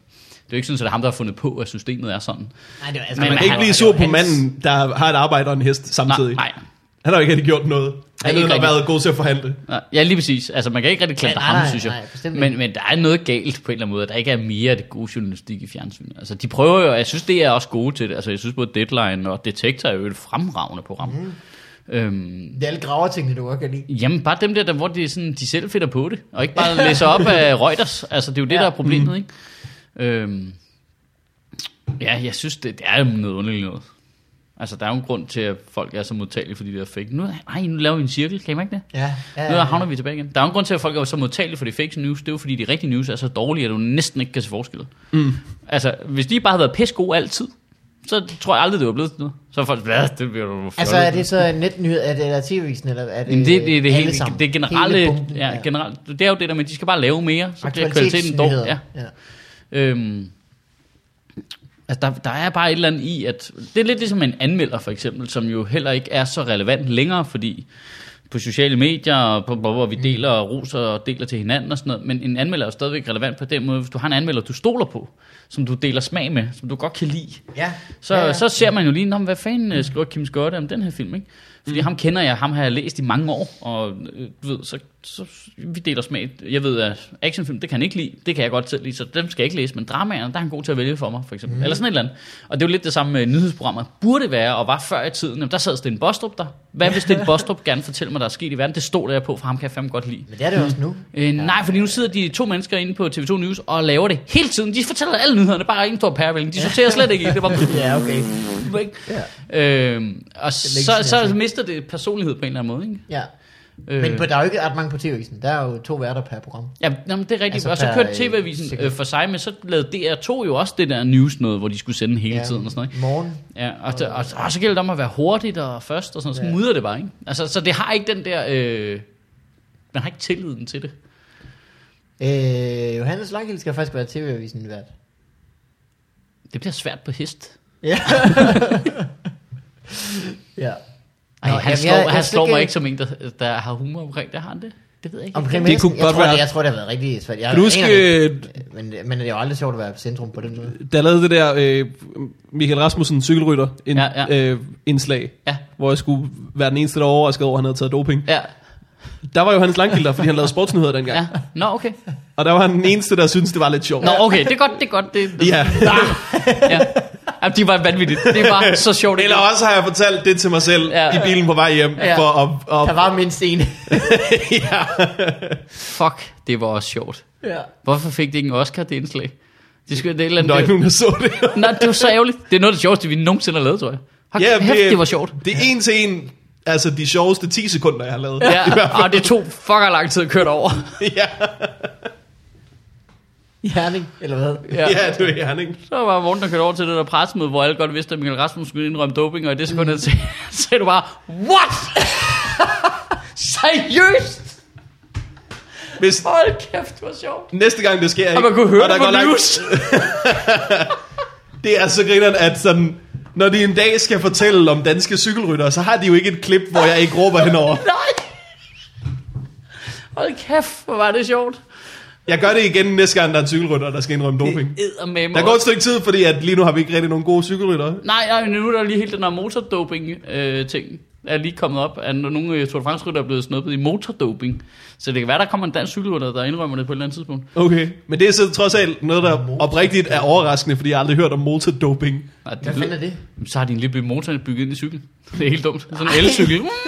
Speaker 4: Det er jo ikke sådan, at det er ham, der har fundet på, at systemet er sådan.
Speaker 3: Nej, det var,
Speaker 4: Men
Speaker 3: altså,
Speaker 2: Man
Speaker 3: man,
Speaker 2: kan ikke
Speaker 4: han-
Speaker 2: blive
Speaker 4: det
Speaker 2: sur på
Speaker 4: var hans-
Speaker 2: manden, der har et arbejde og en hest samtidig.
Speaker 4: Nej, nej.
Speaker 2: Han har jo ikke rigtig gjort noget. Han
Speaker 4: ikke
Speaker 2: har
Speaker 4: rigtig.
Speaker 2: været god til at forhandle.
Speaker 4: Nej, Ja, lige præcis. Altså, man kan ikke rigtig klandre
Speaker 3: Nej, nej,
Speaker 4: ham, synes
Speaker 3: nej,
Speaker 4: jeg.
Speaker 3: bestemt ikke.
Speaker 4: men, men der er noget galt på en eller anden måde, at der ikke er mere af det gode journalistik i fjernsynet. Altså, de prøver jo, og jeg synes, det er også gode til det. Altså, jeg synes både Deadline og Detektor er jo et fremragende program.
Speaker 3: Mhm.
Speaker 4: Mm. Øhm,
Speaker 3: det er alle graver tingene, du godt kan lide.
Speaker 4: jamen, bare dem der, der hvor de, sådan, de selv finder på det, og ikke bare læser op af Reuters. Altså, det er jo det,
Speaker 3: Ja. Mhm.
Speaker 4: der er problemet, ikke? Øhm, ja, jeg synes, det, det er jo noget underligt noget. Altså, der er jo en grund til, at folk er så modtagelige for de der fake. Nu, ej, nu laver vi en cirkel, kan I ikke det?
Speaker 3: Ja, ja,
Speaker 4: Nu
Speaker 3: ja.
Speaker 4: havner vi tilbage igen. Der er jo en grund til, at folk er så modtagelige for de fake news. Det er jo fordi, de rigtige news er så dårlige, at du næsten ikke kan se forskel. Mm. Altså, hvis de bare havde været pisse gode altid, så tror jeg aldrig, det var blevet til noget. Så er folk, hvad, det bliver du
Speaker 3: Altså, er det så netnyhed, er det, eller tv-visen, eller er det,
Speaker 4: Jamen, det, det, det,
Speaker 3: alle
Speaker 4: hele,
Speaker 3: sammen?
Speaker 4: det generelle,
Speaker 3: Hele bomben,
Speaker 4: ja, generelt, det er jo det der med, at de skal bare lave mere, så bliver kvaliteten dårlig.
Speaker 3: Aktualitetsnyheder.
Speaker 4: Ja. Øhm, altså der, der er bare et eller andet i, at det er lidt ligesom en anmelder for eksempel, som jo heller ikke er så relevant længere, fordi på sociale medier, og på, hvor vi deler og roser og deler til hinanden og sådan noget, men en anmelder er jo stadigvæk relevant på den måde, hvis du har en anmelder, du stoler på, som du deler smag med, som du godt kan lide,
Speaker 3: Ja.
Speaker 4: så,
Speaker 3: ja, ja.
Speaker 4: så ser man jo lige, "Nå, men hvad fanden øh, skriver Kim Scott om den her film, ikke? Fordi mm. ham kender jeg, ham har jeg læst i mange år, og øh, du ved, så, så vi deler smag. Jeg ved, at actionfilm, det kan han ikke lide, det kan jeg godt selv lide, så dem skal jeg ikke læse, men dramaerne, der er han god til at vælge for mig, for eksempel. Mm. Eller sådan et eller andet. Og det er jo lidt det samme med nyhedsprogrammer. Burde være, og var før i tiden, jamen, der sad Sten Bostrup der. Hvad hvis Sten Bostrup gerne fortæller mig, der er sket i verden? Det stod der på, for ham kan jeg fandme godt lide.
Speaker 3: Men det er det også nu.
Speaker 4: Øh, nej, fordi nu sidder de to mennesker inde på TV2 News og laver det hele tiden. De fortæller alle nyhederne, bare en stor pærevælling. De sorterer slet ikke i det. Var
Speaker 3: Ja, okay.
Speaker 4: ikke? Ja. Øhm, og så,
Speaker 3: sådan,
Speaker 4: så
Speaker 3: altså.
Speaker 4: mister det personlighed på en eller anden måde, ikke?
Speaker 3: Ja.
Speaker 4: Øh,
Speaker 3: Men på, der er jo ikke ret mange på tv-avisen. Der er jo to værter per program.
Speaker 4: ja, jamen, det er rigtigt.
Speaker 3: Altså,
Speaker 4: Altså, og så
Speaker 3: per,
Speaker 4: kørte
Speaker 3: øh,
Speaker 4: TV-avisen
Speaker 3: sekund.
Speaker 4: øh, for sig, men så lavede DR2 jo også det der news noget, hvor de skulle sende hele
Speaker 3: Ja,
Speaker 4: tiden og sådan noget. ikke?
Speaker 3: Morgen.
Speaker 4: Ja, og, og, og, og så gælder det om at være hurtigt og først og sådan noget. Så
Speaker 3: Ja.
Speaker 4: mudrer det bare, ikke? Altså, så det har ikke den der... Øh, man har ikke tilliden til det.
Speaker 3: Øh, Johannes Langhild skal faktisk være tv-avisen vært.
Speaker 4: Det bliver svært på hest.
Speaker 3: Ja. ja.
Speaker 4: Ej,
Speaker 3: Nå,
Speaker 4: han,
Speaker 3: jamen,
Speaker 4: slår,
Speaker 3: jeg-
Speaker 4: han
Speaker 3: jeg
Speaker 4: slår
Speaker 3: fik,
Speaker 4: mig
Speaker 3: øh,
Speaker 4: ikke som en, der, der har humor omkring det. Har han det? Det ved jeg ikke.
Speaker 3: Omkring
Speaker 2: Det
Speaker 3: det kunne
Speaker 2: kunne
Speaker 3: jeg
Speaker 2: godt
Speaker 3: tror,
Speaker 2: være-
Speaker 3: Det, jeg tror, det har været rigtig svært. Jeg
Speaker 2: Kan du huske,
Speaker 3: aner det
Speaker 2: øh,
Speaker 3: ikke. men, men det er jo aldrig sjovt at være på centrum på den måde.
Speaker 2: der lavede det der øh, Michael Rasmussen cykelrytter ind,
Speaker 4: Ja,
Speaker 2: ja, ja. Øh, indslag,
Speaker 4: Ja.
Speaker 2: hvor jeg skulle være den eneste, der var overrasket over, at han havde taget doping.
Speaker 4: Ja.
Speaker 2: Der var jo hans langkilder, fordi han lavede sportsnyheder dengang.
Speaker 4: ja.
Speaker 2: Ja.
Speaker 4: Nå, okay.
Speaker 2: Og der var han den eneste, der syntes, det var lidt sjovt.
Speaker 4: Nå, okay. Det er godt, det er godt. Det, det,
Speaker 2: Ja.
Speaker 4: ja. Jamen, de var vanvittige. Det var så sjovt.
Speaker 2: Eller også har jeg fortalt det til mig selv
Speaker 4: Ja.
Speaker 2: ja. i bilen på vej hjem.
Speaker 4: Ja.
Speaker 2: Ja. For at, at,
Speaker 3: Der var mindst en.
Speaker 4: Fuck, det var også sjovt.
Speaker 3: ja.
Speaker 4: Hvorfor fik det ikke en Oscar, det indslag? Det skulle det er et eller
Speaker 2: der var
Speaker 4: andet.
Speaker 2: ikke nogen, der så det.
Speaker 4: Nå, det var så ærgerligt. Det er noget af det sjoveste, vi nogensinde har lavet, tror jeg. Hold ja, kæft, det, det var sjovt.
Speaker 2: Det er en til en, altså de sjoveste 10 sekunder, jeg har lavet. I hvert
Speaker 4: Ja,
Speaker 2: fald.
Speaker 4: og det tog fucker lang tid at køre over.
Speaker 2: ja.
Speaker 3: I Herning, eller hvad?
Speaker 4: Ja.
Speaker 2: ja, det var Herning.
Speaker 4: Så var Morten, der kørte over til det der pressemøde, hvor alle godt vidste, at Michael Rasmussen skulle indrømme doping, og i det
Speaker 2: Mm.
Speaker 4: sekund, han sagde, sagde du bare, What? Seriøst?
Speaker 2: Hvis
Speaker 4: Hold kæft, det var sjovt.
Speaker 2: næste gang det sker,
Speaker 4: Og
Speaker 2: ikke?
Speaker 4: man kunne høre
Speaker 2: og
Speaker 4: det
Speaker 2: går
Speaker 4: på
Speaker 2: langt-
Speaker 4: news.
Speaker 2: Det er så grineren, at sådan, når de en dag skal fortælle om danske cykelryttere, så har de jo ikke et klip, hvor jeg ikke råber henover.
Speaker 4: Nej! Hold kæft, hvor var det sjovt.
Speaker 2: Jeg gør det igen næste gang, der er en cykelrytter, der skal indrømme doping.
Speaker 4: Eddermame
Speaker 2: Der går
Speaker 4: også.
Speaker 2: et stykke tid, fordi at lige nu har vi ikke rigtig nogen gode cykelryttere.
Speaker 4: Nej, nej, nu er der lige hele den her motordoping-ting. Øh, ting. er lige kommet op, at no- nogle øh, Tour de france er blevet snuppet i motordoping. Så det kan være, der kommer en dansk cykelrytter, der indrømmer det på et eller andet tidspunkt.
Speaker 2: Okay. Men det er så trods alt noget, der oprigtigt er overraskende, fordi jeg aldrig har hørt om motordoping.
Speaker 4: Nej, det
Speaker 3: Hvad
Speaker 4: lyder-
Speaker 3: fanden er det?
Speaker 4: Så har de en lille motor bygget ind i cyklen. Det er helt dumt. Sådan en elcykel. Mm.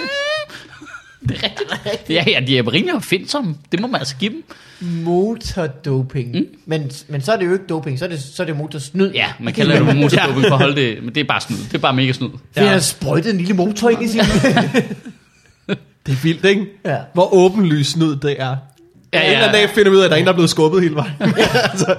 Speaker 4: Det er rigtigt. Ja, ja, de er rimelig opfindsomme. Det må man altså give dem.
Speaker 3: Motordoping. Mm. Men, men så er det jo ikke doping, så er det, så er det motorsnyd.
Speaker 4: Ja, man kalder det jo motordoping for at holde det. Men det er bare snyd. Det er bare mega snyd.
Speaker 3: Det er sprøjtet en lille motor ind i sin...
Speaker 2: Det er vildt, ikke?
Speaker 3: Ja.
Speaker 2: Hvor åbenlyst snyd det er. Ja,
Speaker 4: Ja,
Speaker 2: ja. En
Speaker 4: ja.
Speaker 2: eller anden dag finder vi ud af, at der er en, der er blevet skubbet hele vejen. altså,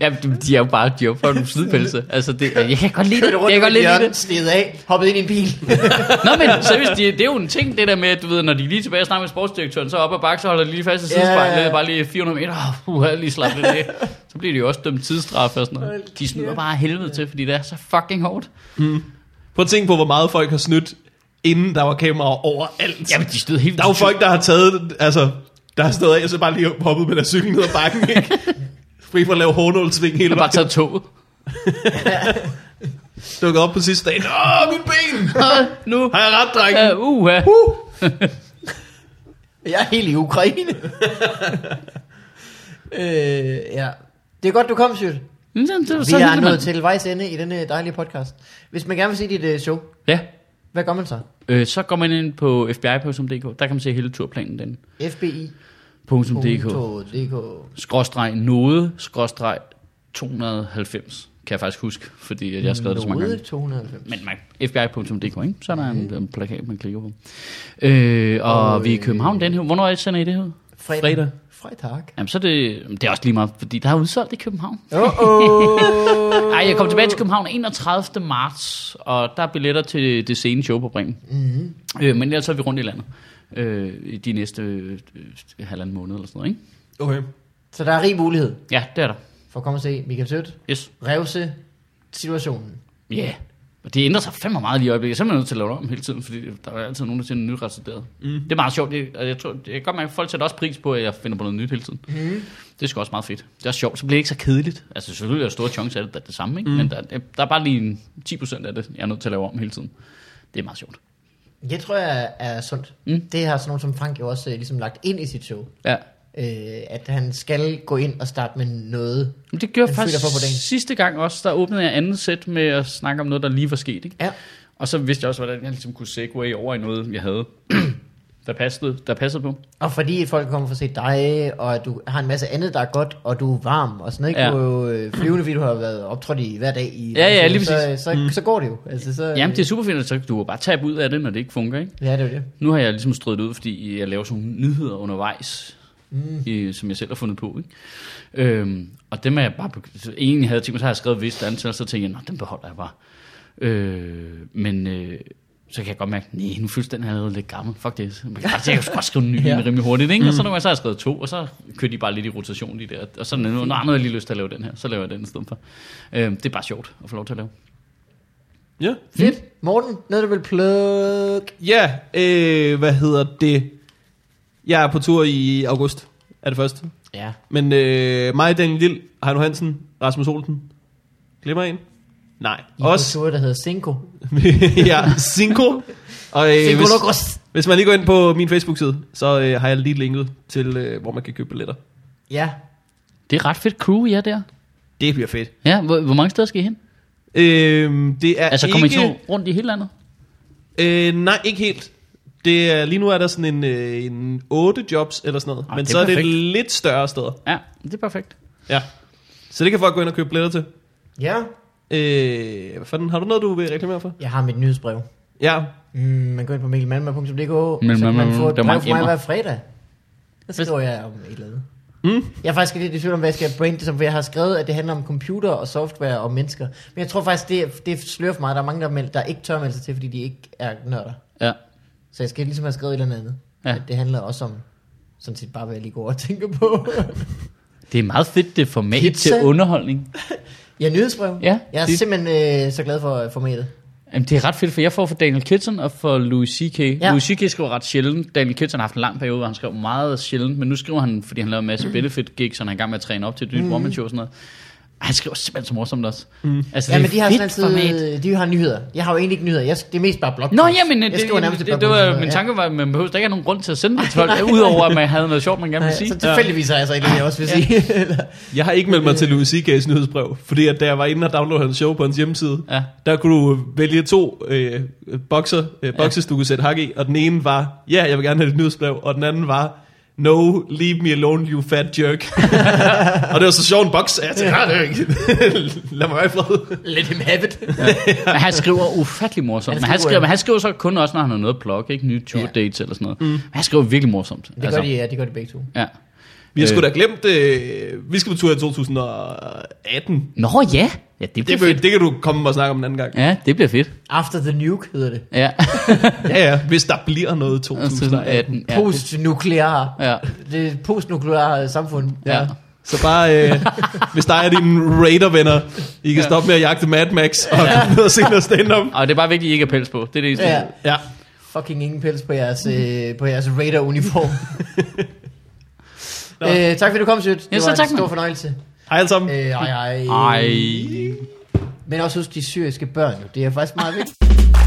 Speaker 4: Ja, de- de er jo bare, de er jo for en snydpelse. Altså, det, jeg kan godt lide det. Jeg kan godt lide det.
Speaker 3: Sned af, hoppet ind i en bil.
Speaker 4: Nå, men seriøst, det, det er jo en ting, det der med, at du ved, når de er lige tilbage og snakker med sportsdirektøren, så op og bakke, så holder de lige fast i sidespejlet,
Speaker 3: Ja, ja, ja.
Speaker 4: bare lige 400 meter, og puh, jeg lige slappe lidt af. Så bliver de jo også dømt tidsstraf og sådan noget. De snyder bare af helvede til, fordi det er så fucking hårdt.
Speaker 2: prøv at tænke på, hvor meget folk har snydt, inden der var kameraer overalt.
Speaker 4: Jamen, de stod helt...
Speaker 2: Der er jo folk, der har taget, altså, der har stået af, og så bare lige hoppet med deres cykel ned ad bakken, ikke? Fri for at lave hårnålsving hele
Speaker 4: der bare
Speaker 2: vejen.
Speaker 4: taget toget.
Speaker 2: Dukket op på sidste dag. Åh, min ben!
Speaker 4: nu,
Speaker 2: Har jeg ret, drenge?
Speaker 4: uh, uh, uh.
Speaker 3: Jeg er helt i Ukraine. øh, ja. Det er godt, du kom, Sjøl. Vi
Speaker 4: Så
Speaker 3: er
Speaker 4: hygger man.
Speaker 3: nået til vejs ende i denne dejlige podcast. Hvis man gerne vil se dit øh, show,
Speaker 4: Ja,
Speaker 3: hvad gør man så?
Speaker 4: øh, så går man ind på fbi.dk, der kan man se hele turplanen den.
Speaker 3: FBI.dk
Speaker 4: .dk. Skråstreg node, skråstreg 290, kan jeg faktisk huske, fordi at jeg har skrevet det så mange gange.
Speaker 3: Node 290.
Speaker 4: Men man, fbi.dk, ikke? Så er der en, en plakat, man klikker på. Øh, og, og vi er i København den her. Hvornår er det sender I det her?
Speaker 3: Fredag.
Speaker 2: Fredag.
Speaker 3: Fredag.
Speaker 4: Jamen, så er det, det er også lige meget, fordi der er udsolgt i København.
Speaker 3: Oh, oh.
Speaker 4: Ej, jeg kom tilbage til København 31. marts, og der er billetter til det sene show på Bremen. Mm-hmm. Øh, men ellers er vi rundt i landet øh, i de næste øh, øh, halvanden måned eller sådan noget, ikke?
Speaker 2: Okay.
Speaker 3: Så der er rig mulighed
Speaker 4: Ja, det er der.
Speaker 3: for at komme og se Michael Sødt.
Speaker 4: Yes.
Speaker 3: Revse situationen.
Speaker 4: Ja. Yeah. Og det ændrer sig fandme meget lige i øjeblikket. Jeg er simpelthen nødt til at lave det om hele tiden, fordi der er altid nogen, der siger noget nyt resulteret. Mm. Det er meget sjovt. Det, og jeg, tror, det, jeg kan godt mærke, at folk sætter også pris på, at jeg finder på noget nyt hele tiden. Mm. Det er sgu også meget fedt. Det er også sjovt. Så bliver det ikke så kedeligt. Altså selvfølgelig er der store chance af det, der er det samme. Ikke? Mm. Men der, der, er bare lige en 10% af det, jeg er nødt til at lave om hele tiden. Det er meget sjovt.
Speaker 3: Jeg tror, jeg er sundt. Mm. Det har sådan nogen som Frank jo også øh, ligesom lagt ind i sit show.
Speaker 4: Ja.
Speaker 3: Øh, at han skal gå ind og starte med noget.
Speaker 4: Men det gjorde
Speaker 3: Den
Speaker 4: jeg faktisk
Speaker 3: føler på på dagen.
Speaker 4: sidste gang også, der åbnede jeg andet sæt med at snakke om noget, der lige var sket. Ikke?
Speaker 3: Ja.
Speaker 4: Og så vidste jeg også, hvordan jeg ligesom kunne segue over i noget, jeg havde, der passede, der passede på.
Speaker 3: Og fordi folk kommer for at se dig, og at du har en masse andet, der er godt, og du er varm og sådan noget. Ja.
Speaker 4: Ja.
Speaker 3: Du er jo øh, flyvende, fordi du har været optrådt i hver dag. I,
Speaker 4: Ja, ja, lige
Speaker 3: så,
Speaker 4: præcis.
Speaker 3: så, mm. så går det jo. Altså, så,
Speaker 4: Jamen, det er super fint, og så kan du jo bare tabe ud af det, når det ikke fungerer. Ikke?
Speaker 3: Ja, det er jo det.
Speaker 4: Nu har jeg ligesom strøget det ud, fordi jeg laver sådan nogle nyheder undervejs, mm. i, som jeg selv har fundet på. Ikke? Øhm, og dem er jeg bare... beg- så Egentlig havde jeg tænkt mig, så har jeg skrevet et vist antal, og så tænkte jeg, nå, den beholder jeg bare. Øh, men øh, så kan jeg godt mærke, nej, nu føles den her allerede lidt gammel. Fuck det. Man kan bare, jeg kan sgu godt skrive en ny ja. Mm. rimelig hurtigt. Ikke? Og så, nogle gange, så har jeg skrevet to, og så kører de bare lidt i rotation, de der. Og så er der noget, nej, nu har jeg lige lyst til at lave den her. Så laver jeg den i stedet for. Øh, det er bare sjovt at få lov til at lave.
Speaker 2: Ja.
Speaker 3: Fedt.
Speaker 4: Mm.
Speaker 3: Morten, noget du vil plukke?
Speaker 2: Ja, øh, hvad hedder det? Jeg er på tur i august, er det første.
Speaker 3: Ja.
Speaker 2: Men øh, mig, Daniel Lille, Heino Hansen, Rasmus Olsen. Glemmer en? Nej.
Speaker 3: I
Speaker 2: Også,
Speaker 3: Også. der hedder Cinco.
Speaker 2: ja, Cinco. Og, øh,
Speaker 3: Cinco
Speaker 2: hvis,
Speaker 3: Locos.
Speaker 2: hvis man lige går ind på min Facebook-side, så øh, har jeg lige linket til, øh, hvor man kan købe billetter.
Speaker 3: Ja.
Speaker 4: Det er ret fedt crew, I er der.
Speaker 2: Det bliver fedt.
Speaker 4: Ja, hvor, hvor mange steder skal I hen?
Speaker 2: Øh, det er
Speaker 4: Altså, kommer I
Speaker 2: ikke...
Speaker 4: så rundt i hele landet?
Speaker 2: Øh, nej, ikke helt. Det er, lige nu er der sådan en, øh, en 8 jobs eller sådan noget.
Speaker 4: Ah,
Speaker 2: men
Speaker 4: det er
Speaker 2: så er det
Speaker 4: perfekt.
Speaker 2: lidt større steder.
Speaker 4: Ja, det er perfekt.
Speaker 2: Ja. Så det kan folk gå ind og købe billetter til.
Speaker 3: Ja.
Speaker 2: Øh, hvad fanden, har du noget, du vil reklamere for?
Speaker 3: Jeg har mit nyhedsbrev.
Speaker 2: Ja.
Speaker 3: Mm, man går ind på mikkelmalma.dk,
Speaker 4: Men
Speaker 3: så kan
Speaker 4: man-
Speaker 3: man får et
Speaker 4: der er
Speaker 3: brev
Speaker 4: mange
Speaker 3: fra mig
Speaker 4: emner.
Speaker 3: hver fredag. Så skriver jeg om et eller andet. Mm. Jeg er faktisk lidt i tvivl om, hvad jeg skal brande det som, for jeg har skrevet, at det handler om computer og software og mennesker. Men jeg tror faktisk, det, det slører for mig. Der er mange, der, meld, der ikke tør melde sig til, fordi de ikke er nørder.
Speaker 4: Ja.
Speaker 3: Så jeg skal ligesom have skrevet et eller andet.
Speaker 4: Ja.
Speaker 3: At det handler også om, sådan set bare, hvad jeg lige går over og tænker på.
Speaker 4: Det er meget fedt, det format
Speaker 3: Pizza.
Speaker 4: til underholdning.
Speaker 3: ja, nyhedsbrev.
Speaker 4: Ja,
Speaker 3: jeg er
Speaker 4: det-
Speaker 3: simpelthen øh, så glad for øh, formatet.
Speaker 4: Jamen, det er ret fedt, for jeg får for Daniel Kitson og for Louis C.K. Ja. Louis C.K. skriver ret sjældent. Daniel Kitson har haft en lang periode, hvor han skrev meget sjældent, men nu skriver han, fordi han laver en
Speaker 3: Mm.
Speaker 4: masse benefit gigs, og han er i gang med at træne op til et nyt mm. one show og sådan noget. Han skriver simpelthen så morsomt også. Mm. Altså,
Speaker 3: Ja,
Speaker 4: det er
Speaker 3: men de har
Speaker 4: fedt
Speaker 3: sådan altid, de har nyheder. Jeg har jo egentlig ikke nyheder. Jeg, det er mest bare blog.
Speaker 4: Nå, jamen,
Speaker 3: jeg
Speaker 4: det,
Speaker 3: skriver
Speaker 4: det,
Speaker 3: nærmest
Speaker 4: det, det,
Speaker 3: et
Speaker 4: det
Speaker 3: blogpost
Speaker 4: var,
Speaker 3: om
Speaker 4: min
Speaker 3: noget,
Speaker 4: tanke var, at man behøver der ikke have nogen grund til at sende det til folk, udover at man havde noget sjovt, man gerne
Speaker 3: ja.
Speaker 4: vil
Speaker 3: Ja,
Speaker 4: sige.
Speaker 3: Så tilfældigvis har jeg så ikke lige også vil
Speaker 4: Ja.
Speaker 3: sige. Eller-
Speaker 2: Jeg har ikke meldt
Speaker 4: Øh.
Speaker 2: mig til Louis C.K.'s nyhedsbrev, fordi at da jeg var inde og downloadede hans show på hans hjemmeside,
Speaker 4: Ja.
Speaker 2: der kunne du vælge to øh, bokser, øh, bokses, du kunne sætte hak i, og den ene var, ja, jeg vil gerne have dit nyhedsbrev, og den anden var, no, leave me alone, you fat jerk. og det var så sjov en boks, at jeg tænkte, "Ah, det er ikke- lad mig være i fred.
Speaker 3: Let him have it.
Speaker 4: Men han skriver ufattelig morsomt.
Speaker 3: Han
Speaker 4: men, han
Speaker 3: skriver- øh,
Speaker 4: skriver, men han skriver så kun også, når han har noget at plukke, ikke? Nye tour
Speaker 3: Ja.
Speaker 4: dates eller sådan noget. Mm. Men han skriver virkelig morsomt. Altså,
Speaker 3: Det gør de, ja, det gør de begge to.
Speaker 4: Ja.
Speaker 2: Vi har sgu
Speaker 4: Øh.
Speaker 2: da glemt, øh, vi skal på tur i 2018.
Speaker 4: Nå ja, ja det bliver
Speaker 2: Det,
Speaker 4: fedt.
Speaker 2: vil, det kan du komme og snakke om en anden gang.
Speaker 4: Ja, det bliver fedt.
Speaker 3: After the nuke hedder det.
Speaker 4: Ja.
Speaker 2: Ja, ja, hvis der bliver noget i 2018.
Speaker 4: 2018. Ja.
Speaker 3: Postnuklear.
Speaker 4: Ja.
Speaker 3: Det er et postnuklear samfund.
Speaker 2: Ja. Så bare, øh, hvis der er dine Raider-venner, I kan stoppe med at jagte Mad Max og komme ned og se noget stand-up.
Speaker 4: Og det er bare vigtigt, at I ikke har pels på. Det er det eneste.
Speaker 3: ja.
Speaker 2: Ja.
Speaker 3: Fucking ingen pels på jeres, øh, på jeres Raider-uniform.
Speaker 2: Nå.
Speaker 3: øh, tak fordi du kom, Sødt. Det
Speaker 4: Ja, så
Speaker 3: var
Speaker 4: tak,
Speaker 3: en stor
Speaker 4: mand.
Speaker 3: fornøjelse.
Speaker 2: Hej alle sammen.
Speaker 3: Øh, ej, ej.
Speaker 4: Ej.
Speaker 3: Men også husk de syriske børn, jo. Det er faktisk meget vigtigt.